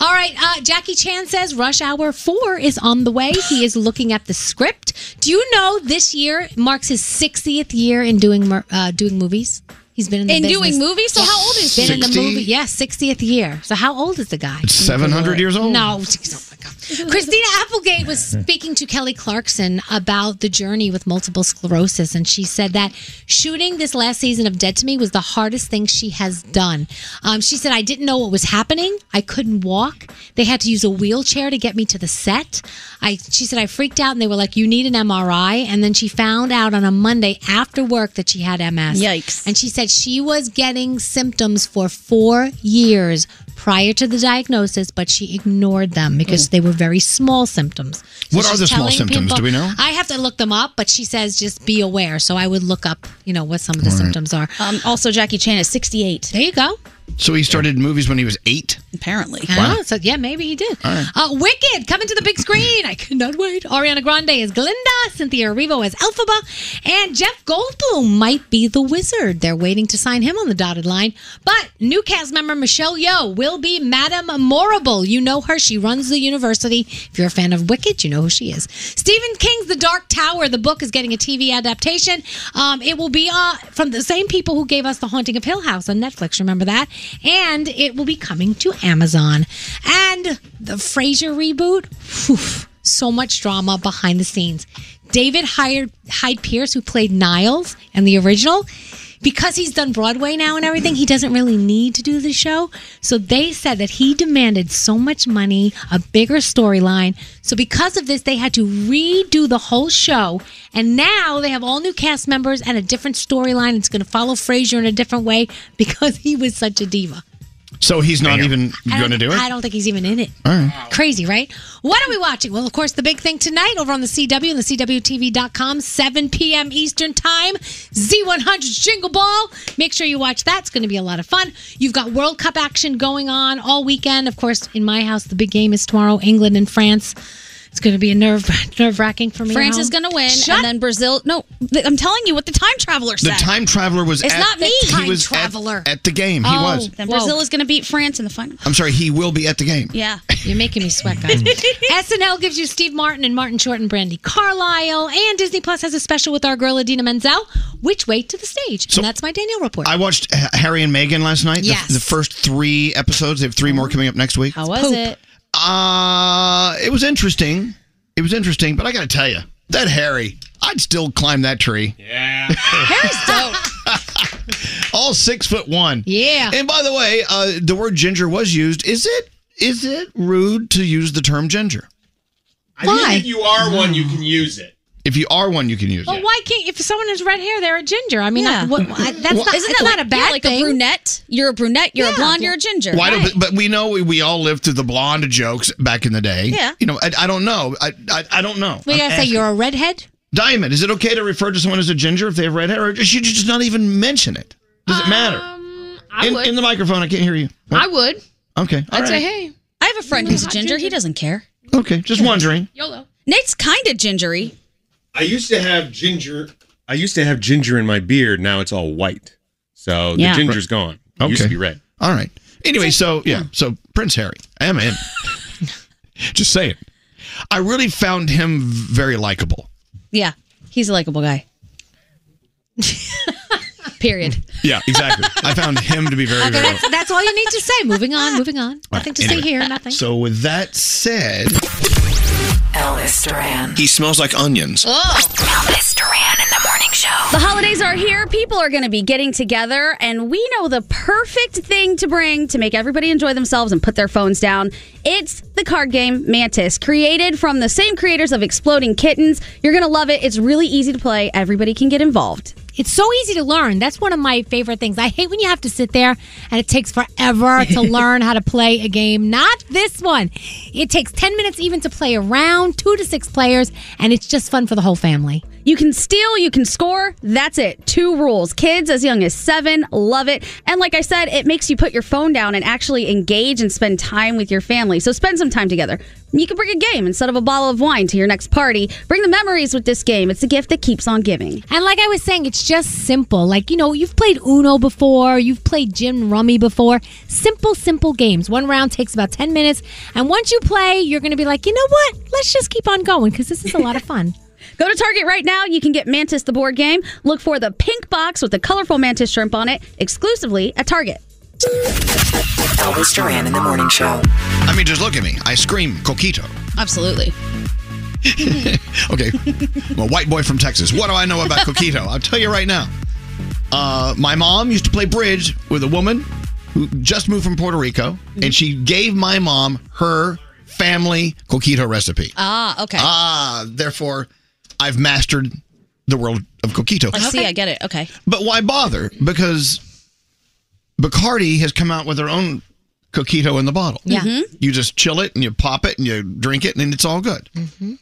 S10: All right. Uh, Jackie Chan says Rush Hour 4 is on the way. He is looking at the script. Do you know this year marks his 60th year in doing mer- uh, doing movies? He's been in the
S11: In doing
S10: business.
S11: movies? So how old is
S10: Been in the
S11: 60?
S10: movie. Yeah, 60th year. So how old is the guy?
S3: It's 700 years old?
S10: No. geez, oh my God. Christina Applegate was speaking to Kelly Clarkson about the journey with multiple sclerosis, and she said that shooting this last season of Dead to Me was the hardest thing she has done. Um, she said, I didn't know what was happening. I couldn't walk. They had to use a wheelchair to get me to the set. I, she said, I freaked out, and they were like, You need an MRI. And then she found out on a Monday after work that she had MS.
S11: Yikes.
S10: And she said she was getting symptoms for four years prior to the diagnosis, but she ignored them because they were very small symptoms.
S3: Oh. What are
S10: she's
S3: the small
S10: telling
S3: symptoms? Do we know?
S10: I have to look them up, but she says just be aware. So I would look up, you know, what some of the
S3: All right.
S10: symptoms are.
S11: Um, also, Jackie Chan is 68.
S10: There you go.
S3: So he started movies when he was eight.
S11: Apparently.
S10: Ah, so yeah, maybe he did.
S3: All right.
S10: Uh, Wicked coming to the big screen. I cannot wait. Ariana Grande is Glinda, Cynthia Erivo as Elphaba, and Jeff Goldblum might be the wizard. They're waiting to sign him on the dotted line. But new cast member Michelle Yeoh will be Madame Morrible. You know her. She runs the university. If you're a fan of Wicked, you know who she is. Stephen King's The Dark Tower. The book is getting a TV adaptation. Um, it will be uh, from the same people who gave us The Haunting of Hill House on Netflix. Remember that? And it will be coming to Amazon. And the Frasier reboot. Phew, so much drama behind the scenes. David hired Hyde Pierce, who played Niles in the original, because he's done Broadway now and everything, he doesn't really need to do the show. So they said that he demanded so much money, a bigger storyline. So because of this, they had to redo the whole show. And now they have all new cast members and a different storyline. It's going to follow Frasier in a different way because he was such a diva.
S3: So he's not even
S10: I don't
S3: going to do
S10: think-
S3: it?
S10: I don't think he's even in it.
S3: All right.
S10: Crazy, right? What are we watching? Well, of course, the big thing tonight over on the CW and the CWTV.com, 7 p.m. Eastern Time, Z100's Jingle Ball. Make sure you watch that. It's going to be a lot of fun. You've got World Cup action going on all weekend. Of course, in my house, the big game is tomorrow England and France. It's going to be a nerve nerve wracking for me.
S11: France is going to win, and then Brazil. No, th- I'm telling you what the time traveler
S3: The
S11: said.
S3: time traveler was
S11: It's
S3: at,
S11: not me.
S3: he
S11: Time
S3: was at-
S11: traveler.
S3: At, the game. He
S11: oh,
S3: was.
S11: Then Brazil is going to beat France in the final.
S3: I'm sorry, he will be at the game.
S11: Yeah.
S10: You're making me sweat, guys. SNL gives you Steve Martin and Martin Short and Brandy Carlisle, and Disney Plus has a special with our girl Adina Menzel, Which Way to the Stage. and that's my Daniel report.
S3: I watched H- Harry and Meghan last night. the-
S10: Yes.
S3: The, first three episodes. They have three more coming up next week.
S11: How was it?
S3: Uh, it was interesting. It was interesting, but I got to tell you, that Harry, I'd still climb that tree. Yeah.
S10: Harry's dope.
S3: All six foot one.
S10: Yeah.
S3: And by the way, uh, the word ginger was used. Is it is it rude to use the term ginger?
S10: Why?
S7: If you are one, you can use it.
S3: If you are one, you can use
S10: But
S3: it.
S10: why can't if someone has red hair, they're a ginger? I mean, I, what, I- that's not,
S11: Isn't
S10: it's
S11: that
S10: not
S11: like,
S10: a bad
S11: yeah, like
S10: thing.
S11: a brunette? You're a brunette. You're
S10: Yeah.
S11: a blonde. You're a ginger.
S3: Why do, but we know we, we all lived through the blonde jokes back in the day.
S10: Yeah.
S3: You know, I, I don't know. I I, I don't know.
S10: We
S3: I'm
S10: gotta say
S3: asking.
S10: you're a redhead.
S3: Diamond, is it okay to refer to someone as a ginger if they have red hair, or should you just not even mention it? Does it matter?
S11: I
S10: Um,
S3: in,
S11: would.
S3: in the microphone, I can't hear you. Oh,
S11: I would.
S3: Okay. all right.
S11: hey. I have a friend who's a ginger. He doesn't care.
S3: Okay, just wondering.
S11: YOLO. Nate's kind of gingery.
S7: I used to have ginger. I used to have ginger in my beard. Now it's all white. So
S3: Yeah.
S7: the ginger's gone. It used to
S3: Okay.
S7: be red.
S3: All right. Anyway, so yeah, so Prince Harry, I am in. just saying, I really found him very likable.
S11: Yeah. He's a likable guy. Period.
S3: Yeah, exactly. I found him to be very,
S10: Okay,
S3: very.
S10: that's, that's all you need to say. Moving on, moving on. Nothing to
S3: anyway.
S10: see here. Nothing.
S3: So with that said,
S8: Elvis Duran.
S3: He smells like onions.
S8: Elvis Duran in the morning show.
S30: The holidays are here. People are going to be getting together, and we know the perfect thing to bring to make everybody enjoy themselves and put their phones down. It's the card game Mantis, created from the same creators of Exploding Kittens. You're going to love it. It's really easy to play, everybody can get involved.
S10: It's so easy to learn. That's one of my favorite things. I hate when you have to sit there and it takes forever to learn how to play a game. Not this one. It takes 10 minutes even to play around, two to six players, and it's just fun for the whole family.
S30: You can steal, you can score. That's it. Two rules. Kids as young as seven love it. And like I said, it makes you put your phone down and actually engage and spend time with your family. So spend some time together. You can bring a game instead of a bottle of wine to your next party. Bring the memories with this game. It's a gift that keeps on giving.
S10: And like I was saying, it's just simple. Like, you know, you've played Uno before, you've played Gin Rummy before. Simple, simple games. One round takes about 10 minutes. And once you play, you're going to be like, you know what? Let's just keep on going because this is a lot of fun.
S30: Go to Target right now. You can get Mantis the board game. Look for the pink box with the colorful Mantis shrimp on it exclusively at Target.
S3: Elvis Duran in the morning show. I mean, just look at me. I scream Coquito.
S11: Absolutely.
S3: Okay, I'm a white boy from Texas. What do I know about Coquito? I'll tell you right now. Uh, my mom used to play bridge with a woman who just moved from Puerto Rico, and she gave my mom her family Coquito recipe.
S11: Ah, okay.
S3: Ah, therefore, I've mastered the world of Coquito.
S11: I see. I get it. Okay.
S3: But why bother? Because Bacardi has come out with their own coquito in the bottle.
S11: Yeah. Mhm.
S3: You just chill it and you pop it and you drink it and it's all good.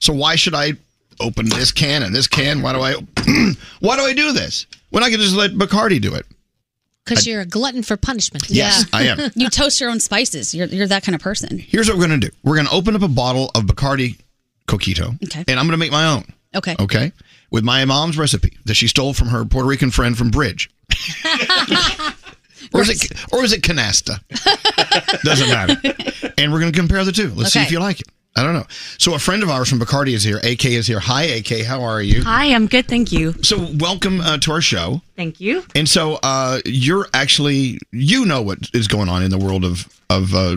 S3: So why should I open this can and this can? Why do I why do I do this? When I can just let Bacardi do it.
S11: Because
S3: I-
S11: you're a glutton for punishment.
S3: Yes, I am.
S11: you toast your own spices. You're, you're that kind of person.
S3: Here's what we're gonna do. We're gonna open up a bottle of Bacardi coquito.
S11: Okay.
S3: And I'm gonna make my own.
S11: Okay.
S3: Okay. With my mom's recipe that she stole from her Puerto Rican friend from Bridge. or is it or is it canasta? Doesn't matter. And we're going to compare the two. Let's see if
S15: Okay.
S3: you like it. I don't know. So a friend of ours from Bacardi is here. AK is here. Hi, AK. How are you?
S15: Hi, I'm good. Thank you.
S3: So welcome uh, to our show.
S15: Thank you.
S3: And so uh, you're actually you know what is going on in the world of of uh,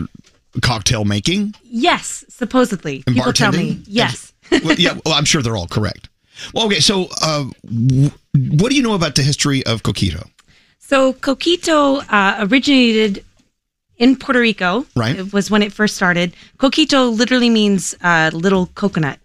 S3: cocktail making
S15: Yes, supposedly.
S3: and
S15: People
S3: bartending.
S15: tell me. Yes.
S3: well, yeah. Well, I'm sure they're all correct. Well, okay. So uh, w- what do you know about the history of coquito?
S15: So Coquito uh, originated in Puerto Rico.
S3: Right.
S15: It was when it first started. Coquito literally means uh, little coconut.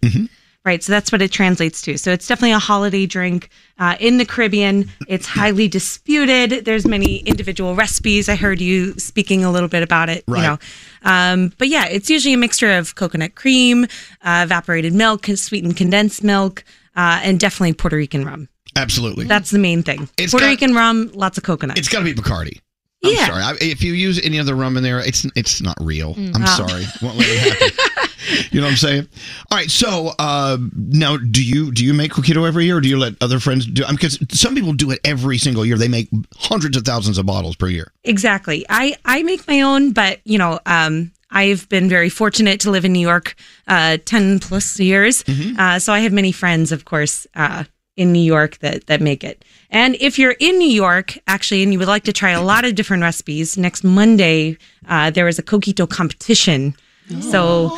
S15: Right. So that's what it translates to. So it's definitely a holiday drink uh, in the Caribbean. It's highly disputed. There's many individual recipes. I heard you speaking a little bit about it.
S20: Right.
S15: You know. Um, but yeah, it's usually a mixture of coconut cream, uh, evaporated milk, sweetened condensed milk, uh, and definitely Puerto Rican rum.
S3: Absolutely.
S15: That's the main thing.
S3: It's
S15: Puerto
S3: got-
S15: Rican rum, lots of coconut.
S3: It's got to be Bacardi. I'm
S15: Yeah.
S3: sorry. I, if you use any other rum in there, it's it's not real.
S15: Mm.
S3: I'm
S15: Oh.
S3: sorry. Won't let it happen. you know what I'm saying? All right. So uh, now, do you do you make coquito every year, or do you let other friends do? Because some people do it every single year. They make hundreds of thousands of bottles per year.
S15: Exactly. I I make my own, but you know, um, I've been very fortunate to live in New York uh, ten plus years, uh, so I have many friends, of course, uh, in New York that that make it. And if you're in New York, actually, and you would like to try a lot of different recipes, next Monday uh, there is a coquito competition. So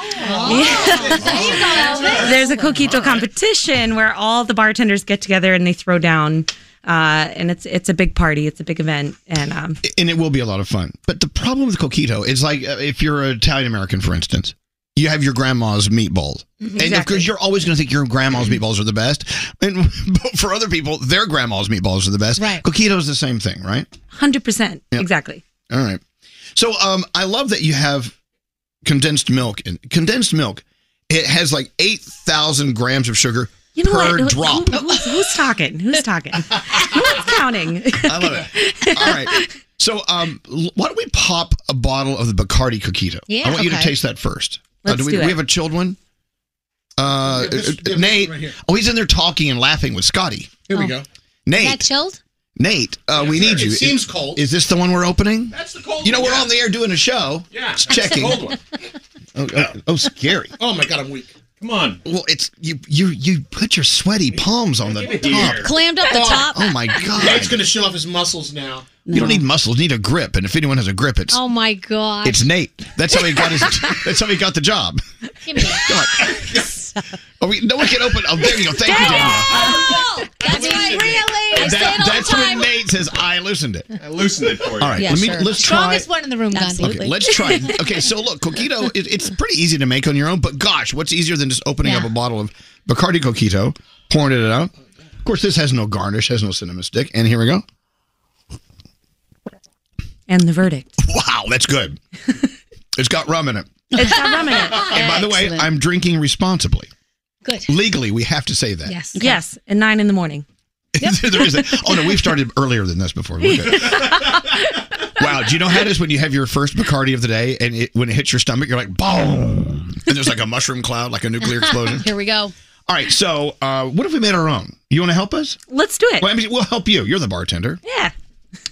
S15: there's a coquito competition where all the bartenders get together and they throw down, uh, and it's it's a big party, it's a big event, and um,
S3: and it will be a lot of fun. But the problem with coquito is like uh, if you're an Italian American, for instance, you have your grandma's meatballs,
S15: Mhm.
S3: and of
S15: Exactly. Mm-hmm.
S3: course you're always going to think your grandma's meatballs are the best, and but for other people, their grandma's meatballs are the best.
S15: Right.
S3: Coquito is the same thing, right?
S15: hundred percent,
S3: Yep.
S15: exactly.
S3: All right. So um, I love that you have condensed milk. And condensed milk, it has like eight thousand grams of sugar
S15: You know
S3: per
S15: what? Who-
S3: drop.
S15: who- who's, who's talking? Who's talking? Who's counting?
S3: I love it. All right. So um, l- why don't we pop a bottle of the Bacardi Coquito?
S15: Yeah,
S3: I want you to
S15: okay.
S3: taste that 1st
S15: Let's
S3: we,
S15: do it.
S3: we have a chilled one. Uh, Nate. oh, he's in there talking and laughing with Scotty.
S4: Here we Oh. go.
S3: Nate.
S10: chilled?
S3: Nate, uh, we
S4: sir.
S3: need you.
S4: It seems cold.
S3: Is this the one we're opening?
S4: That's the cold
S3: You know,
S4: one,
S3: we're
S4: yeah.
S3: on the air doing a show.
S4: Yeah,
S3: It's
S4: that's the
S3: checking.
S4: cold one.
S3: Oh, oh, oh, scary.
S4: Oh my god, I'm weak.
S3: Come on. Well, it's you. You you put your sweaty palms on the top.
S11: Clammed up the
S4: Oh.
S11: top.
S3: Oh my
S4: Nate's
S3: god.
S4: gonna show off his muscles now.
S3: You don't need muscles. Need a grip. And if anyone has a grip, it's
S10: Oh my gosh.
S3: it's Nate. That's how he got his. that's how he got the job.
S10: Give me
S3: Oh, we, no one can open. Oh, there you go. Thank you, Daniel.
S10: That's right. Really?
S3: That- that's when Nate says, "I loosened it." I loosened it for you. All right,
S10: Yeah,
S3: let me,
S10: sure.
S3: let's try.
S10: Strongest one in the room, Gandhi.
S3: Okay, let's try. it. Okay, so look, coquito. It, it's pretty easy to make on your own, but gosh, what's easier than just opening
S10: Yeah.
S3: up a bottle of Bacardi coquito, pouring it out? Of course, this has no garnish, has no cinnamon stick, and here we go.
S15: And the verdict.
S3: Wow, that's good. it's got rum in it.
S15: It's got rum in it.
S3: And by the way, I'm drinking responsibly.
S10: Good.
S3: Legally, we have to say that.
S10: Yes.
S15: Yes, at nine in the morning.
S3: there is that. Oh no, we've started earlier than this before. We're good. wow, do you know how it is when you have your first Bacardi of the day and it, when it hits your stomach, you're like boom, and there's like a mushroom cloud, like a nuclear explosion.
S10: Here we go.
S3: All right, so uh, what if we made our own? You want to help us?
S15: Let's do it.
S3: Well, I mean, we'll help you. You're the bartender.
S15: Yeah.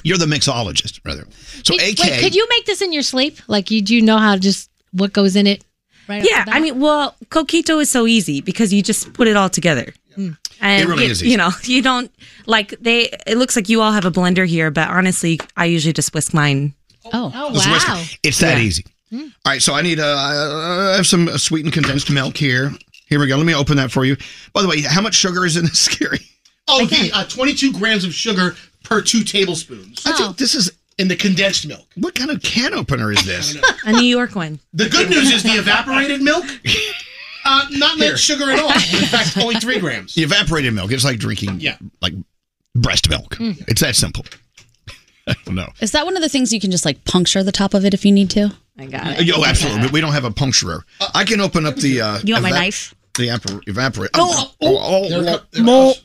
S3: You're the mixologist, rather. So,
S10: Wait,
S3: AK,
S10: wait, could you make this in your sleep? Like, you do know how to just what goes in it? Right off
S15: yeah,
S10: the bat?
S15: I mean, well, coquito is so easy because you just put it all together. Mm. And
S10: It really
S15: you,
S10: is easy.
S15: you know, you don't like they. It looks like you all have a blender here, but honestly, I usually just whisk mine.
S10: Oh, Hmm.
S3: Let's whisk it. It's that easy. All right, so I need uh, I have some sweetened condensed milk here. Here we go. Let me open that for you. By the way, how much sugar is in this, Scary?
S4: Oh, the uh, 22 grams of sugar per two tablespoons.
S3: I think this is
S4: in the condensed milk.
S3: What kind of can opener is this?
S15: A New York one.
S4: The good news is the evaporated milk, uh, not much sugar at all. In fact, only three grams.
S3: The evaporated milk. It's like drinking
S4: Yeah.
S3: like breast milk.
S10: Mm.
S3: It's that simple. I don't know.
S11: Is that one of the things you can just like puncture the top of it if you need to? I got
S3: Oh, absolutely. But we don't have a puncturer.
S4: Uh,
S3: I can open up the. Uh,
S11: You want my knife?
S3: The evapor- evaporate.
S11: Oh,
S3: oh, oh,
S11: there it
S3: oh,
S11: co-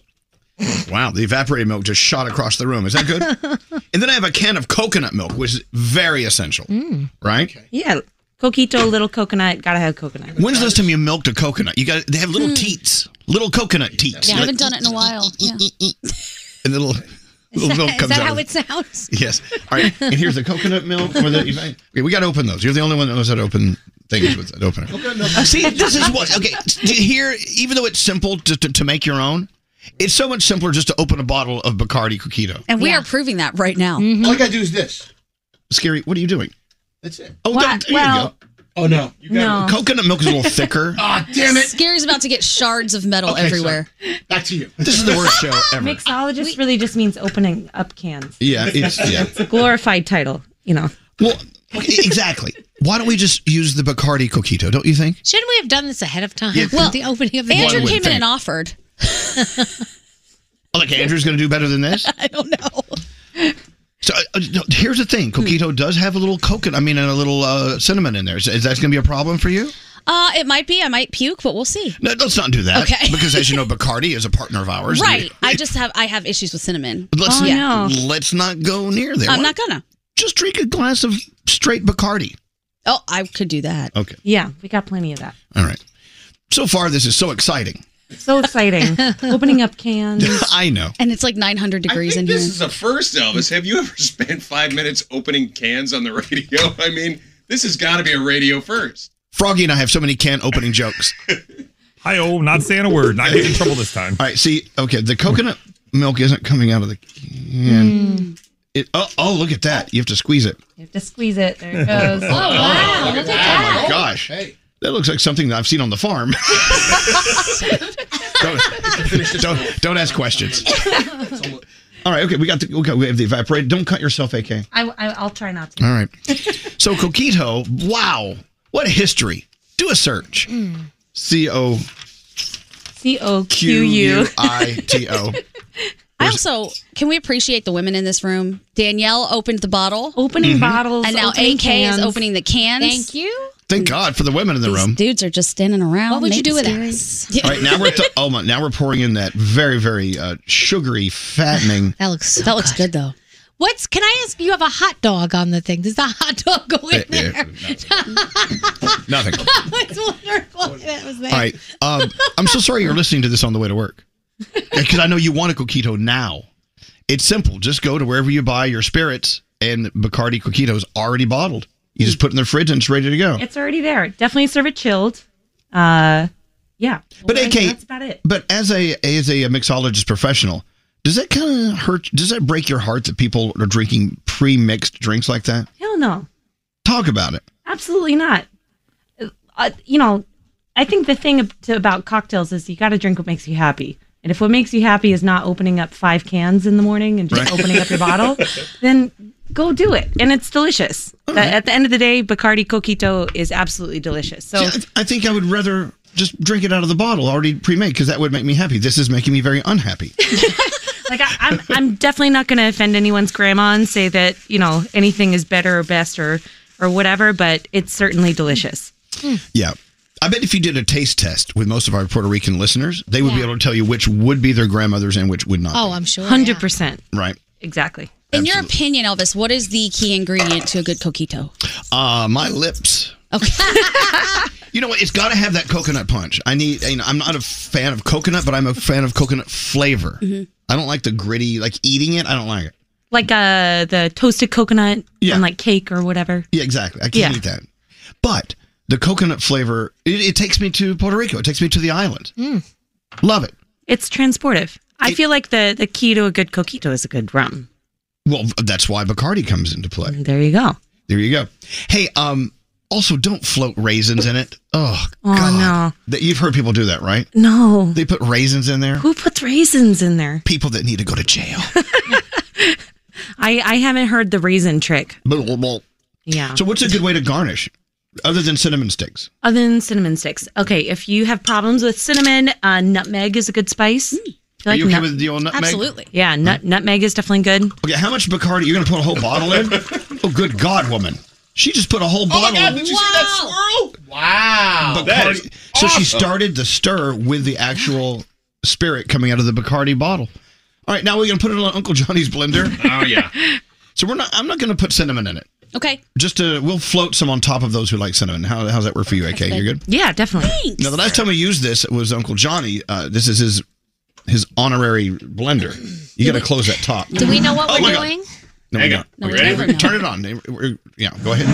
S3: oh. Wow, the evaporated milk just shot across the room. Is that good? and then I have a can of coconut milk, which is very essential,
S10: Mm.
S3: right?
S15: Yeah, coquito, little coconut. Gotta have coconut.
S3: When's the last time you milked a coconut? You got they have little teats, little coconut teats,
S10: Hmm. Yeah, I
S3: Like,
S10: haven't done it in a while. Yeah.
S3: and little
S10: Is
S3: little
S10: that-
S3: milk
S10: is
S3: comes
S10: that
S3: out.
S10: how
S3: of-
S10: it sounds?
S3: Yes. All right. And here's the coconut milk. Or the, okay, we got to open those. You're the only one that knows how to open things with an opener. Uh, See, this is what. Okay, do you hear? Even though it's simple to, to, to make your own, it's so much simpler just to open a bottle of Bacardi Coquito.
S11: And we are proving that right
S3: Mm.
S11: now.
S4: All I gotta do is this.
S3: Scary. What are you doing?
S4: That's it.
S3: Oh,
S11: Well-
S3: don't- there
S11: well-
S3: you go. Oh no. You
S11: No.
S3: got Coconut milk is a little thicker.
S4: Ah, damn it.
S11: Scary's about to get shards of metal
S3: Okay,
S11: everywhere.
S4: Back to you.
S3: This is the worst show ever.
S15: Mixologist really just means opening up cans.
S3: Yeah, it's yeah.
S15: It's a glorified title, you know.
S3: Well, exactly. Why don't we just use the Bacardi Coquito? Don't you think?
S10: Shouldn't we have done this ahead of time?
S3: Yeah.
S10: Well, the opening of the
S3: Andrew One would came in think. and
S10: offered.
S3: Like Andrew's going to do better than this? I don't know. So uh, uh, no, here's the thing:
S11: Hmm.
S3: Coquito does have a little coconut. I mean, and a little uh, cinnamon in there. Is, is that going to be a problem for you?
S11: Uh, it might be. I might puke, but we'll see.
S3: No, let's not do that.
S11: Okay.
S3: Because as you know, Bacardi is a partner of ours.
S11: Right. I just have I have issues with cinnamon.
S3: Let's let's not go near there.
S11: I'm
S3: Why-
S11: not gonna.
S3: Just drink a glass of straight Bacardi.
S11: Oh, I could do that.
S3: Okay.
S15: Yeah, we got plenty of that.
S3: All right. So far, this is so exciting.
S15: So exciting. Opening up cans.
S11: Mm-hmm.
S3: I know.
S11: And it's like 900 degrees in here.
S7: This is a first, Elvis. Have you ever spent five minutes opening cans on the radio? I mean, this has got to be a radio first.
S3: Froggy and I have so many can opening jokes.
S31: Hi, oh, not saying a word. Not getting in trouble this time.
S3: All right. See, okay, the coconut milk isn't coming out of the can. It, oh, oh, look at that. You have to squeeze it.
S15: You have to squeeze it. There it goes.
S3: Oh, wow.
S15: Look at
S3: Oh, my gosh. That looks like something that I've seen on the farm. don't, don't, don't ask questions. All right, okay, we got the okay, we have the evaporated. Don't cut yourself, AK. All
S15: I, I, I'll try not to.
S3: right. So Coquito, wow, what a history. Do a search.
S15: Mm.
S3: C O
S15: C O
S3: Q U I T O.
S11: I also can we appreciate the women in this room? Danielle opened the bottle,
S15: opening
S3: Mm-hmm.
S15: bottles,
S11: and now
S15: opening
S11: AK
S15: cans.
S11: is opening the cans.
S15: Thank
S11: you.
S3: Thank God for the women in the room.
S11: Dudes are just standing around.
S15: Oh,
S10: What would you do with
S11: us?
S3: All right, now we're th- oh my, now we're pouring in that very very uh, sugary fattening.
S10: That looks that looks good though. What's can I ask? You have a hot dog on the thing. Does the hot dog go in
S3: Eh, eh,
S10: there?
S3: Nothing.
S10: I was wondering why that was there.
S3: All right. Um, I'm so sorry you're listening to this on the way to work because I know you want a coquito now. It's simple. Just go to wherever you buy your spirits, and Bacardi coquito is already bottled. You just put it in the fridge and it's ready to go.
S15: It's already there. Definitely serve it chilled. Uh, yeah.
S3: But
S15: Well,
S3: AK,
S15: that's about it.
S3: but as a as a mixologist professional, does that kind of hurt? Does that break your heart that people are drinking pre mixed drinks like that?
S15: Hell no.
S3: Talk about it.
S15: Absolutely not. Uh, you know, I think the thing ab- to, about cocktails is you got to drink what makes you happy. And if what makes you happy is not opening up five cans in the morning and just
S32: Right.
S15: opening up your bottle, then go do it. And it's delicious. Uh, At the end of the day, Bacardi Coquito is absolutely delicious. So
S3: See, I, I think I would rather just drink it out of the bottle already pre made because that would make me happy. This is making me very unhappy.
S15: like I, I'm, I'm definitely not going to offend anyone's grandma and say that you know anything is better or best or or whatever. But it's certainly delicious.
S3: Yeah. I bet if you did a taste test with most of our Puerto Rican listeners, they would be
S10: Yeah.
S3: able to tell you which would be their grandmothers and which would not.
S11: Oh, I'm sure.
S15: Hundred percent.
S3: be. Right.
S15: Exactly.
S11: In your opinion, Elvis, what is the key ingredient to a good coquito?
S3: Uh, my lips. Okay. you know what? It's got to have that coconut punch. I need. You know, I'm not a fan of coconut, but I'm a fan of coconut flavor.
S15: Mhm.
S3: I don't like the gritty. Like eating it, I don't like it.
S15: Like uh, the toasted coconut and like cake or whatever.
S3: Yeah, exactly. I can't
S15: Yeah.
S3: eat that. But the coconut flavor, it, it takes me to Puerto Rico. It takes me to the island. Love it.
S15: Mm. It's transportive. I feel like the the key to a good coquito is a good rum.
S3: Well, that's why Bacardi comes into play.
S15: Mm, There you go.
S3: There you go. Hey, um, also don't float raisins in it. Oh,
S15: Oh no,
S3: that you've heard people do that, right?
S15: no.
S3: They put raisins in there.
S15: Who puts raisins in there?
S3: People that need to go to jail.
S15: I I haven't heard the raisin trick. Yeah.
S3: So, what's a good way to garnish, other than cinnamon sticks?
S15: Other than cinnamon sticks. Okay, if you have problems with cinnamon, uh, nutmeg is a good spice. Do
S3: Are you okay
S15: nut-
S3: with the old nutmeg?
S15: Yeah, nut- nutmeg is definitely good.
S3: Okay, how much Bacardi? You're gonna put a whole bottle in? Oh, good God, woman! She just put a whole
S6: Oh my
S3: bottle.
S6: God, did you see that
S7: swirl?
S6: Wow.
S3: Bacardi. so she started the stir with the actual spirit coming out of the Bacardi bottle. All right, now we're gonna put it on Uncle Johnny's blender.
S7: Oh, yeah.
S3: So we're not. I'm not gonna put cinnamon in it.
S11: Okay.
S3: Just to, we'll float some on top of those who like cinnamon. How, how's that work for you, AK? You're good.
S15: Yeah, definitely.
S3: Now the last time we used this was Uncle Johnny. Uh, this is his his honorary blender. You got to close that top.
S33: Do we know what
S3: Oh my
S33: we're
S3: God.
S33: doing?
S3: No, we don't.
S15: No, we
S3: Okay,
S15: never know.
S3: Turn it on. We're- Yeah, go ahead.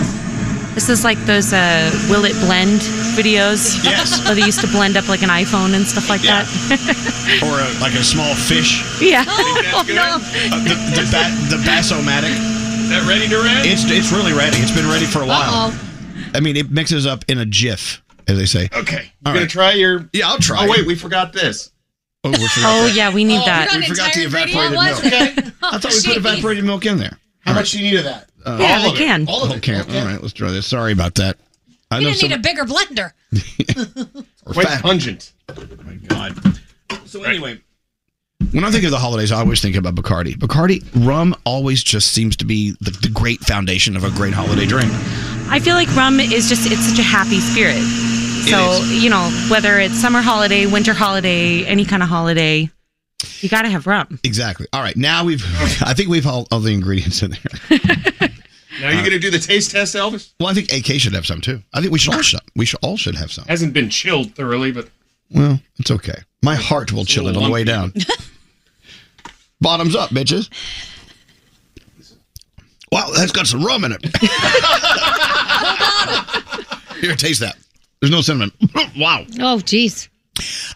S15: This is like those uh, will it blend videos.
S3: Yes.
S15: Where they used to blend up like an iPhone and stuff like that.
S3: Or a, like a small fish.
S15: yeah.
S3: Uh, the the, ba- the Bassomatic. Is
S7: that ready to rent?
S3: It's it's really ready. It's been ready for a while.
S7: Uh-oh.
S3: I mean, it mixes up in a jiff, as they say.
S7: Okay.
S3: All
S7: You gonna
S3: right.
S7: try your?
S3: Yeah, I'll try
S7: Oh
S3: it.
S7: wait, we forgot this.
S3: Oh, we forgot
S15: Oh,
S3: that.
S15: yeah, we need that.
S3: We forgot the evaporated milk. I thought we put evaporated milk in there.
S4: How much do you need of that?
S3: Uh,
S15: Yeah,
S3: all
S15: they
S3: of it.
S15: can.
S3: All of it. Okay. All right, let's try this. Sorry about that. I
S10: You didn't
S3: some-
S10: need a bigger blender.
S3: or
S7: Quite
S3: fat.
S7: pungent.
S3: So anyway, when I think of the holidays, I always think about Bacardi. Bacardi rum always just seems to be the, the great foundation of a great holiday drink.
S15: I feel like rum is just, it's such a happy spirit. So, you know, whether it's summer holiday, winter holiday, any kind of holiday, you got to have rum.
S3: Exactly. All right, now we've I think we've all, all the ingredients in there.
S7: Now you're gonna do the taste test, Elvis.
S3: Well, I think AK should have some too. I think we should all should we should all should have some.
S7: Hasn't been chilled thoroughly, but
S3: Well, it's okay. My heart will chill it on the way down. Bottoms up, bitches. Wow, that's got some rum in it. Here, taste that. There's no cinnamon. wow.
S11: Oh, jeez.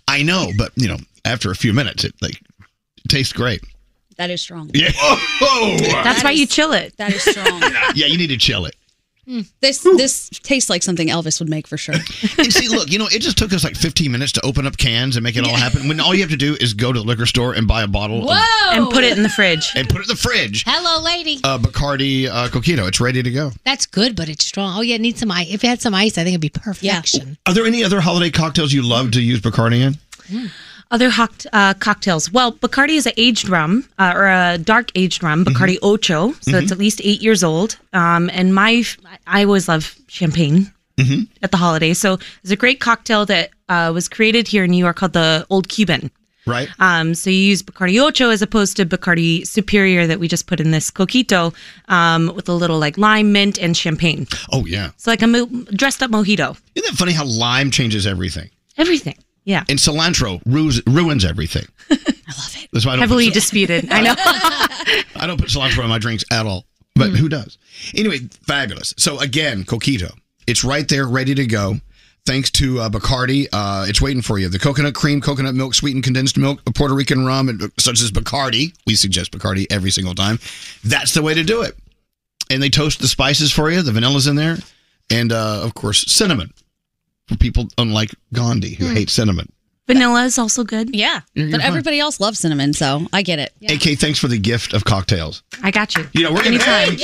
S3: I know, but you know, after a few minutes, it like it tastes great.
S11: That is strong.
S3: Yeah.
S11: That's why
S15: you chill it.
S11: That is strong.
S3: yeah, you need to chill it.
S11: Mm. This this tastes like something Elvis would make for sure.
S3: And see, look, you know, it just took us like 15 minutes to open up cans and make it all happen. When all you have to do is go to the liquor store and buy a bottle. of-
S10: Whoa! And put it in the
S15: fridge.
S3: And put it in the fridge.
S10: Hello, lady.
S3: Uh, Bacardi uh, Coquito. It's ready to go.
S10: That's good, but it's strong. Oh yeah, it needs some ice. If it had some ice, I think it'd be perfection.
S3: Are there any other holiday cocktails you love to use Bacardi in?
S15: Other hoc- uh, cocktails. Well, Bacardi is an aged rum uh, or a dark aged rum,
S3: Mm-hmm.
S15: Bacardi Ocho. So it's
S11: Mhm.
S15: at least eight years old. Um, and my, f- I always love champagne
S3: Mm-hmm.
S15: at the holidays. So there's a great cocktail that uh, was created here in New York called the Old Cuban.
S3: Right.
S15: Um, so you use Bacardi Ocho as opposed to Bacardi Superior that we just put in this coquito um, with a little like lime, mint, and champagne.
S3: Oh, yeah.
S15: So like a mo- dressed up mojito.
S3: Isn't it funny how lime changes everything?
S15: Everything. Yeah.
S3: And cilantro ruins, ruins everything. I love it. That's why I don't put
S15: Heavily
S3: cil-
S15: disputed. I know.
S3: I don't put cilantro in my drinks at all, but who does? Anyway, fabulous. So again, coquito. It's right there, ready to go. Thanks to uh, Bacardi, uh, it's waiting for you. The coconut cream, coconut milk, sweetened condensed milk, Puerto Rican rum, and such as Bacardi. We suggest Bacardi every single time. That's the way to do it. And they toast the spices for you. The vanilla's in there, and uh, of course cinnamon. For people unlike Gandhi who hate cinnamon.
S15: Vanilla is also good.
S11: Yeah.
S3: You're- you're
S11: but
S3: fine.
S11: everybody else loves cinnamon, so I get it.
S3: AK, thanks for the gift of cocktails.
S15: I got you.
S3: You know, we're gonna
S11: Anytime.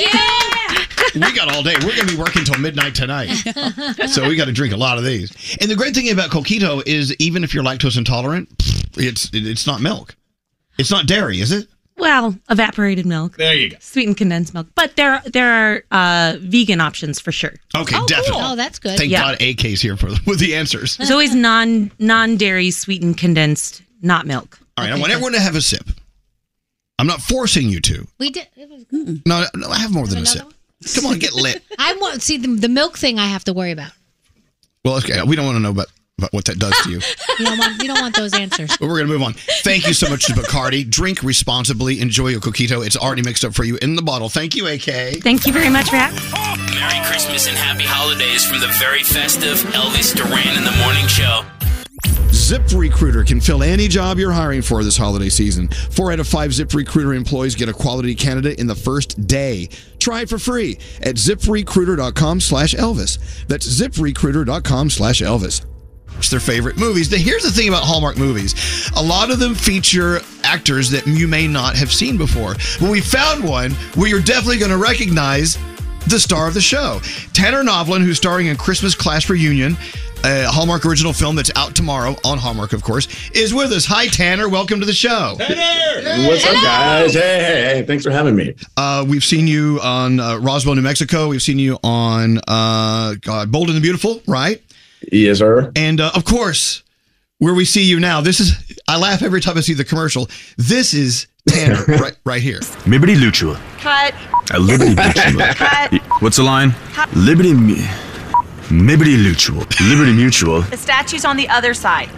S3: we got all day. We're going to be working till midnight tonight. So we got to drink a lot of these. And the great thing about coquito is even if you're lactose intolerant, pfft, it's it- it's not milk. It's not dairy, is it?
S15: well, evaporated milk.
S3: There you go.
S15: Sweetened condensed milk. But there there are uh, vegan options for sure.
S3: Okay, definitely.
S15: Oh, that's good.
S3: Thank
S15: Yeah.
S3: God AK's here for with the answers.
S15: There's always non non dairy sweetened condensed, not milk.
S3: All right, I want everyone to have a sip. I'm not forcing you to.
S10: We did. It was,
S3: No, no, I have more than a sip. Come on, get lit.
S10: I want see the, the milk thing. I have to worry about.
S3: Well, okay, we don't want to know about, about what that does to you.
S10: You don't want, you don't want those answers.
S3: But we're going to move on. Thank you so much to Bacardi. Drink responsibly. Enjoy your coquito. It's already mixed up for you in the bottle. Thank you, AK.
S15: Thank you very much for having
S6: Merry Christmas and happy holidays from the very festive Elvis Duran in the Morning Show.
S3: ZipRecruiter can fill any job you're hiring for this holiday season. Four out of five ZipRecruiter employees get a quality candidate in the first day. Try it for free at ziprecruiter.com slash Elvis. That's ziprecruiter.com slash Elvis. It's their favorite movies. Now, Here's the thing about Hallmark movies a lot of them feature actors that you may not have seen before. But we found one where you're definitely going to recognize the star of the show. Tanner Novlin, who's starring in Christmas Class Reunion, a Hallmark original film that's out tomorrow on Hallmark, of course, is with us. Hi, Tanner. Welcome to the show.
S12: What's up, guys? Hey, hey, hey, thanks for having me.
S3: Uh, we've seen you on uh, Roswell, New Mexico. We've seen you on uh, God, Bold and the Beautiful, right?
S12: Yes, sir.
S3: And uh, of course, where we see you now, this is, I laugh every time I see the commercial. This is Tanner right, right here.
S34: Liberty Luchua.
S15: Cut.
S34: A Liberty Mutual. What's the line? Liberty Mu- Liberty Mutual. Liberty Mutual.
S15: The statue's on the other side.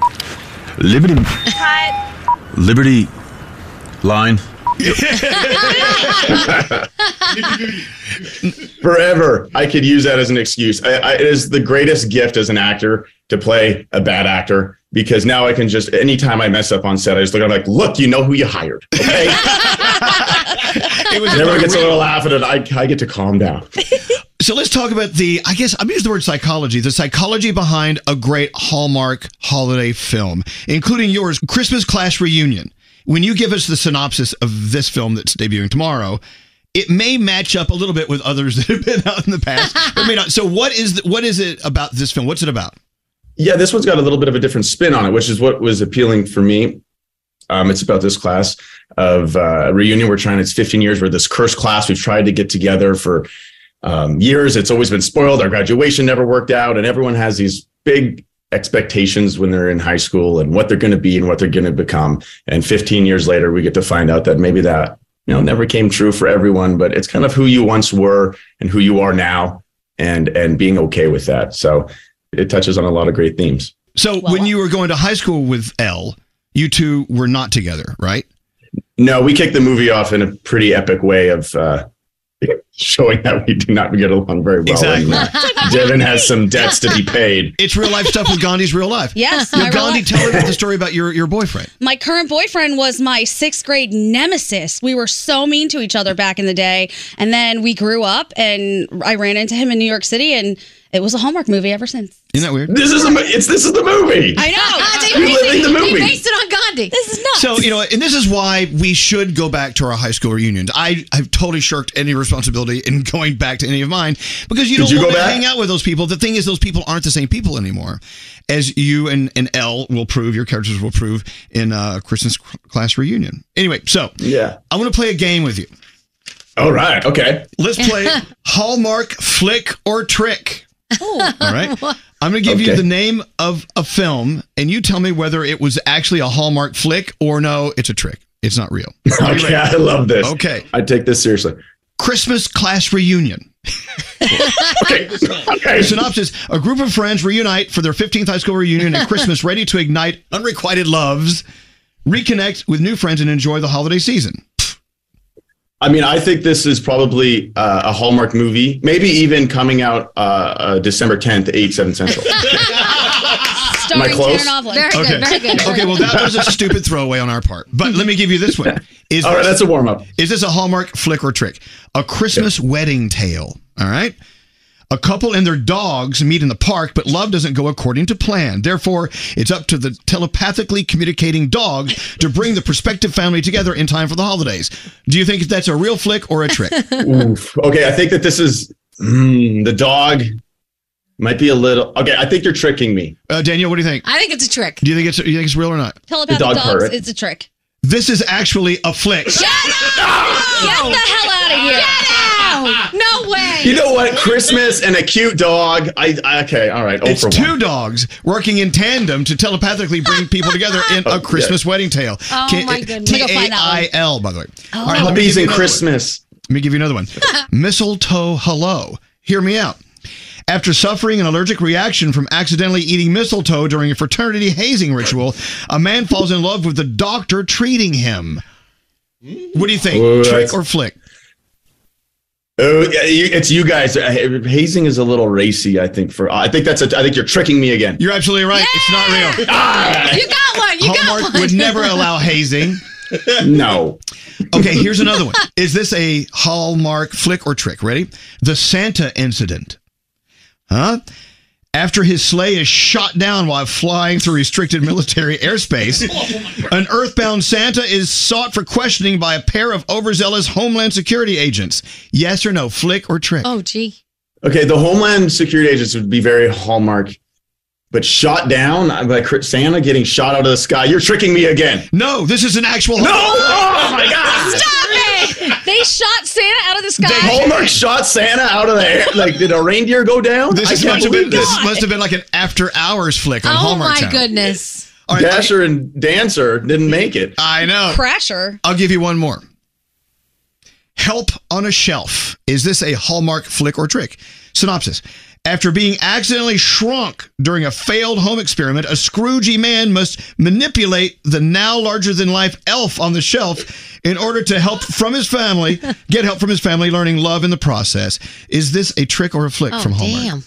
S34: Liberty
S15: Cut.
S34: Liberty line.
S12: Forever, I could use that as an excuse. I, I, it is the greatest gift as an actor to play a bad actor because now I can just, anytime I mess up on set, I just look at it like, look, you know who you hired. Okay.
S3: It was
S12: And everyone gets a little
S3: unreal.
S12: laugh at it. I, I get to calm down.
S3: So let's talk about the, I guess I'm gonna use the word psychology, the psychology behind a great Hallmark holiday film, including yours, Christmas Class Reunion. When you give us the synopsis of this film that's debuting tomorrow, it may match up a little bit with others that have been out in the past, but may not. So what is the, what is it about this film? What's it about?
S12: Yeah, this one's got a little bit of a different spin on it, which is what was appealing for me. Um, it's about this class of uh, reunion. We're trying, it's 15 years. We're this cursed class. We've tried to get together for um, years. It's always been spoiled. Our graduation never worked out. And everyone has these big expectations when they're in high school and what they're going to be and what they're going to become. And 15 years later, we get to find out that maybe that, you know, never came true for everyone, but it's kind of who you once were and who you are now and, and being okay with that. So it touches on a lot of great themes.
S3: So when you were going to high school with L, you two were not together, right?
S12: No, we kicked the movie off in a pretty epic way of uh, showing that we do not get along very well.
S3: Exactly.
S12: And, uh, Devin has some debts to be paid.
S3: It's real life stuff with Gandhi's real life.
S11: Yes,
S3: Now,
S11: my real
S12: life.
S3: Gandhi, tell us the story about your, your boyfriend.
S11: My current boyfriend was my sixth grade nemesis. We were so mean to each other back in the day. And then we grew up, and I ran into him in New York City, and it was a Hallmark movie ever since.
S3: Isn't that weird?
S12: This is a, it's this is the movie.
S11: I know.
S6: Uh,
S3: You're living the movie.
S10: They based it on Gandhi.
S11: This is nuts.
S3: So you know, and this is why we should go back to our high school reunions. I have totally shirked any responsibility in going back to any of mine because you
S12: Did
S3: don't
S12: you
S3: want
S12: go
S3: to
S12: back?
S3: hang out with those people. The thing is, those people aren't the same people anymore, as you and and L will prove. Your characters will prove in uh, Christmas class reunion. Anyway, so
S12: yeah,
S3: I want to play a game with you.
S12: All right, okay.
S3: Let's play Hallmark flick or trick. All right. I'm going to give you
S12: Okay.
S3: the name of a film, and you tell me whether it was actually a Hallmark flick or no, it's a trick. It's not real. Are you
S12: Okay,
S3: ready?
S12: I love this.
S3: Okay.
S12: I take this seriously.
S3: Christmas class reunion.
S12: okay.
S3: Synopsis A group of friends reunite for their 15th high school reunion at Christmas, ready to ignite unrequited loves, reconnect with new friends, and enjoy the holiday season.
S12: I mean, I think this is probably uh, a Hallmark movie, maybe even coming out uh, uh, December 10th, 8, 7 central. Am I
S11: Starring
S12: close?
S11: Tanner Novlin.
S12: Very good,
S3: okay.
S12: very good, very
S3: okay, well,
S12: good.
S3: that was a stupid throwaway on our part. But let me give you this one. Is
S12: All right, that's a warm-up.
S3: Is this a Hallmark flick or trick? A Christmas wedding tale. All right. A couple and their dogs meet in the park, but love doesn't go according to plan. Therefore, it's up to the telepathically communicating dog to bring the prospective family together in time for the holidays. Do you think that's a real flick or a trick?
S12: Oof. Okay, I think that this is mm, the dog might be a little. Okay, I think you're tricking me.
S3: Uh, Daniel, what do you think?
S10: I think it's a trick.
S3: Do you think it's do you think it's real or not?
S11: Tell about the, dogs. It's a trick.
S3: This is actually a flick.
S11: Get the hell out of here.
S35: No way.
S12: You know what? Christmas and a cute dog. I, I okay. All right. oh
S3: It's
S12: for
S3: two
S12: one.
S3: dogs working in tandem to telepathically bring people together in a Christmas wedding tale. uh,
S12: Oh, my goodness.
S3: T
S12: Let me go
S3: A
S12: find that one.
S3: I L, by the way.
S12: Oh.
S3: let
S12: Puppies
S3: me give you
S12: and
S3: another one.
S12: Christmas.
S3: Let me give you another one. Mistletoe hello. Hear me out. After suffering an allergic reaction from accidentally eating mistletoe during a fraternity hazing ritual, a man falls in love with the doctor treating him. What do you think?
S12: Ooh,
S3: Trick
S12: that's-
S3: or flick?
S12: Oh, yeah, you- it's you guys. Uh, Hazing is a little racy. I think for. I think that's. A, I think you're tricking me again.
S3: You're absolutely right. It's not real.
S12: You
S35: got one.
S3: You got one. would never allow hazing.
S12: No.
S3: Okay, here's another one. Is this a Hallmark flick or trick? Ready? The Santa incident. Huh? After his sleigh is shot down while flying through restricted military airspace, an earthbound Santa is sought for questioning by a pair of overzealous Homeland Security agents. Yes or no? Flick or trick?
S10: Oh, gee.
S12: Okay, the Homeland Security agents would be very hallmark, but shot down by Chris- Santa getting shot out of the sky. You're tricking me again.
S3: No, this is an actual.
S12: No! Oh my God!
S11: Stop it. They shot Santa out of the sky.
S12: They Hallmark shot Santa out of the air. Like, did a reindeer go down?
S3: This,
S12: I
S3: is
S12: can't
S3: must have
S12: believe
S3: been, this must have been like an after hours flick on
S10: Oh
S3: Hallmark
S10: my
S3: Channel.
S10: goodness.
S12: Dasher and Dancer didn't make it.
S3: I know.
S36: Crasher.
S3: I'll give you one more. Help on a shelf. Is this a Hallmark flick or trick? Synopsis. After being accidentally shrunk during a failed home experiment, a Scroogey man must manipulate the now larger than life elf on the shelf in order to help from his family, get help from his family, learning love in the process. Is this a trick or a flick
S10: Oh,
S3: from Hallmark?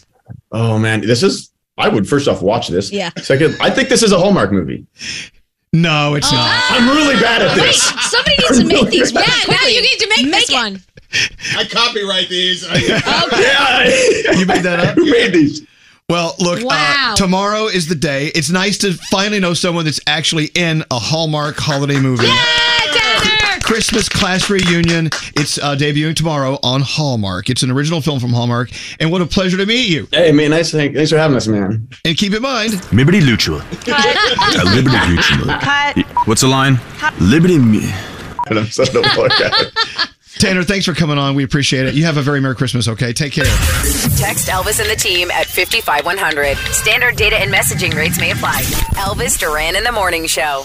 S12: Oh man, this is. I would first off watch this.
S3: Yeah.
S12: Second, I think this is a Hallmark movie.
S3: No, it's not.
S12: I'm really bad at this.
S11: Wait, somebody needs to make these.
S10: Yeah, now
S11: quickly.
S10: you need to make, this one.
S14: I copyright these.
S3: you made that up.
S12: Who made these?
S3: Well, look. uh,
S14: Wow.
S3: tomorrow is the day. It's nice to finally know someone that's actually in a Hallmark holiday movie. Christmas class reunion. It's uh, debuting tomorrow on Hallmark. It's an original film from Hallmark, and what a pleasure to meet you.
S12: Hey man, nice thank, thanks for having us, man.
S3: And keep in mind,
S6: Liberty Lucha. A Liberty Lucha. What's the line? Liberty me.
S12: And I'm so
S3: Tanner, thanks for coming on. We appreciate it. You have a very merry Christmas. Okay, take care.
S8: Text Elvis and the team at 55100. Standard data and messaging rates may apply. Elvis Duran in the Morning Show.